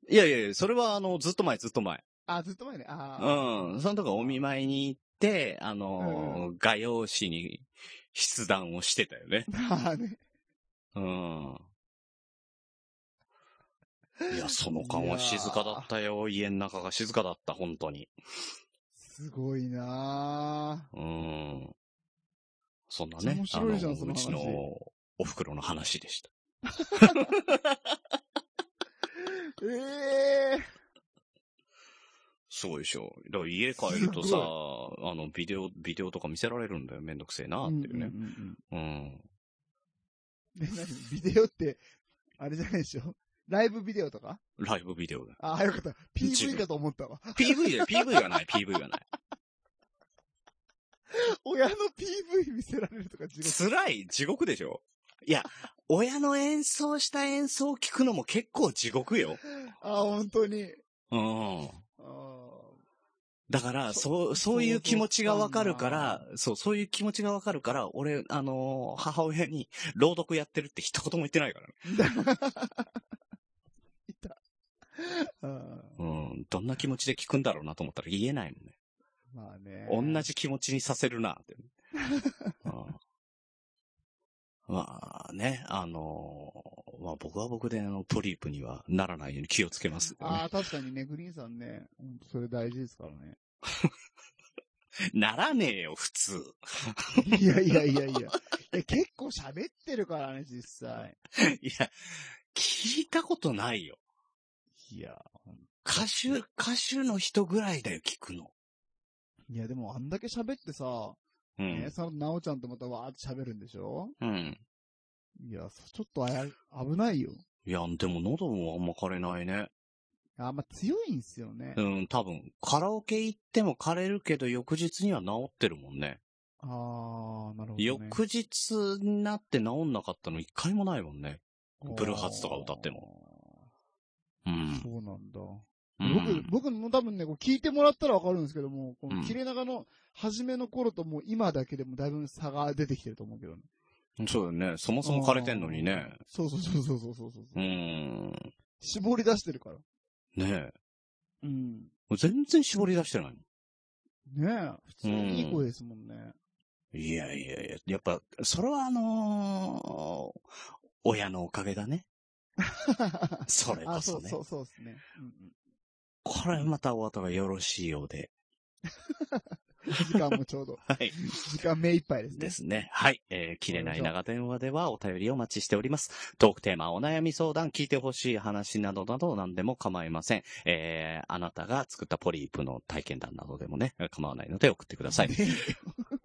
C: いやいやいや、それはあの、ずっと前、ずっと前。
D: あ、ずっと前ね。あ
C: うん。その時お見舞いに行って、あのー画用紙に筆談をしてたよね。
D: ーあーね。
C: うん。い
D: *laughs*
C: や、その間は静かだったよ。家の中が静かだった、本当に。
D: すごいな
C: うん。そんなね。
D: 面白いじゃん
C: あの
D: その話
C: うちのお袋の話でした。
D: ぁ。ええ
C: すごいでしょ。だから家帰ると
D: す
C: さ、あの、ビデオ、ビデオとか見せられるんだよ。めんどくせえな、っていうね。
D: んんん
C: うん
D: うん。え、何ビデオって、あれじゃないでしょライブビデオとか
C: ライブビデオだ。
D: ああ、よかった。
C: 違
D: PV
C: う
D: かと思ったわ。
C: PV で、PV がない、PV
D: *laughs*
C: がない。
D: 親の PV 見せられるとか地獄。
C: 辛い、地獄でしょいや、親の演奏した演奏を聞くのも結構地獄よ。
D: ああ、本当に。
C: うん。
D: あ
C: だから、そう、そういう気持ちがわかるから、そう、そういう気持ちがわかるから、俺、あのー母親に朗読やってるって一言も言ってないからね。
D: ああ
C: うん。どんな気持ちで聞くんだろうなと思ったら言えないもんね。
D: まあね。
C: 同。じ気持ちにさせるな、って。 *laughs* うんまあね、あのーまあ僕は僕であの、ポリープにはならないように気をつけますけど
D: あ
C: ね。
D: あ、確かにね、グリーンさんね、ほんとそれ大事ですからね。
C: ならねえよ、普通。
D: *laughs* いやいやいやいや。え結構喋ってるからね、実際。
C: いや、聞いたことないよ。
D: いや、
C: 歌手、歌手の人ぐらいだよ、聞くの。
D: いやでもあんだけ喋ってさ、
C: う
D: ね、
C: ん。
D: その、なおちゃんとまたわーって喋るんでしょ
C: うん。
D: いや、そちょっとあや、危ないよ。
C: いや、でも喉もあんま枯れないね。
D: あ、まあ、強いんすよね。
C: うん、多分。カラオケ行っても枯れるけど、翌日には治ってるもんね。
D: あー、なるほど、ね。
C: 翌日になって治んなかったの一回もないもんね。ブルーハーツとか歌って
D: も。
C: う
D: そ
C: ん。
D: うなんだ。
C: うん
D: 僕、僕も多分ね、こう聞いてもらったらわかるんですけども、こ
C: うん
D: の切れ長の初めの頃ともう今だけでもだいぶ差が出てきてると思うけどね。
C: そうだよね。そもそも枯れてんのにね。
D: そうそうそうそうそうそうそう、
C: うーん。
D: 絞り出してるから。
C: ね
D: うん。
C: え。全然絞り出してないも
D: ねえ、普通にいい声ですもんね。
C: ん。いやいやいや、やっぱ、それはあのー親のおかげだね。それこ
D: あ、
C: そ
D: そう
C: ね。
D: そうそうですね。うんうん
C: これまたお後がよろしいようで。
D: 時間もちょ
C: *laughs*
D: うど。
C: はい。
D: 時間目いっぱいですね
C: で。すね。はい。えー、切れない長電話ではお便りをお待ちしております。トークテーマ、お悩み相談、聞いてほしい話などなど何でも構いません。えー、あなたが作ったポリープの体験談などでもね、構わないので送ってください。
D: ね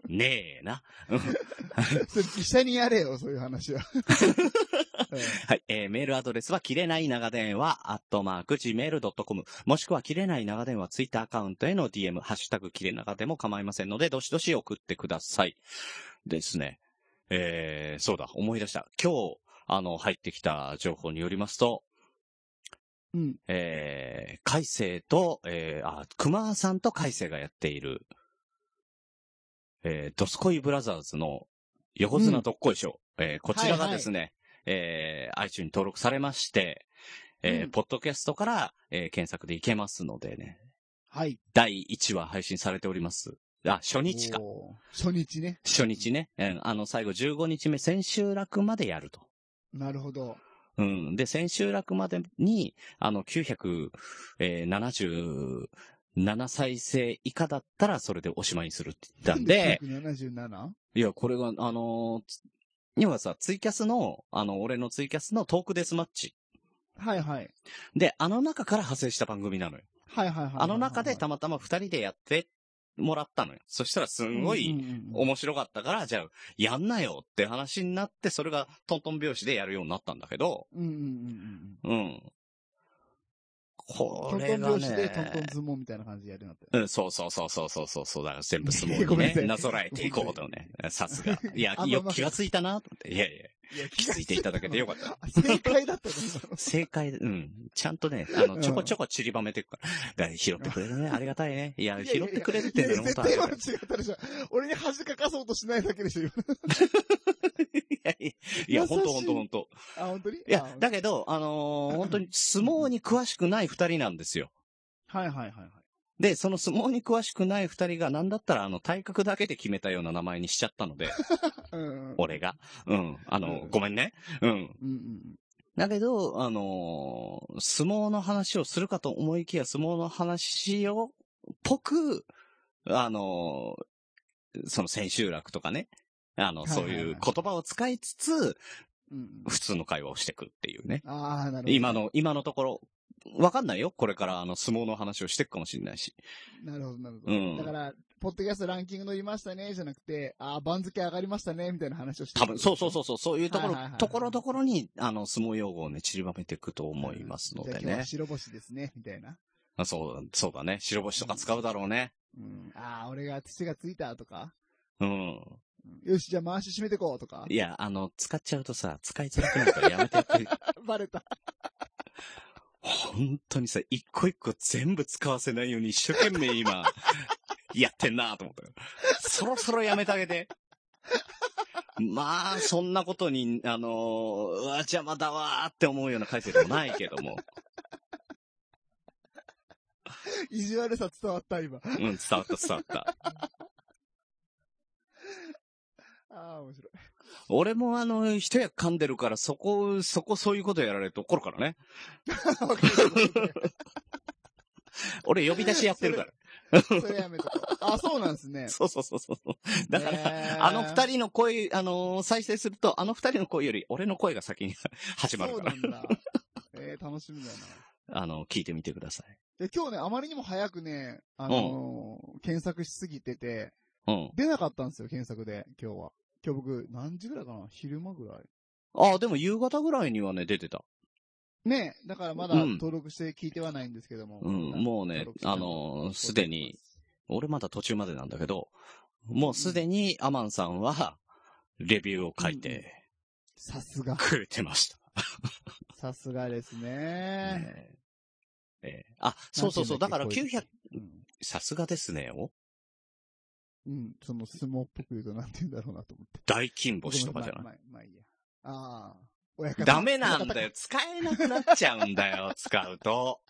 C: ねえな。
D: *laughs* それ実際にやれよ、そういう話は。
C: はい。えー、メールアドレスは、切れない長電話、アットマーク、gmail.com、もしくは、切れない長電話、ツイッターアカウントへの DM、ハッシュタグ、切れ長でも構いませんので、どしどし送ってください。ですね。えー、そうだ、思い出した。今日、あの、入ってきた情報によりますと、
D: うん。
C: えー、海星と、えー、あ、熊さんと海星がやっている、えー、ドスコイブラザーズの横綱どっこい賞、えー、こちらがですね、えー、iTunes に登録されまして、えー
D: うん
C: ポッドキャストから、えー検索でいけますのでね、
D: はい。
C: 第1話配信されております。あ、初日か。
D: おー。初日ね。
C: 初日ね。うん、あの、最後15日目、千秋楽までやると。
D: なるほど。
C: うん。で、千秋楽までに、あの、977再生以下だったら、それでおしまいにするって言ったん
D: *laughs*
C: で、
D: 977?
C: いや、これが、あのーつ要はさ、ツイキャスの、あの、俺のツイキャスのトークデスマッチ。
D: はいはい。
C: で、あの中から派生した番組なのよ。
D: はいはいはいはい。
C: あの中でたまたま二人でやってもらったのよ。そしたらすんごい
D: うんうんうん
C: 面白かったから、じゃあ、やんなよって話になって、それがトントン拍子でやるようになったんだけど、
D: うんうんうん
C: うん。
D: うん。
C: こ
D: トント
C: れ
D: ン
C: が
D: 拍子でトントン
C: ね。
D: 相撲みたいな感じでやるようにな
C: う
D: って。
C: ん、そうそうそうそうそうそうそう、だから全部相
D: *laughs* ご
C: 撲
D: めん
C: に
D: なさ
C: ね、
D: い
C: なぞらえていこうとね。さす
D: *laughs*
C: が。いや
D: あ、
C: よ
D: まあまあ
C: 気がついたなと思って。いやいや、
D: いや、
C: 気づいていただけてよか
D: *laughs*
C: った。
D: あ正解だったの今の
C: 正解、うん。ちゃんとね、あ
D: う
C: の、
D: ん
C: ちょこちょこ散りばめていくから。だから拾ってくれるね。ありがたいね。いや、拾ってくれるって
D: いや
C: ね、
D: い
C: 本
D: や絶
C: 当は
D: 対今の違ったでしょ。俺に恥かかそうとしないだけでしょ、今
C: いやいやいや、
D: 優しい
C: 本当本当本当
D: あ、本当に
C: いや、だ
D: け
C: けど、あのー本当に相撲に詳しくない二人なんですよ。
D: はいはいはいはい。
C: で、その相撲に詳しくない二人が、なんだったら、あの、体格だけで決めたような名前にしちゃったので、 *laughs*
D: うんうん。
C: 俺が。うん。あ
D: う
C: の
D: ん、
C: ごめんね。うん。
D: うんうん
C: だけど、あのー相撲の話をするかと思いきや、相撲の話を、ぽく、あのーその千秋楽とかね、あの、
D: はいはい
C: そう
D: はい
C: いう言葉を使いつつ、
D: うん。うんうん。
C: 普通の会話をしてくっていうね。
D: ああ、なるほど。
C: 今の、今のところ、わかんないよ。これから、あの、相撲の話をしていくかもしれないし。
D: なるほど、なるほ
C: う
D: ど。
C: ん
D: だから、ポッドキャストランキング伸びましたね、じゃなくて、あー番付上がりましたね、みたいな話をして。
C: 多分、そうそうそううそう、そういうところ
D: はいはいは、い
C: ところどころに、あの、相撲用語をね、散りばめていくと思いますの
D: じゃあ
C: で
D: 今日は
C: ね。
D: 白星ですね、みたいな。
C: あそう、そうだね。白星とか使うだろうね。
D: うん。ああ、俺が土がついたとか。
C: うん。
D: うんよし、じゃあ回し締めてこうとか。
C: いや、あの、使っちゃうとさ、使いづらくなるからやめて
D: *laughs*
C: って。
D: バレた。
C: 本当にさ、一個一個全部使わせないように一生懸命
D: *laughs*
C: 今、やってんなと思ったよ。そろそろやめてあげて。まあ、そんなことに、あのーうわ、邪魔だわーって思うような回数でもないけども。
D: 意地悪さ伝わった、今。
C: うん、伝わった伝わった。
D: ああ、面白い。
C: 俺もあの、一役噛んでるから、そこ、そこそういうことやられると怒るからね。 *laughs*
D: わかる
C: 俺呼び出しやってるから。
D: それやめとこう。あ、 *laughs* そうなんですね。
C: そうそうそうそう。だから、
D: ら
C: あの二人の声、あのー再生すると、あの二人の声より、俺の声が先に *laughs* 始まるから。
D: そうなんだ。えー、楽しみだな。
C: あの、聞いてみてください。
D: で、今日ね、あまりにも早くね、あのー検索しすぎてて、
C: うん。
D: 出なかったんですよ、検索で、今日は。今日僕、何時ぐらいかな昼間ぐらい。
C: ああ、でも夕方ぐらいにはね、出てた。
D: ねだからまだ
C: うん
D: 登録して聞いてはないんですけども。
C: うんもうねあのーすでに。俺まだ途中までなんだけど、もうすでにアマンさんは、レビューを書いて
D: さすが。
C: くれてました。
D: さすがですね。
C: ねえええあ、そうそうそう。だから
D: なんていうんだ
C: 900
D: っ、けこういう時
C: さすがですねを、
D: うん。うん、その相撲っぽく言うとなんて言うんだろうなと思って。
C: 大金星とかじゃ
D: ごめん
C: な
D: まあ、まあまあいいや。ああ。親方
C: い。ダメなんだよ。使えなくなっちゃうんだよ。 *laughs* 使うと。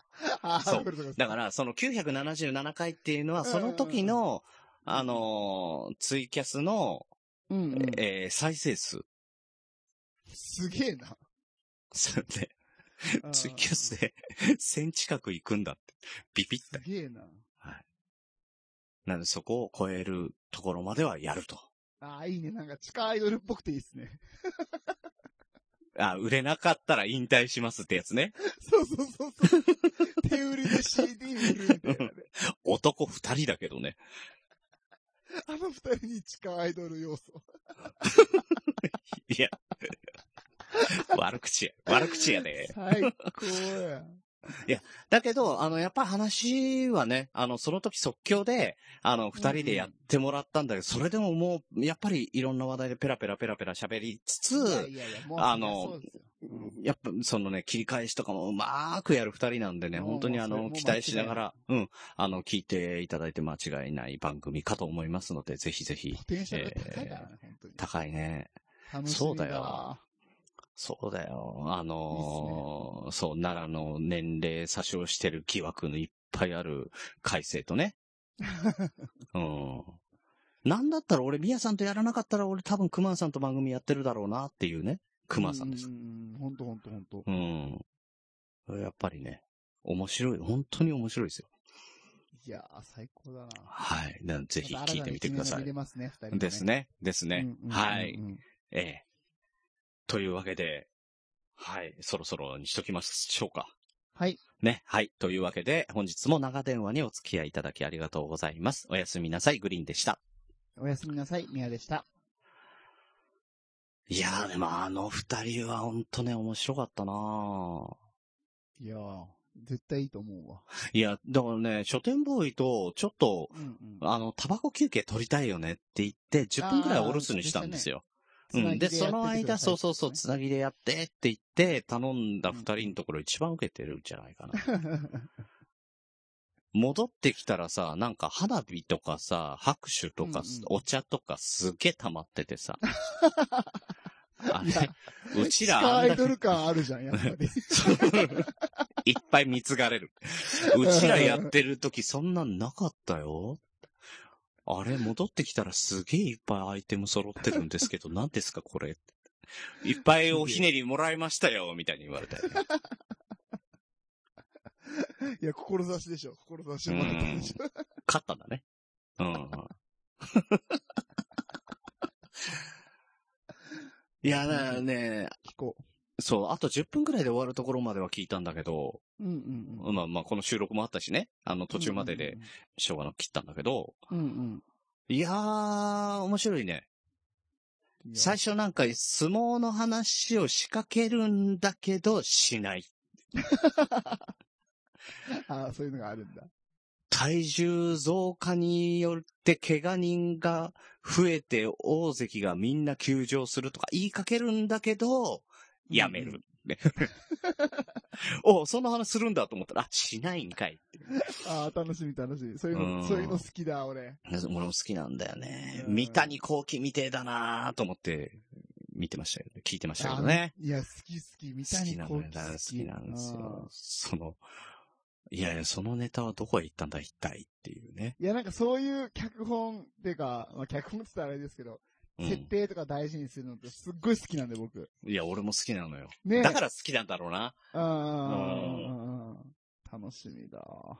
D: あー
C: そう
D: わかるわかる
C: だから、その977回っていうのは、その時の、あのーツイキャスの、
D: うんうん、
C: えー再生数。 *laughs*
D: すげえな。
C: そうねツイキャスで1000近く行くんだって。ビビっ
D: す
C: た。
D: げえな。
C: なので、そこを超えるところまではやると。
D: ああ、いいね。なんか地下アイドルっぽくていいですね。 *laughs*
C: あ、売れなかったら引退しますってやつね。
D: そうそうそうそう。手売りで CD 売るみた
C: *laughs*
D: いなね。
C: 男二人だけどね。
D: あの二人に地下アイドル要素。
C: いや。悪口や。悪口やで。
D: 最高や。
C: だけど、あの、やっぱ話はね、あの、その時即興で、あの、二人でやってもらったんだけど、それでももう、やっぱりいろんな話題でペラペラペラペラ喋りつつ、
D: いやいやいや、もう、
C: あの
D: そうですようん
C: やっぱ、そのね、切り返しとかもうまーくやる二人なんでね、
D: うん
C: 本当にあ
D: も
C: の、
D: うそれ
C: 期待しながら、うん、あの、聞いていただいて間違いない番組かと思いますので、ぜひぜひ
D: ポ、テンシャルが高いからね、本当に。
C: 高いね。
D: 楽しみ
C: そうだよ。そうだよ。あのーそう、奈良の年齢詐称してる疑惑のいっぱいある改正と
D: *laughs*
C: ね。うん。なんだったら俺、宮さんとやらなかったら俺多分熊さんと番組やってるだろうなっていうね。熊さんです
D: う。ん。ほんとほんとほんと。
C: うん。これやっぱりね、面白い。本当に面白いですよ。
D: いやー、最高だな。
C: はい。なのでぜひ聞いてみてくださ
D: また新たな一面が見れ
C: い。
D: ますね、二人
C: です。ね。ですね。
D: うんうんうんうん
C: はい。。ええ。というわけで、はい。そろそろにしときましょうか。
D: はい。
C: ね。はい。というわけで、本日も長電話にお付き合いいただきありがとうございます。おやすみなさい。グリーンでした。
D: おやすみなさい、ミヤでした。
C: いやー、でもあの二人は本当ね、面白かったなー
D: いやー、絶対いいと思うわ。
C: いや、だからね、書店ボーイと、ちょっと、
D: うんうん。
C: あの、タバコ休憩取りたいよねって言って、10分くらいお留守にしたんですよ。
D: あー
C: うん。で、
D: つなぎで
C: その
D: やっててくだ
C: 間、
D: さ
C: そ
D: いっ
C: う
D: てことね
C: そうそう、つなぎでやってって言って、頼んだ二人のところ一番受けてるんじゃないかな。
D: *laughs*
C: 戻ってきたらさ、なんか花火とかさ、拍手とか、
D: うんうん
C: お茶とかすげえ溜まってて
D: *laughs*
C: さ。あ
D: いや
C: れ、うち
D: 地下
C: ら
D: ア
C: あんだけ
D: イドル感あるじゃん、やっぱり。 *laughs*
C: いっぱい貢がれる。うちらやってる時そんなんなかったよ。あれ、戻ってきたらすげえいっぱいアイテム揃ってるんですけど、何ですかこれ。いっぱいおひねりもらいましたよ、みたいに言われたよね。
D: いや、志でしょ。志もらったでしょ。
C: 勝ったんだね。うん。いや、ね、
D: 聞こう。
C: そう、あと10分くらいで終わるところまでは聞いたんだけど、
D: うんうんうん。
C: まあまあ、この収録もあったしね、あの途中までで。昭和の切ったんだけど、
D: うんうん
C: いやー、面白いね。
D: うん。
C: 最初なんか相撲の話を仕掛けるんだけど、しない。
D: ああ、そういうのがあるんだ。
C: 体重増加によって怪我人が増えて大関がみんな休場するとか言いかけるんだけど、やめ
D: うんうん
C: る。ね *laughs* おそんな話するんだと思ったら、あ、しないんかい。
D: ああ、楽しみ楽しみ。そういう
C: うん
D: の、そういうの好きだ、俺。
C: 俺も好きなんだよね。
D: うん
C: 三谷幸喜みてえだなと思って、見てましたよね。聞いてましたけどね。
D: いや、好き好き、三
C: 好き
D: 谷
C: な
D: 幸
C: ん
D: 喜
C: だよ、好きなんです
D: あ
C: よ
D: あ。
C: その、いやいや、そのネタはどこへ行ったんだ、一体っていうね。
D: いや、なんかそういう脚本っていうか、まあ、脚本って言ったらあれですけど、
C: うん
D: 設定とか大事にするのってすっごい好きなんで、僕。
C: いや、俺も好きなのよ。
D: ねえ
C: だから好きなんだろうな。
D: うんうんうんうんうん楽しみだ。
C: は